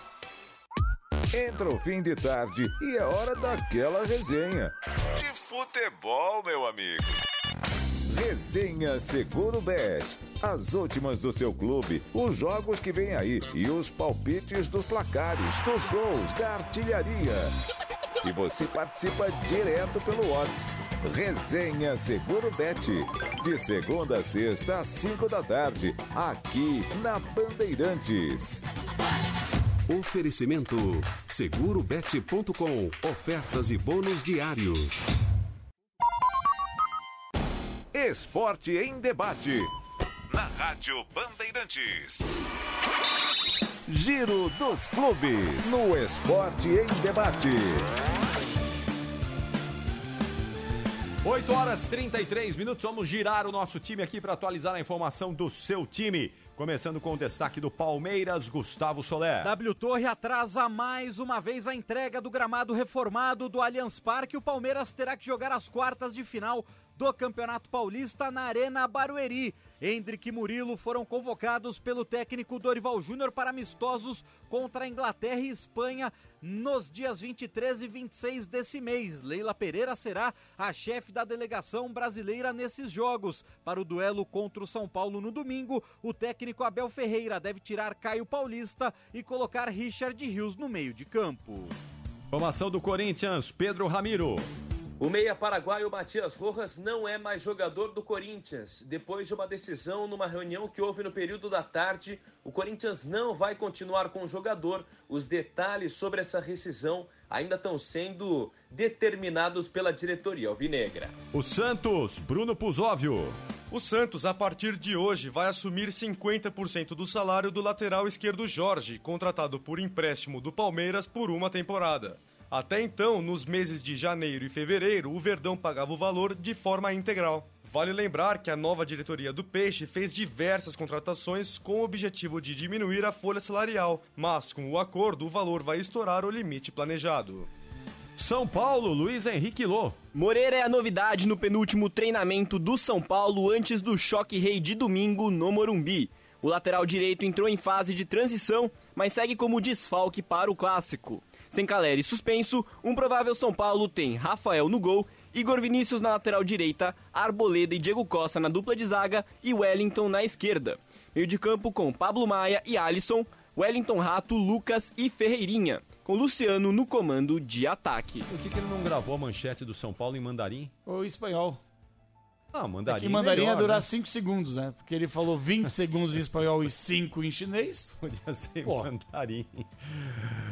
Speaker 2: Entra o fim de tarde e é hora daquela resenha. De futebol, meu amigo. Resenha Seguro Bet. As últimas do seu clube, os jogos que vem aí e os palpites dos placares, dos gols, da artilharia. E você participa direto pelo Whats. Resenha Seguro Bet. De segunda a sexta, às 5 da tarde, aqui na Bandeirantes.
Speaker 22: Oferecimento segurobet.com. Ofertas e bônus diários.
Speaker 2: Esporte em debate. Na Rádio Bandeirantes. Giro dos clubes. No Esporte em Debate.
Speaker 6: 8 horas 33 minutos, vamos girar o nosso time aqui para atualizar a informação do seu time. Começando com o destaque do Palmeiras, Gustavo Soler.
Speaker 23: W Torre atrasa mais uma vez a entrega do gramado reformado do Allianz Parque. O Palmeiras terá que jogar as quartas de final do Campeonato Paulista na Arena Barueri. Hendrick e Murilo foram convocados pelo técnico Dorival Júnior para amistosos contra a Inglaterra e Espanha nos dias 23 e 26 desse mês. Leila Pereira será a chefe da delegação brasileira nesses jogos. Para o duelo contra o São Paulo no domingo, o técnico Abel Ferreira deve tirar Caio Paulista e colocar Richard Rios no meio de campo.
Speaker 6: Formação do Corinthians, Pedro Ramiro.
Speaker 24: O meia paraguaio Matias Rojas não é mais jogador do Corinthians. Depois de uma decisão numa reunião que houve no período da tarde, o Corinthians não vai continuar com o jogador. Os detalhes sobre essa rescisão ainda estão sendo determinados pela diretoria alvinegra.
Speaker 6: O Santos, Bruno Pusóvio.
Speaker 3: O Santos, a partir de hoje, vai assumir 50% do salário do lateral esquerdo Jorge, contratado por empréstimo do Palmeiras por uma temporada. Até então, nos meses de janeiro e fevereiro, o Verdão pagava o valor de forma integral. Vale lembrar que a nova diretoria do Peixe fez diversas contratações com o objetivo de diminuir a folha salarial, mas com o acordo, o valor vai estourar o limite planejado.
Speaker 6: São Paulo, Luiz Henrique Lô.
Speaker 11: Moreira é a novidade no penúltimo treinamento do São Paulo antes do choque rei de domingo no Morumbi. O lateral direito entrou em fase de transição, mas segue como desfalque para o clássico. Sem Caleri suspenso, um provável São Paulo tem Rafael no gol, Igor Vinícius na lateral direita, Arboleda e Diego Costa na dupla de zaga e Wellington na esquerda. Meio de campo com Pablo Maia e Alisson, Wellington Rato, Lucas e Ferreirinha, com Luciano no comando de ataque.
Speaker 6: Por que, que ele não gravou a manchete do São Paulo em mandarim?
Speaker 4: Ou espanhol.
Speaker 6: Ah,
Speaker 4: É
Speaker 6: mandarim.
Speaker 4: que mandarim
Speaker 6: melhor,
Speaker 4: ia durar
Speaker 6: né?
Speaker 4: 5 segundos, né? Porque ele falou 20 segundos em espanhol e 5 em chinês.
Speaker 6: Podia ser mandarim.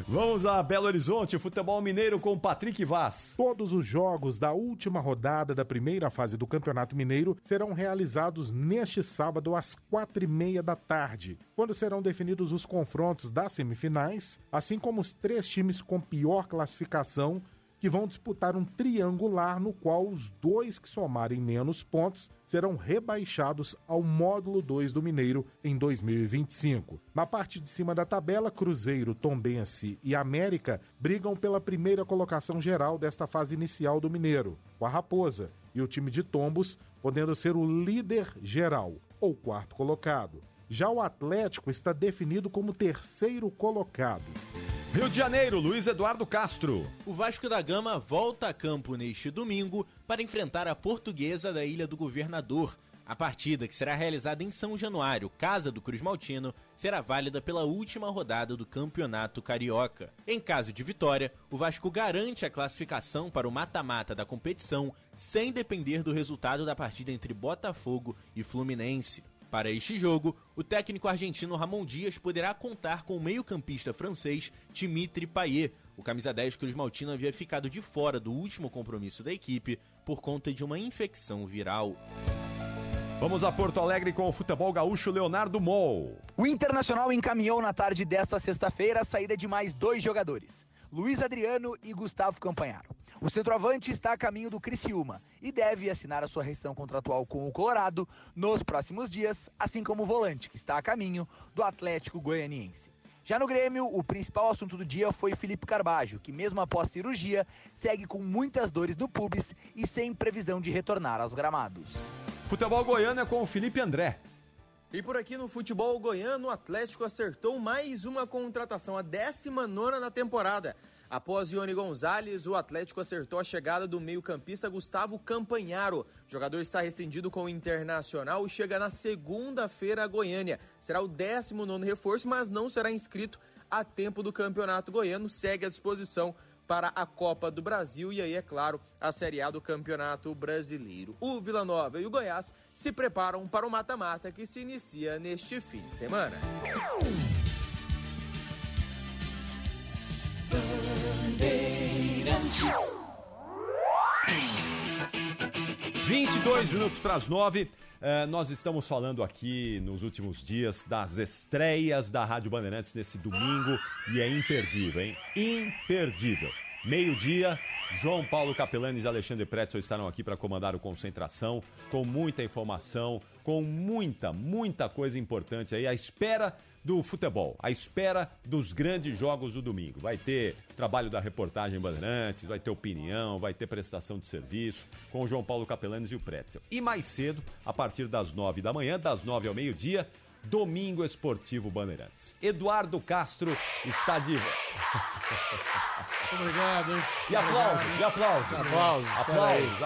Speaker 6: Vamos a Belo Horizonte, futebol mineiro com Patrick Vaz.
Speaker 25: Todos os jogos da última rodada da primeira fase do Campeonato Mineiro serão realizados neste sábado às quatro e meia da tarde, quando serão definidos os confrontos das semifinais, assim como os três times com pior classificação que vão disputar um triangular no qual os dois que somarem menos pontos serão rebaixados ao módulo 2 do Mineiro em 2025. Na parte de cima da tabela, Cruzeiro, Tombense e América brigam pela primeira colocação geral desta fase inicial do Mineiro, com a Raposa e o time de Tombos podendo ser o líder geral ou quarto colocado. Já o Atlético está definido como terceiro colocado.
Speaker 3: Rio de Janeiro, Luiz Eduardo Castro.
Speaker 26: O Vasco da Gama volta a campo neste domingo para enfrentar a portuguesa da Ilha do Governador. A partida, que será realizada em São Januário, casa do Cruz Maltino, será válida pela última rodada do Campeonato Carioca. Em caso de vitória, o Vasco garante a classificação para o mata-mata da competição sem depender do resultado da partida entre Botafogo e Fluminense. Para este jogo, o técnico argentino Ramon Dias poderá contar com o meio-campista francês Dimitri Payet. O camisa 10 Cruz Maltino havia ficado de fora do último compromisso da equipe por conta de uma infecção viral.
Speaker 3: Vamos a Porto Alegre com o futebol gaúcho Leonardo Mol.
Speaker 27: O Internacional encaminhou na tarde desta sexta-feira a saída de mais dois jogadores, Luiz Adriano e Gustavo Campanharo. O centroavante está a caminho do Criciúma e deve assinar a sua rescisão contratual com o Colorado nos próximos dias, assim como o volante, que está a caminho do Atlético Goianiense. Já no Grêmio, o principal assunto do dia foi Felipe Carbajo, que mesmo após cirurgia, segue com muitas dores no pubis e sem previsão de retornar aos gramados.
Speaker 3: Futebol goiano é com o Felipe André.
Speaker 28: E por aqui no futebol goiano, o Atlético acertou mais uma contratação, a 19 na temporada. Após Ione Gonzalez, o Atlético acertou a chegada do meio-campista Gustavo Campanharo. O jogador está rescindido com o Internacional e chega na segunda-feira a Goiânia. Será o 19 reforço, mas não será inscrito a tempo do Campeonato Goiano. Segue à disposição para a Copa do Brasil e aí, é claro, a Série A do Campeonato Brasileiro. O Vila Nova e o Goiás se preparam para o mata-mata que se inicia neste fim de semana.
Speaker 3: Bandeirantes. 22 minutos para as 9. Eh, nós estamos falando aqui nos últimos dias das estreias da Rádio Bandeirantes nesse domingo e é imperdível, hein? Imperdível. Meio-dia, João Paulo Capelanes e Alexandre Pretzel estarão aqui para comandar o Concentração com muita informação, com muita, muita coisa importante aí à espera do futebol, à espera dos grandes jogos do domingo. Vai ter trabalho da reportagem Bandeirantes, vai ter opinião, vai ter prestação de serviço com o João Paulo Capelanes e o Pretzel. E mais cedo, a partir das nove da manhã, das nove ao meio-dia, Domingo Esportivo Bandeirantes. Eduardo Castro está de
Speaker 7: Obrigado, hein?
Speaker 3: E aplausos, e aplausos.
Speaker 7: Aplausos,
Speaker 3: aplausos,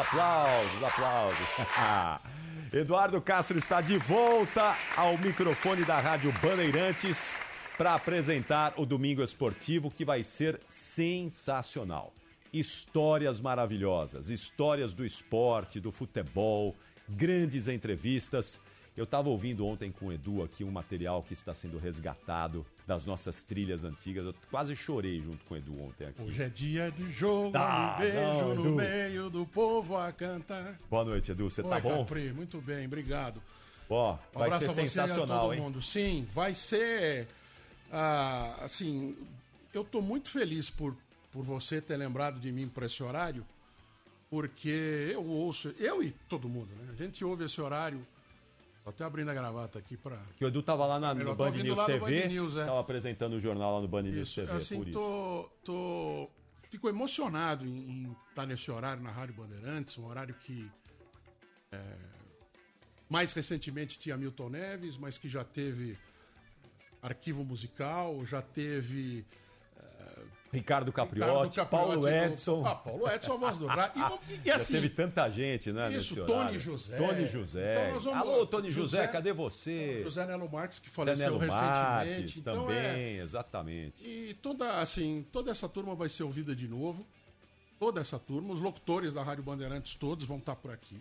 Speaker 3: aplausos, aplausos. Eduardo Castro está de volta ao microfone da Rádio Bandeirantes para apresentar o Domingo Esportivo, que vai ser sensacional. Histórias maravilhosas, histórias do esporte, do futebol, grandes entrevistas. Eu estava ouvindo ontem com o Edu aqui um material que está sendo resgatado das nossas trilhas antigas. Eu quase chorei junto com o Edu ontem aqui.
Speaker 7: Hoje é dia de jogo,
Speaker 3: Tá,
Speaker 7: me vejo
Speaker 3: não,
Speaker 7: no
Speaker 3: Edu.
Speaker 7: meio do povo a cantar.
Speaker 3: Boa noite, Edu. Você tá
Speaker 7: Oi,
Speaker 3: bom?
Speaker 7: Capri, muito bem, obrigado.
Speaker 3: Ó,
Speaker 7: Um
Speaker 3: vai
Speaker 7: abraço
Speaker 3: ser
Speaker 7: a você e a
Speaker 3: sensacional,
Speaker 7: todo
Speaker 3: hein?
Speaker 7: mundo. Sim, vai ser. ah, assim, eu tô muito feliz por, por você ter lembrado de mim para esse horário, porque eu ouço, eu e todo mundo, né? A gente ouve esse horário. Tô até abrindo a gravata aqui para.
Speaker 3: Que o Edu tava lá na,
Speaker 7: Eu
Speaker 3: no
Speaker 7: tô
Speaker 3: Band
Speaker 7: ouvindo
Speaker 3: News
Speaker 7: lá no
Speaker 3: TV.
Speaker 7: Band News, é.
Speaker 3: Tava apresentando o jornal lá no Band News TV,
Speaker 7: assim,
Speaker 3: É por isso.
Speaker 7: tô, tô, fico emocionado em, em estar nesse horário na Rádio Bandeirantes, um horário que é, mais recentemente tinha Milton Neves, mas que já teve é, arquivo musical, já teve é,
Speaker 3: Ricardo
Speaker 7: Ricardo
Speaker 3: Capriotti, Paulo
Speaker 7: Capriotti,
Speaker 3: Edson.
Speaker 7: Ah, Paulo Edson, a voz do rádio. E não- E, e
Speaker 3: Já
Speaker 7: assim,
Speaker 3: teve tanta gente, né?
Speaker 7: isso,
Speaker 3: nesse
Speaker 7: Tony
Speaker 3: horário.
Speaker 7: José.
Speaker 3: Tony José.
Speaker 7: Então nós vamos-
Speaker 3: Alô, Tony José,
Speaker 7: José-
Speaker 3: cadê você?
Speaker 7: José Nelo Marques, que
Speaker 3: Zé
Speaker 7: faleceu
Speaker 3: Nelo
Speaker 7: recentemente.
Speaker 3: Marques
Speaker 7: então
Speaker 3: também,
Speaker 7: é-
Speaker 3: exatamente.
Speaker 7: E toda, assim, toda essa turma vai ser ouvida de novo. Toda essa turma, os locutores da Rádio Bandeirantes todos vão estar por aqui.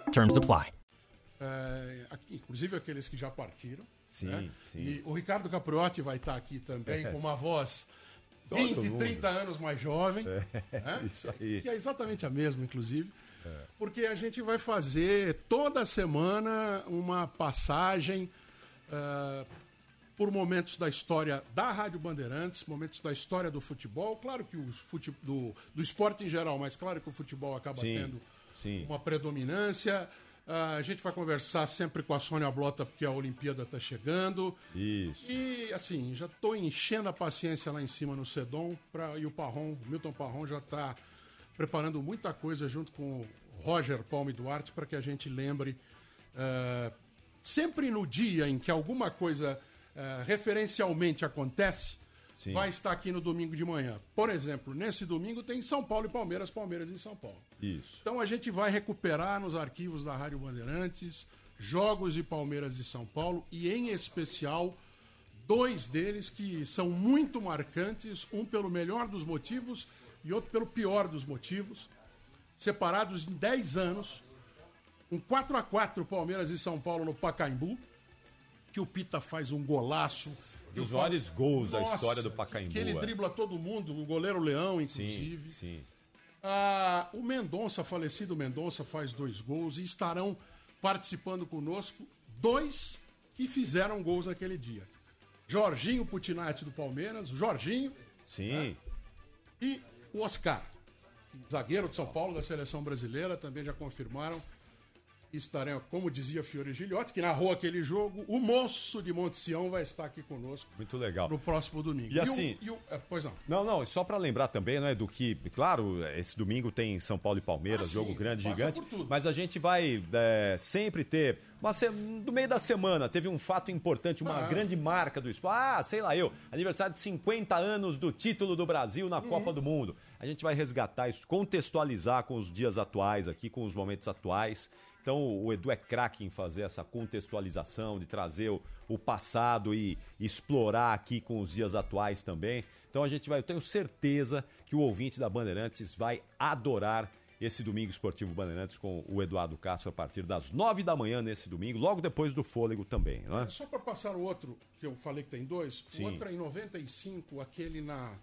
Speaker 29: Terms apply.
Speaker 7: É, aqui- inclusive aqueles que já partiram.
Speaker 29: Sim,
Speaker 7: né?
Speaker 29: sim.
Speaker 7: E o Ricardo Capriotti vai estar aqui também,
Speaker 3: É.
Speaker 7: com uma voz
Speaker 3: Todo
Speaker 7: 20,
Speaker 3: mundo.
Speaker 7: 30 anos mais jovem.
Speaker 3: É, isso aí.
Speaker 7: Que é exatamente a mesma, inclusive.
Speaker 3: É.
Speaker 7: Porque a gente vai fazer toda semana uma passagem ah, por momentos da história da Rádio Bandeirantes, momentos da história do futebol. Claro que o fute, do, do esporte em geral, mas claro que o futebol acaba
Speaker 3: Sim,
Speaker 7: tendo
Speaker 3: sim.
Speaker 7: uma predominância. Ah, a gente vai conversar sempre com a Sônia Blota, porque a Olimpíada está chegando.
Speaker 3: Isso.
Speaker 7: E, assim, já estou enchendo a paciência lá em cima no Sedom. Pra, e o Parron, o Milton Parron já está preparando muita coisa junto com o Roger Palme Duarte para que a gente lembre ah, sempre no dia em que alguma coisa ah, referencialmente acontece,
Speaker 3: Sim.
Speaker 7: vai estar aqui no domingo de manhã. Por exemplo, nesse domingo tem São Paulo e Palmeiras, Palmeiras e São Paulo.
Speaker 3: Isso.
Speaker 7: Então a gente vai recuperar nos arquivos da Rádio Bandeirantes jogos de Palmeiras e São Paulo e em especial dois deles que são muito marcantes, um pelo melhor dos motivos e outro pelo pior dos motivos, separados em 10 anos. Um 4 a 4 Palmeiras e São Paulo no Pacaembu, que o Pita faz um golaço.
Speaker 3: Um
Speaker 7: que o
Speaker 3: dos
Speaker 7: Fa-
Speaker 3: maiores gols da
Speaker 7: Nossa,
Speaker 3: história do Pacaembu.
Speaker 7: Que ele
Speaker 3: é.
Speaker 7: dribla todo mundo, o goleiro Leão, inclusive.
Speaker 3: Sim, sim.
Speaker 7: Ah, o Mendonça, falecido Mendonça, faz dois gols e estarão participando conosco dois que fizeram gols naquele dia. Jorginho Putinati do Palmeiras, o Jorginho. né?
Speaker 3: Sim.
Speaker 7: E o Oscar, zagueiro de São Paulo da seleção brasileira, também já confirmaram. Estarão, como dizia Fiore Gilhote, que narrou aquele jogo, o moço de Monte Sião vai estar aqui conosco
Speaker 3: Muito legal.
Speaker 7: no próximo domingo.
Speaker 3: E assim-
Speaker 7: O, e o- é, pois não.
Speaker 3: Não, não, só pra lembrar também, né, do que, claro, esse domingo tem São Paulo e Palmeiras,
Speaker 7: Ah, sim,
Speaker 3: jogo grande,
Speaker 7: passa
Speaker 3: gigante,
Speaker 7: por tudo.
Speaker 3: mas a gente vai é, sempre ter, uma se- no meio da semana, teve um fato importante, uma
Speaker 7: Ah.
Speaker 3: grande marca do esporte, ah, sei lá eu, aniversário de 50 anos do título do Brasil
Speaker 7: Uhum.
Speaker 3: na Copa do Mundo. A gente vai resgatar isso, contextualizar com os dias atuais aqui, com os momentos atuais. Então o Edu é craque em fazer essa contextualização, de trazer o, o passado e explorar aqui com os dias atuais também. Então a gente vai, eu tenho certeza que o ouvinte da Bandeirantes vai adorar esse domingo esportivo Bandeirantes com o Eduardo Castro a partir das nove da manhã nesse domingo, logo depois do fôlego também, não é?
Speaker 7: Só para passar o outro, que eu falei que tem dois,
Speaker 3: Sim.
Speaker 7: o outro é em 95, aquele na.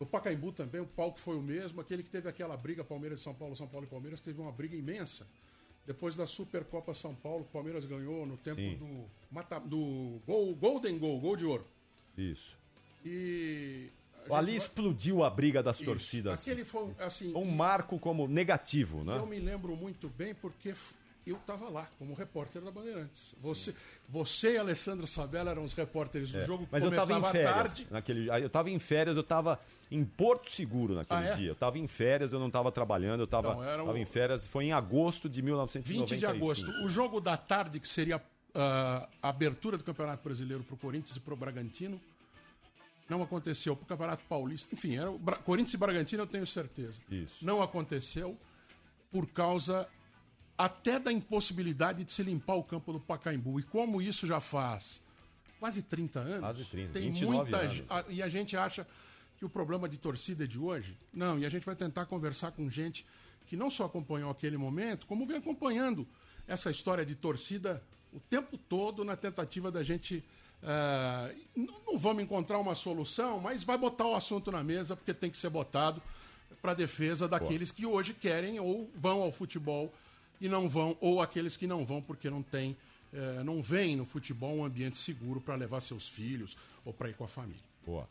Speaker 7: No Pacaembu também, o palco foi o mesmo, aquele que teve aquela briga Palmeiras e São Paulo, São Paulo e Palmeiras, teve uma briga imensa. Depois da Supercopa São Paulo, o Palmeiras ganhou no tempo
Speaker 3: Sim.
Speaker 7: do, mata, do gol, Golden Gol, gol de ouro.
Speaker 3: Isso.
Speaker 7: E. a gente
Speaker 3: Ali
Speaker 7: vai-
Speaker 3: explodiu a briga das
Speaker 7: Isso.
Speaker 3: torcidas.
Speaker 7: Aquele foi assim.
Speaker 3: Um marco como negativo, né?
Speaker 7: Eu me lembro muito bem porque f- eu estava lá como repórter da Bandeirantes. Você, você e Alessandro Sabella eram os repórteres do
Speaker 3: É,
Speaker 7: jogo.
Speaker 3: mas eu
Speaker 7: começava
Speaker 3: tava em
Speaker 7: à
Speaker 3: férias.
Speaker 7: tarde.
Speaker 3: Naquele, aí eu tava em férias, eu tava em Porto Seguro naquele
Speaker 7: Ah, é?
Speaker 3: dia. Eu tava em férias, eu não tava trabalhando, eu tava,
Speaker 7: Não, era o-
Speaker 3: tava em férias. Foi em agosto de 1995.
Speaker 7: 20 de agosto. O jogo da tarde, que seria ah, a abertura do Campeonato Brasileiro para o Corinthians e para o Bragantino, não aconteceu. Para o Campeonato Paulista, enfim, era o Bra- Corinthians e Bragantino, eu tenho certeza.
Speaker 3: Isso.
Speaker 7: Não aconteceu por causa até da impossibilidade de se limpar o campo do Pacaembu. E como isso já faz quase 30 anos,
Speaker 3: Quase 30,
Speaker 7: tem
Speaker 3: 29
Speaker 7: muita
Speaker 3: anos.
Speaker 7: ge- a- e a gente acha que o problema de torcida é de hoje. Não, e a gente vai tentar conversar com gente que não só acompanhou aquele momento, como vem acompanhando essa história de torcida o tempo todo na tentativa da gente. ah, n- não vamos encontrar uma solução, mas vai botar o assunto na mesa, porque tem que ser botado para defesa daqueles que hoje querem ou vão ao futebol e não vão, ou aqueles que não vão porque não tem, eh, não veem no futebol um ambiente seguro para levar seus filhos ou para ir com a família.
Speaker 3: Boa.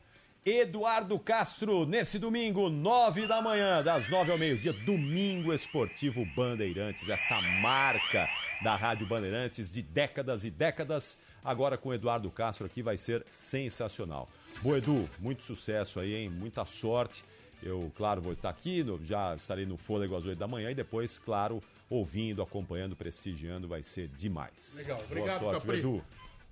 Speaker 3: Eduardo Castro, nesse domingo, nove da manhã, das nove ao meio-dia, Domingo Esportivo Bandeirantes, essa marca da Rádio Bandeirantes de décadas e décadas. Agora com o Eduardo Castro aqui vai ser sensacional. Boa, Edu, muito sucesso aí, hein? Muita sorte. Eu, claro, vou estar aqui, no- já estarei no fôlego às oito da manhã e depois, claro, ouvindo, acompanhando, prestigiando, vai ser demais.
Speaker 7: Legal,
Speaker 3: Boa
Speaker 7: obrigado,
Speaker 3: sorte,
Speaker 7: Capri.
Speaker 3: Edu.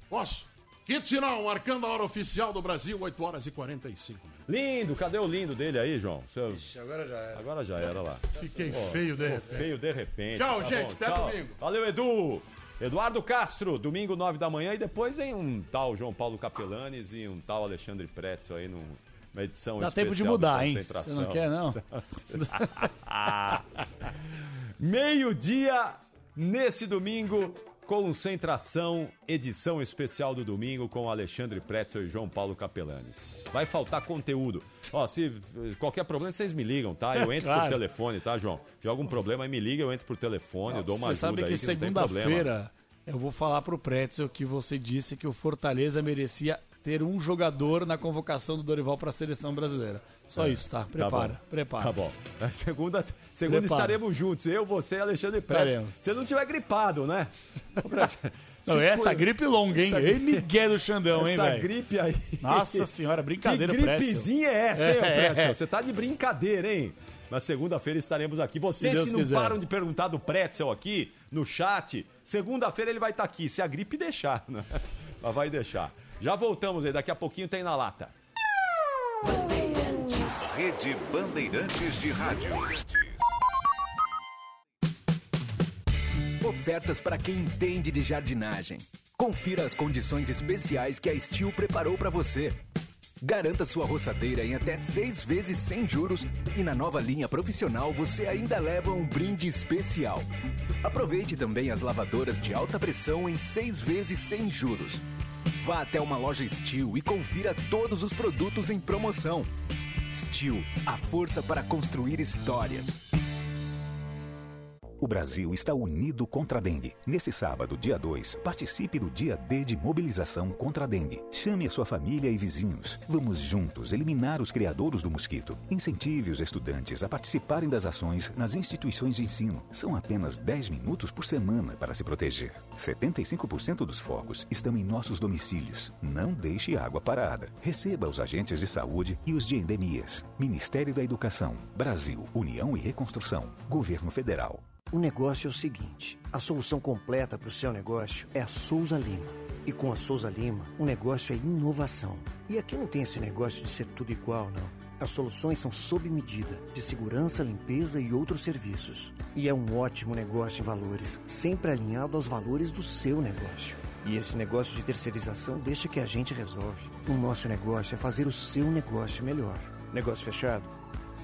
Speaker 7: Posso? Quinto sinal, marcando a hora oficial do Brasil, 8 horas e 45 minutos.
Speaker 3: Lindo, cadê o lindo dele aí, João? Seu-
Speaker 7: Agora já
Speaker 5: É.
Speaker 7: era.
Speaker 3: Agora já era lá.
Speaker 7: Fiquei
Speaker 3: Pô,
Speaker 7: feio de
Speaker 3: ficou
Speaker 7: repente.
Speaker 3: Feio de repente.
Speaker 7: Tchau,
Speaker 3: Tá
Speaker 7: gente,
Speaker 3: bom,
Speaker 7: até domingo.
Speaker 3: Valeu, Edu. Eduardo Castro, domingo 9 da manhã e depois vem um tal João Paulo Capelanes e um tal Alexandre Pretzel aí num- numa edição
Speaker 5: Dá tempo de
Speaker 3: Um especial do
Speaker 5: mudar, hein?
Speaker 3: Concentração. tá
Speaker 5: Você não quer, não?
Speaker 3: Meio-dia nesse domingo, concentração, edição especial do domingo com Alexandre Pretzel e João Paulo Capelanes. Vai faltar conteúdo. Ó, se eh, qualquer problema, vocês me ligam, tá? Eu entro por
Speaker 5: Claro.
Speaker 3: telefone, tá, João? Se tiver algum problema, aí me liga, eu entro por telefone, eu dou uma
Speaker 5: Você
Speaker 3: ajuda
Speaker 5: sabe
Speaker 3: aí
Speaker 5: que
Speaker 3: não tem problema.
Speaker 5: segunda-feira
Speaker 4: Eu vou falar pro Pretzel que você disse que o Fortaleza merecia ter um jogador na convocação do Dorival para a seleção brasileira. Só
Speaker 3: É,
Speaker 4: isso, tá?
Speaker 3: tá
Speaker 4: Prepara,
Speaker 3: bom.
Speaker 4: prepara.
Speaker 3: Tá bom. Na segunda, segunda
Speaker 4: Prepara.
Speaker 3: estaremos juntos, eu, você e Alexandre Pérez.
Speaker 4: Estaremos.
Speaker 3: Se não tiver gripado, né?
Speaker 4: Não, essa gripe longa, hein? Ei, Miguel do Xandão, hein,
Speaker 3: Essa
Speaker 4: velho?
Speaker 3: gripe aí.
Speaker 4: Nossa senhora, brincadeira,
Speaker 3: Que
Speaker 4: Pretzel.
Speaker 3: gripezinha é essa, hein, ô
Speaker 4: É.
Speaker 3: Pretzel? Você tá de brincadeira, hein? Na segunda-feira estaremos aqui. Vocês
Speaker 4: Deus
Speaker 3: que não
Speaker 4: quiser.
Speaker 3: param de perguntar do Pretzel aqui no chat, segunda-feira ele vai estar aqui, se a gripe deixar, né? Mas vai deixar. Já voltamos aí, daqui a pouquinho tem na lata.
Speaker 2: Rede Bandeirantes de Rádio.
Speaker 24: Ofertas para quem entende de jardinagem. Confira as condições especiais que a Steel preparou para você. Garanta sua roçadeira em até seis vezes sem juros e na nova linha profissional você ainda leva um brinde especial. Aproveite também as lavadoras de alta pressão em seis vezes sem juros. Vá até uma loja Steel e confira todos os produtos em promoção. Steel, a força para construir histórias.
Speaker 2: O Brasil está unido contra a dengue. Nesse sábado, dia 2, participe do dia D de mobilização contra a dengue. Chame a sua família e vizinhos. Vamos juntos eliminar os criadouros do mosquito. Incentive os estudantes a participarem das ações nas instituições de ensino. São apenas 10 minutos por semana para se proteger. 75% dos focos estão em nossos domicílios. Não deixe água parada. Receba os agentes de saúde e os de endemias. Ministério da Educação, Brasil, União e Reconstrução, Governo Federal.
Speaker 10: O negócio é o seguinte: a solução completa para o seu negócio é a Souza Lima. E com a Souza Lima, o negócio é inovação. E aqui não tem esse negócio de ser tudo igual, não. As soluções são sob medida, de segurança, limpeza e outros serviços. E é um ótimo negócio em valores, sempre alinhado aos valores do seu negócio. E esse negócio de terceirização deixa que a gente resolve. O nosso negócio é fazer o seu negócio melhor. Negócio fechado?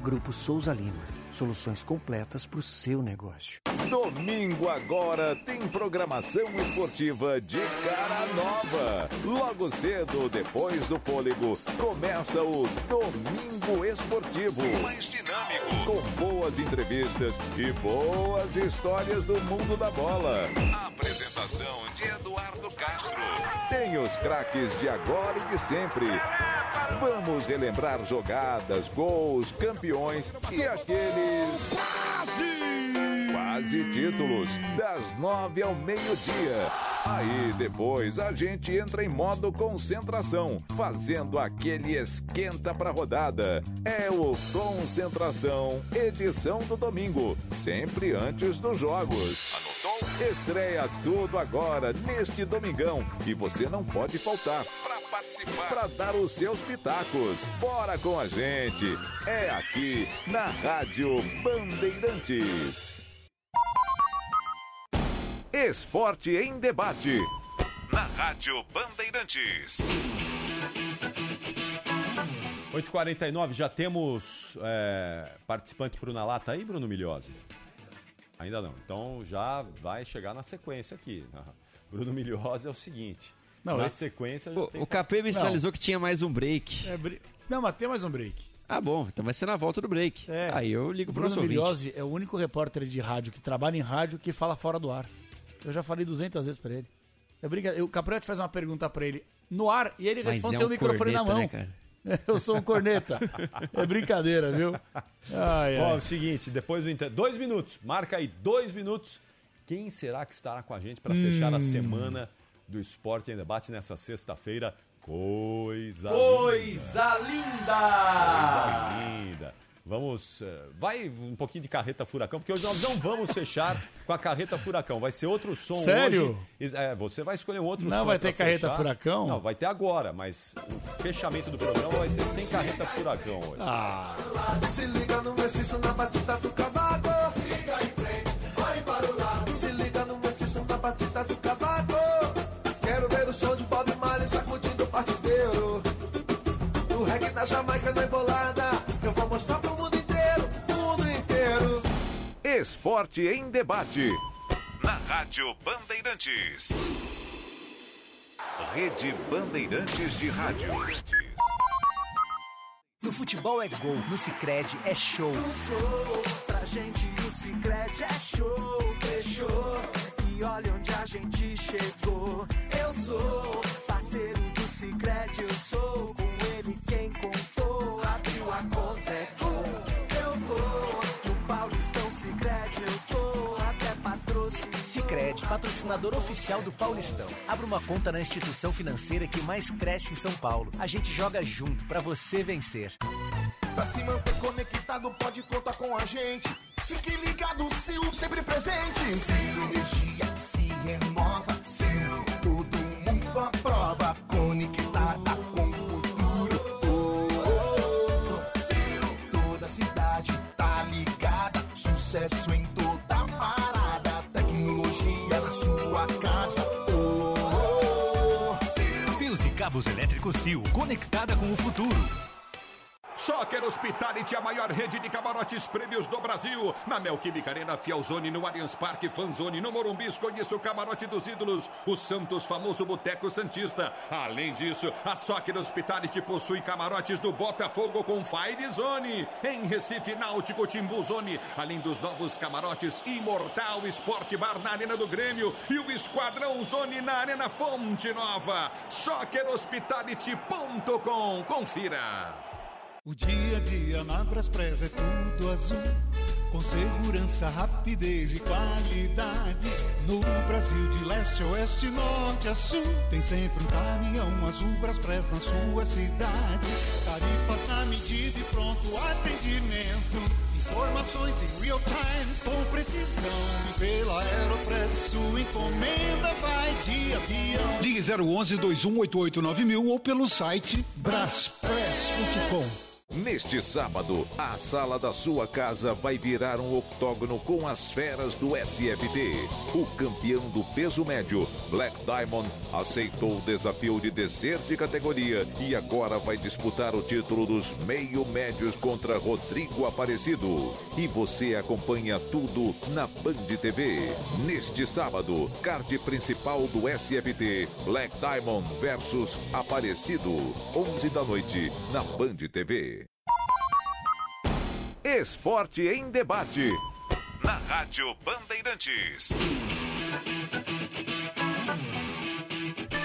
Speaker 10: Grupo Souza Lima. Soluções completas para o seu negócio.
Speaker 30: Domingo agora tem programação esportiva de cara nova.
Speaker 2: Logo cedo, depois do fôlego, começa o Domingo Esportivo. Mais dinâmico.
Speaker 30: Com boas entrevistas e boas histórias do mundo da bola.
Speaker 2: Apresentação de Eduardo Castro.
Speaker 30: Tem os craques de agora e de sempre.
Speaker 2: Vamos relembrar jogadas, gols, campeões e aqueles
Speaker 30: Quase títulos, das nove ao meio-dia.
Speaker 2: Aí depois a gente entra em modo concentração, fazendo aquele esquenta pra rodada. É o Concentração, edição do domingo, sempre antes dos jogos. Anotou? Estreia tudo agora, neste domingão, e você não pode faltar. Pra participar, pra dar os seus pitacos. Bora com a gente, é aqui na Rádio Bandeirantes. Esporte em debate. Na Rádio Bandeirantes.
Speaker 3: 8h49, já temos é, participante pro Na Lata aí, Bruno Milhose? Ainda não. Então já vai chegar na sequência aqui. Bruno Milhose é o seguinte.
Speaker 4: Não,
Speaker 3: na
Speaker 4: eu-
Speaker 3: sequência. já
Speaker 6: O,
Speaker 3: tem-
Speaker 6: o KP me sinalizou que tinha mais um break.
Speaker 4: É bri- Não, mas tem mais um break.
Speaker 6: Ah, bom, então vai ser na volta do break.
Speaker 4: É.
Speaker 6: Aí eu ligo pro
Speaker 4: Bruno
Speaker 6: nosso ouvinte.
Speaker 4: Migliozzi é o único repórter de rádio que trabalha em rádio que fala fora do ar. Eu já falei 200 vezes pra ele. Eu brinca... eu- O Capriotti faz uma pergunta pra ele no ar e ele
Speaker 6: Mas
Speaker 4: responde
Speaker 6: é
Speaker 4: seu
Speaker 6: um
Speaker 4: microfone na
Speaker 6: corneta,
Speaker 4: mão.
Speaker 6: né, cara?
Speaker 4: Eu sou um corneta. é brincadeira, viu? Ai,
Speaker 3: Ó,
Speaker 4: ai.
Speaker 3: é o seguinte, depois do inter... Dois minutos, marca aí dois minutos. Quem será que estará com a gente para fechar a
Speaker 6: Hum.
Speaker 3: semana do Esporte em Debate nessa sexta-feira? Coisa
Speaker 31: Coisa linda!
Speaker 3: Coisa linda. Vamos. eh, Vai um pouquinho de carreta furacão, porque hoje nós não vamos fechar com a carreta furacão. Vai ser outro som
Speaker 4: Sério?
Speaker 3: hoje. Is- É, você vai escolher um outro
Speaker 4: Não
Speaker 3: som.
Speaker 4: vai
Speaker 3: pra
Speaker 4: ter carreta
Speaker 3: fechar.
Speaker 4: furacão?
Speaker 3: Não, vai ter agora, mas o fechamento do programa vai ser sem carreta furacão hoje.
Speaker 4: Ah.
Speaker 5: Se liga no mestiço na batida do cavaco. Siga em frente, corre para o lado. Se liga no mestiço na batida do cavaco. Quero ver o som de Bob Marley sacudindo o partideiro. Do reggae da Jamaica na embolada. Eu vou mostrar pro mundo inteiro, mundo inteiro.
Speaker 2: Esporte em debate. Na Rádio Bandeirantes. Rede Bandeirantes de Rádio.
Speaker 27: No futebol é gol, no Sicredi é show.
Speaker 5: Pra gente o Cicred é show, fechou. E e olha onde a gente chegou. Eu sou parceiro do Cicred, eu sou com ele quem contou. Abriu a conta, é com. Eu vou no Paulistão Cicred, Então, eu tô até patrocínio.
Speaker 27: Cicred, patrocinador oficial do Paulistão. Abra uma conta na instituição financeira que mais cresce em São Paulo. A gente joga junto pra você vencer.
Speaker 14: Pra se manter conectado, pode contar com a gente. Fique ligado, Sil, sempre presente. Sil, energia que se renova. Sil, todo mundo aprova. Conectada com o futuro. Oh, oh, oh. Sil, toda cidade tá ligada. Sucesso em toda parada. Tecnologia na sua casa. Oh, oh, oh. Sil,
Speaker 32: Fios e cabos elétricos Sil, conectada com o futuro.
Speaker 19: Soccer Hospitality, a maior rede de camarotes prêmios do Brasil. Na Melquímica Arena, Fielzone, no Allianz Parque, Fanzone, no Morumbi, escolheça o camarote dos ídolos, o Santos, famoso Boteco Santista. Além disso, a Soccer Hospitality possui camarotes do Botafogo com Fire Zone, em Recife, Náutico, Timbu Zone, além dos novos camarotes Imortal Sport Bar na Arena do Grêmio e o Esquadrão Zone na Arena Fonte Nova. SoccerHospitality.com, confira.
Speaker 12: O dia a dia na Braspress é tudo azul. Com segurança, rapidez e qualidade. No Brasil, de leste a oeste, norte a sul. Tem sempre um caminhão azul Braspress na sua cidade. Tarifas na medida e pronto atendimento. Informações em real time, com precisão. E pela Aeropress, sua encomenda vai de avião.
Speaker 13: Ligue 011 2188 ou pelo site braspress.com.
Speaker 2: Neste sábado, a sala da sua casa vai virar um octógono com as feras do SFT. O campeão do peso médio, Black Diamond, aceitou o desafio de descer de categoria e agora vai disputar o título dos meio médios contra Rodrigo Aparecido. E você acompanha tudo na Band TV. Neste sábado, card principal do SFT, Black Diamond versus Aparecido, 11 da noite na Band TV.
Speaker 33: Esporte em debate. Na Rádio Bandeirantes.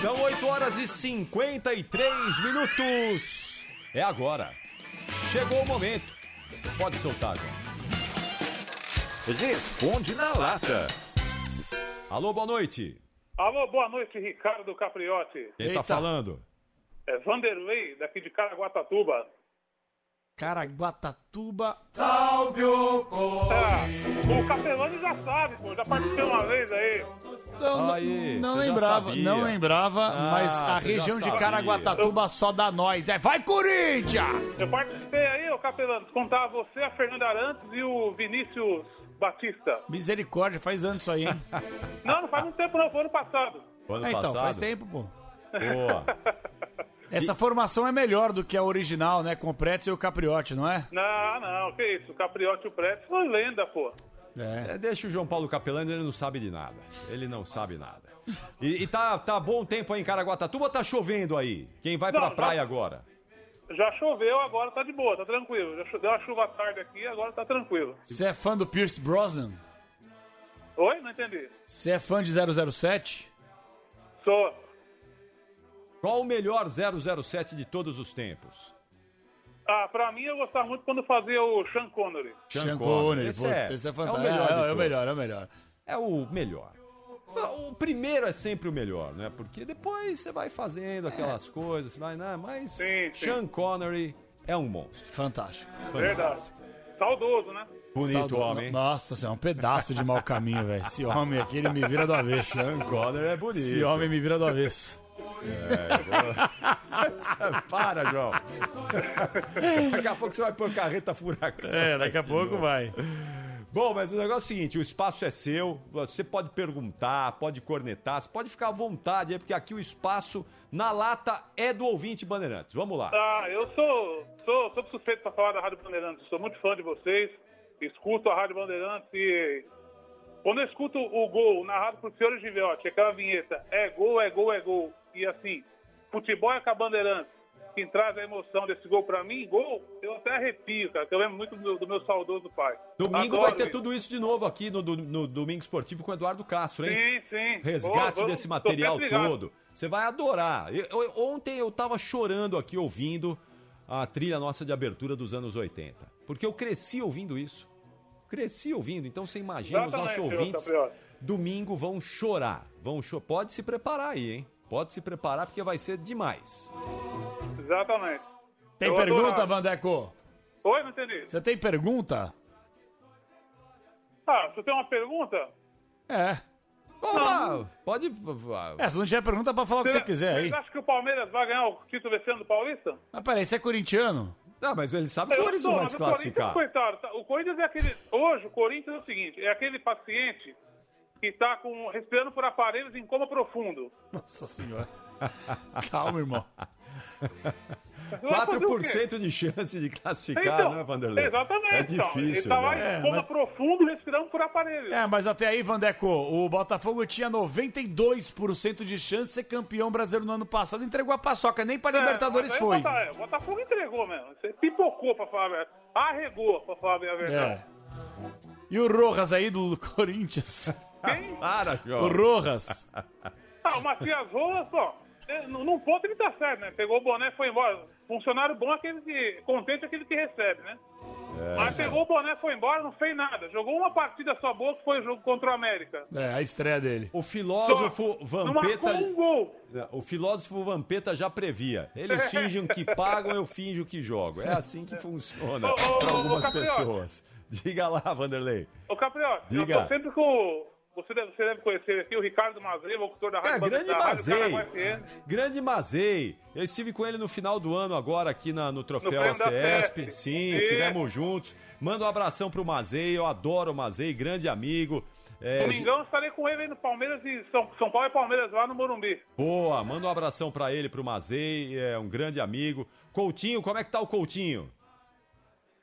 Speaker 3: São 8 horas e 53 minutos. É agora. Chegou o momento. Pode soltar, João.
Speaker 33: Responde na lata.
Speaker 3: Alô, boa noite.
Speaker 34: Alô, boa noite, Ricardo Capriotti.
Speaker 3: Quem tá falando?
Speaker 34: É Vanderlei, daqui de Caraguatatuba.
Speaker 4: Caraguatatuba.
Speaker 34: Salve o Corinthians! Tá. o Capelani já sabe, pô, já participou uma vez aí.
Speaker 4: Não,
Speaker 34: Aí,
Speaker 4: não
Speaker 34: você já
Speaker 4: lembrava,
Speaker 34: sabia.
Speaker 4: não lembrava,
Speaker 34: Ah,
Speaker 4: mas a
Speaker 34: você já
Speaker 4: região de
Speaker 34: sabia.
Speaker 4: Caraguatatuba só dá nós. É vai Corinthians!
Speaker 34: Eu participei aí, ô Capelano, contava você, a Fernanda Arantes e o Vinícius Batista.
Speaker 4: Misericórdia, faz anos isso aí, hein?
Speaker 34: Não, não faz muito tempo não, foi ano passado.
Speaker 4: É, então, faz tempo, pô.
Speaker 34: Boa.
Speaker 4: Essa formação é melhor do que a original, né? Com o Pretzel e o Capriotti, não é?
Speaker 34: Não, não, que isso, o Capriotti e o Prestes foi lenda, pô.
Speaker 3: É, deixa o João Paulo Capelano, ele não sabe de nada. Ele não sabe nada. E, e tá, tá bom tempo aí em Caraguatatuba, ou tá chovendo aí? Quem vai pra
Speaker 34: Não,
Speaker 3: praia
Speaker 34: já-
Speaker 3: agora?
Speaker 34: Já choveu, agora tá de boa, tá tranquilo. Já cho- deu uma chuva à tarde aqui, agora tá tranquilo.
Speaker 4: Você é fã do Pierce Brosnan?
Speaker 34: Oi? Não entendi.
Speaker 4: Você é fã de 007?
Speaker 34: Sou.
Speaker 3: Qual o melhor 007 de todos os tempos?
Speaker 34: Ah, pra mim eu gostava muito quando fazia o Sean Connery.
Speaker 4: Sean Connery, putz, esse é fantástico. É, é o melhor, é o melhor.
Speaker 3: É o melhor. O primeiro é sempre o melhor, né? Porque depois você vai fazendo
Speaker 4: É.
Speaker 3: aquelas coisas, vai, né? Mas Sean Connery é um monstro.
Speaker 4: Fantástico.
Speaker 34: Verdade. Saudoso, né?
Speaker 3: Bonito
Speaker 4: Saudo-
Speaker 3: homem, hein?
Speaker 4: Nossa senhora, um pedaço de mau caminho, velho. Esse homem aqui, ele me vira do avesso.
Speaker 3: Sean Connery é bonito.
Speaker 4: Esse homem me vira do avesso.
Speaker 3: É, Para, João. Daqui a pouco você vai pôr carreta furacão.
Speaker 4: É, daqui a
Speaker 3: De
Speaker 4: pouco
Speaker 3: novo.
Speaker 4: vai.
Speaker 3: Bom, mas o negócio é o seguinte: o espaço é seu, você pode perguntar, pode cornetar, você pode ficar à vontade, é porque aqui o espaço na lata é do ouvinte Bandeirantes. Vamos lá.
Speaker 34: Ah, eu sou, sou, sou suspeito pra falar da Rádio Bandeirantes. Sou muito fã de vocês. Escuto a Rádio Bandeirantes e. Quando eu escuto o gol narrado por senhor Giviotti, aquela vinheta, é gol, é gol, é gol. E assim, futebol é com a Bandeirantes. quem traz a emoção desse gol pra mim, gol, eu até arrepio, cara, que eu lembro muito do, do meu saudoso pai.
Speaker 3: Domingo
Speaker 34: Adoro
Speaker 3: vai ter
Speaker 34: isso.
Speaker 3: tudo isso de novo aqui no, do- no Domingo Esportivo com o Eduardo Castro, hein?
Speaker 34: Sim, sim.
Speaker 3: Resgate
Speaker 34: Vou- vou-
Speaker 3: desse
Speaker 34: tô
Speaker 3: material
Speaker 34: sempre ligado.
Speaker 3: todo. Você vai adorar. Eu- eu- ontem eu tava chorando aqui ouvindo a trilha nossa de abertura dos anos 80. Porque eu cresci ouvindo isso. Cresci ouvindo. Então você imagina, os nossos
Speaker 34: Exatamente,
Speaker 3: ouvintes
Speaker 34: Tapiota.
Speaker 3: domingo vão chorar. Vão cho Pode se preparar aí, hein? Pode se preparar porque vai ser demais.
Speaker 34: Exatamente.
Speaker 5: Tem
Speaker 34: Eu
Speaker 5: pergunta,
Speaker 34: adorava.
Speaker 5: Vandeco?
Speaker 34: Oi, não entendi.
Speaker 5: Você tem pergunta?
Speaker 34: Ah, você tem uma pergunta?
Speaker 5: É.
Speaker 3: Vamos
Speaker 34: lá,
Speaker 3: pode. ah,
Speaker 5: É, se não tiver pergunta, pode falar o que você quiser aí.
Speaker 34: Você acha que o Palmeiras vai ganhar o título esse ano do Paulista?
Speaker 5: Mas peraí, você é corintiano?
Speaker 3: Ah, mas ele sabe
Speaker 34: Eu sou, mas o Corinthians, coitado, tá- o Corinthians é aquele. Hoje, o Corinthians é o seguinte: é aquele paciente que está com, respirando por aparelhos em coma profundo.
Speaker 5: Nossa senhora. Calma, irmão.
Speaker 34: Você vai fazer é o quê?
Speaker 3: 4% de chance de classificar,
Speaker 34: Então,
Speaker 3: né, Vanderlei?
Speaker 34: Exatamente.
Speaker 3: É
Speaker 34: então. ele
Speaker 3: difícil,
Speaker 34: está lá
Speaker 3: né?
Speaker 5: É,
Speaker 34: em coma
Speaker 5: mas-
Speaker 34: profundo, respirando por aparelhos.
Speaker 5: É, mas até aí, Vandeco, o Botafogo tinha 92% de chance de ser campeão brasileiro no ano passado, entregou a paçoca, nem para Libertadores
Speaker 34: É, mas aí o
Speaker 5: foi.
Speaker 34: Bota- é, O Botafogo entregou mesmo. Você pipocou, pra falar a verdade. Arregou, pra falar a verdade.
Speaker 5: É. E o Rojas aí do Corinthians?
Speaker 3: Ah, Para,
Speaker 5: O Rojas.
Speaker 34: Ah, o Matias Rolas, pô, é, num num ponto ele tá certo, né? Pegou o boné e foi embora. Funcionário bom é aquele que. Contente é aquele que recebe, né?
Speaker 5: É,
Speaker 34: Mas pegou o boné, foi embora, não fez nada. Jogou uma partida só boa, que foi o jogo contra o América.
Speaker 5: É, a estreia dele.
Speaker 3: O filósofo
Speaker 34: Não marcou
Speaker 3: Vampeta. É,
Speaker 34: um gol.
Speaker 3: O filósofo Vampeta já previa. Eles fingem que pagam, eu finjo que jogo. É assim que funciona
Speaker 34: Ô, ô,
Speaker 3: para
Speaker 34: ô,
Speaker 3: algumas
Speaker 34: Capriotti.
Speaker 3: pessoas. Diga lá, Vanderlei.
Speaker 34: Ô, Capriotti,
Speaker 3: Diga.
Speaker 34: eu tô sempre com. o- Você deve, você deve conhecer aqui o Ricardo Mazei, o locutor da Rádio
Speaker 3: É, grande
Speaker 34: da Rádio
Speaker 3: Mazei.
Speaker 34: Paranaguá FM.
Speaker 3: Grande Mazei. Eu estive com ele no final do ano agora aqui na- no
Speaker 34: No
Speaker 3: Troféu
Speaker 34: prêmio da
Speaker 3: ACESP.
Speaker 34: FESP.
Speaker 3: Sim,
Speaker 34: É.
Speaker 3: estivemos juntos. Manda um abração pro Mazei. Eu adoro o Mazei, grande amigo. É,
Speaker 34: Domingão, eu estarei com ele aí no Palmeiras e São, São Paulo e Palmeiras lá no Morumbi.
Speaker 3: Boa, manda um abração pra ele, pro Mazei, é um grande amigo. Coutinho, como é que tá o Coutinho?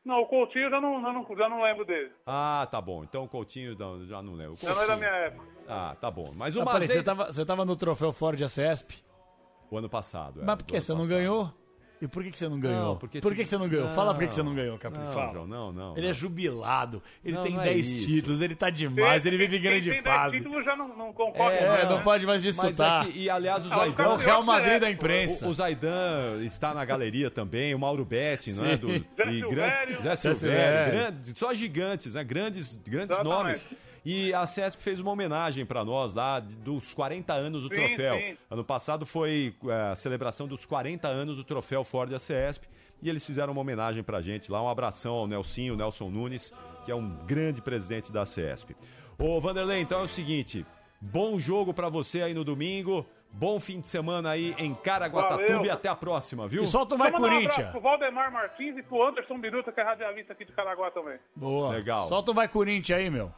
Speaker 34: Não, o Coutinho eu já não, já não, já não lembro dele.
Speaker 3: Ah, tá bom. Então o Coutinho, não, já não lembro.
Speaker 34: Já não é da minha época.
Speaker 3: Ah, tá bom. Mas o
Speaker 5: Ah, peraí, você
Speaker 3: Mazei...
Speaker 5: tava, você tava no troféu Ford ACESP?
Speaker 3: O ano passado, é.
Speaker 5: Mas por que? Você não ganhou? E por que, que você não ganhou?
Speaker 3: Não,
Speaker 5: por
Speaker 3: porque
Speaker 5: que,
Speaker 3: tinha-
Speaker 5: que você não ganhou? Fala por que, que você não
Speaker 3: Não,
Speaker 5: ganhou, Capri.
Speaker 3: não,
Speaker 5: Fala.
Speaker 3: João, não, não,
Speaker 5: Ele é
Speaker 3: não.
Speaker 5: jubilado, ele
Speaker 3: Não,
Speaker 5: tem
Speaker 3: não é
Speaker 5: 10
Speaker 3: isso.
Speaker 5: títulos, ele tá demais, ele vive grande
Speaker 34: quem tem dez
Speaker 5: fase.
Speaker 34: títulos já não, não concorda
Speaker 5: É,
Speaker 34: mais,
Speaker 5: não
Speaker 34: né?
Speaker 5: pode mais disputar.
Speaker 3: Mas é que- e aliás, o
Speaker 5: É o
Speaker 3: Zaidan.
Speaker 5: campeão É o Real Madrid direto. da imprensa.
Speaker 3: O, o Zaidan está na galeria também, o Mauro Betti, não é?
Speaker 5: Sim.
Speaker 3: Do,
Speaker 5: Zé
Speaker 3: e
Speaker 5: Silvério.
Speaker 3: grande- Zé
Speaker 5: Zé
Speaker 3: Silvério.
Speaker 5: Silvério. é.
Speaker 3: grande- só gigantes, né? Grandes, grandes
Speaker 5: Exatamente.
Speaker 3: nomes. E a CESP fez uma homenagem para nós lá de- dos 40 anos do
Speaker 5: Sim,
Speaker 3: troféu.
Speaker 5: sim.
Speaker 3: Ano passado foi é, a celebração dos 40 anos do troféu Ford ACESP. E eles fizeram uma homenagem pra gente lá. Um abração ao Nelsinho, Nelson Nunes, que é um grande presidente da CESP. Ô, Vanderlei, então é o seguinte: bom jogo pra você aí no domingo. Bom fim de semana aí em Caraguatatuba
Speaker 34: Valeu.
Speaker 3: e até a próxima, viu?
Speaker 34: Só mandar Um abraço pro Valdemar Martins e pro Anderson Biruta, que é radialista aqui de Caraguá também.
Speaker 5: Boa.
Speaker 3: Legal.
Speaker 5: Solta o Vai Corinthians aí, meu.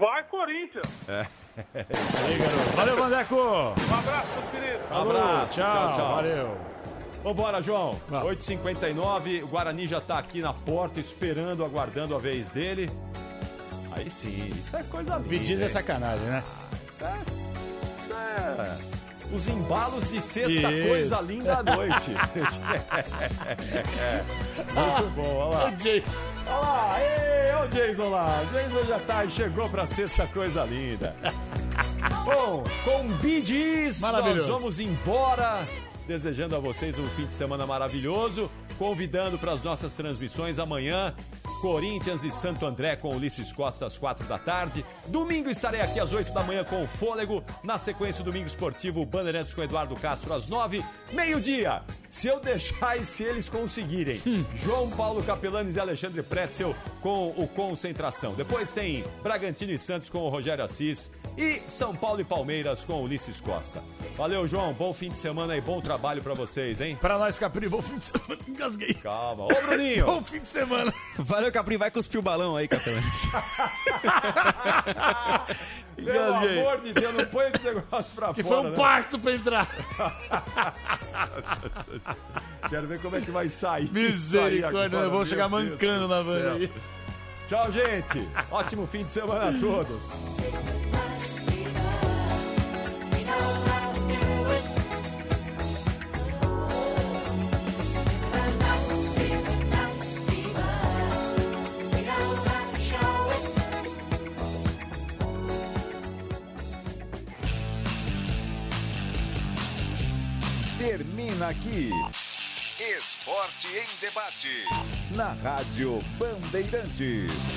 Speaker 34: Vai, Corinthians!
Speaker 3: É.
Speaker 5: Valeu, Vandeco. Um
Speaker 34: abraço, querido.
Speaker 3: Um abraço.
Speaker 5: Tchau,
Speaker 3: tchau.
Speaker 5: Valeu.
Speaker 3: Vambora, João. 8h59, o Guarani já tá aqui na porta esperando, aguardando a vez dele. Aí sim, isso é coisa linda.
Speaker 5: Pediz é
Speaker 3: hein?
Speaker 5: sacanagem, né?
Speaker 3: Isso é, isso é os embalos de sexta
Speaker 5: Isso.
Speaker 3: coisa linda à noite. Muito bom, olha lá.
Speaker 5: O Ah, Jason.
Speaker 3: Olha lá, ei, olha o Jason lá. O Jason já tá e chegou pra sexta coisa linda. Bom, com Bidis, nós
Speaker 5: Maravilhoso.
Speaker 3: vamos embora. Desejando a vocês um fim de semana maravilhoso. Convidando para as nossas transmissões amanhã. Corinthians e Santo André com Ulisses Costa às quatro da tarde. Domingo estarei aqui às oito da manhã com o Fôlego. Na sequência, o Domingo Esportivo, Bandeirantes com Eduardo Castro às nove. Meio-dia, se eu deixar e se eles conseguirem.
Speaker 5: Hum.
Speaker 3: João Paulo Capelanes e Alexandre Pretzel com o Concentração. Depois tem Bragantino e Santos com o Rogério Assis. E São Paulo e Palmeiras com o Ulisses Costa. Valeu, João. Bom fim de semana e bom trabalho pra vocês, hein?
Speaker 5: Pra nós, Capri, bom fim de semana. Engasguei.
Speaker 3: Calma. Ô, Bruninho.
Speaker 5: Bom fim de semana.
Speaker 11: Valeu, Capri. Vai cuspir o balão aí, Capri.
Speaker 3: Pelo amor de Deus, não põe esse negócio pra
Speaker 5: Que
Speaker 3: fora.
Speaker 5: foi um
Speaker 3: né?
Speaker 5: parto pra entrar.
Speaker 3: Quero ver como é que vai sair.
Speaker 5: Misericórdia,
Speaker 3: Isso aí
Speaker 5: eu vou
Speaker 3: meu
Speaker 5: chegar
Speaker 3: Deus
Speaker 5: mancando
Speaker 3: do
Speaker 5: na van
Speaker 3: céu.
Speaker 5: aí.
Speaker 3: Tchau, gente. Ótimo fim de semana a todos.
Speaker 12: We know how to do it.
Speaker 3: termina aqui.
Speaker 5: Esporte em debate.
Speaker 3: Na Rádio Bandeirantes.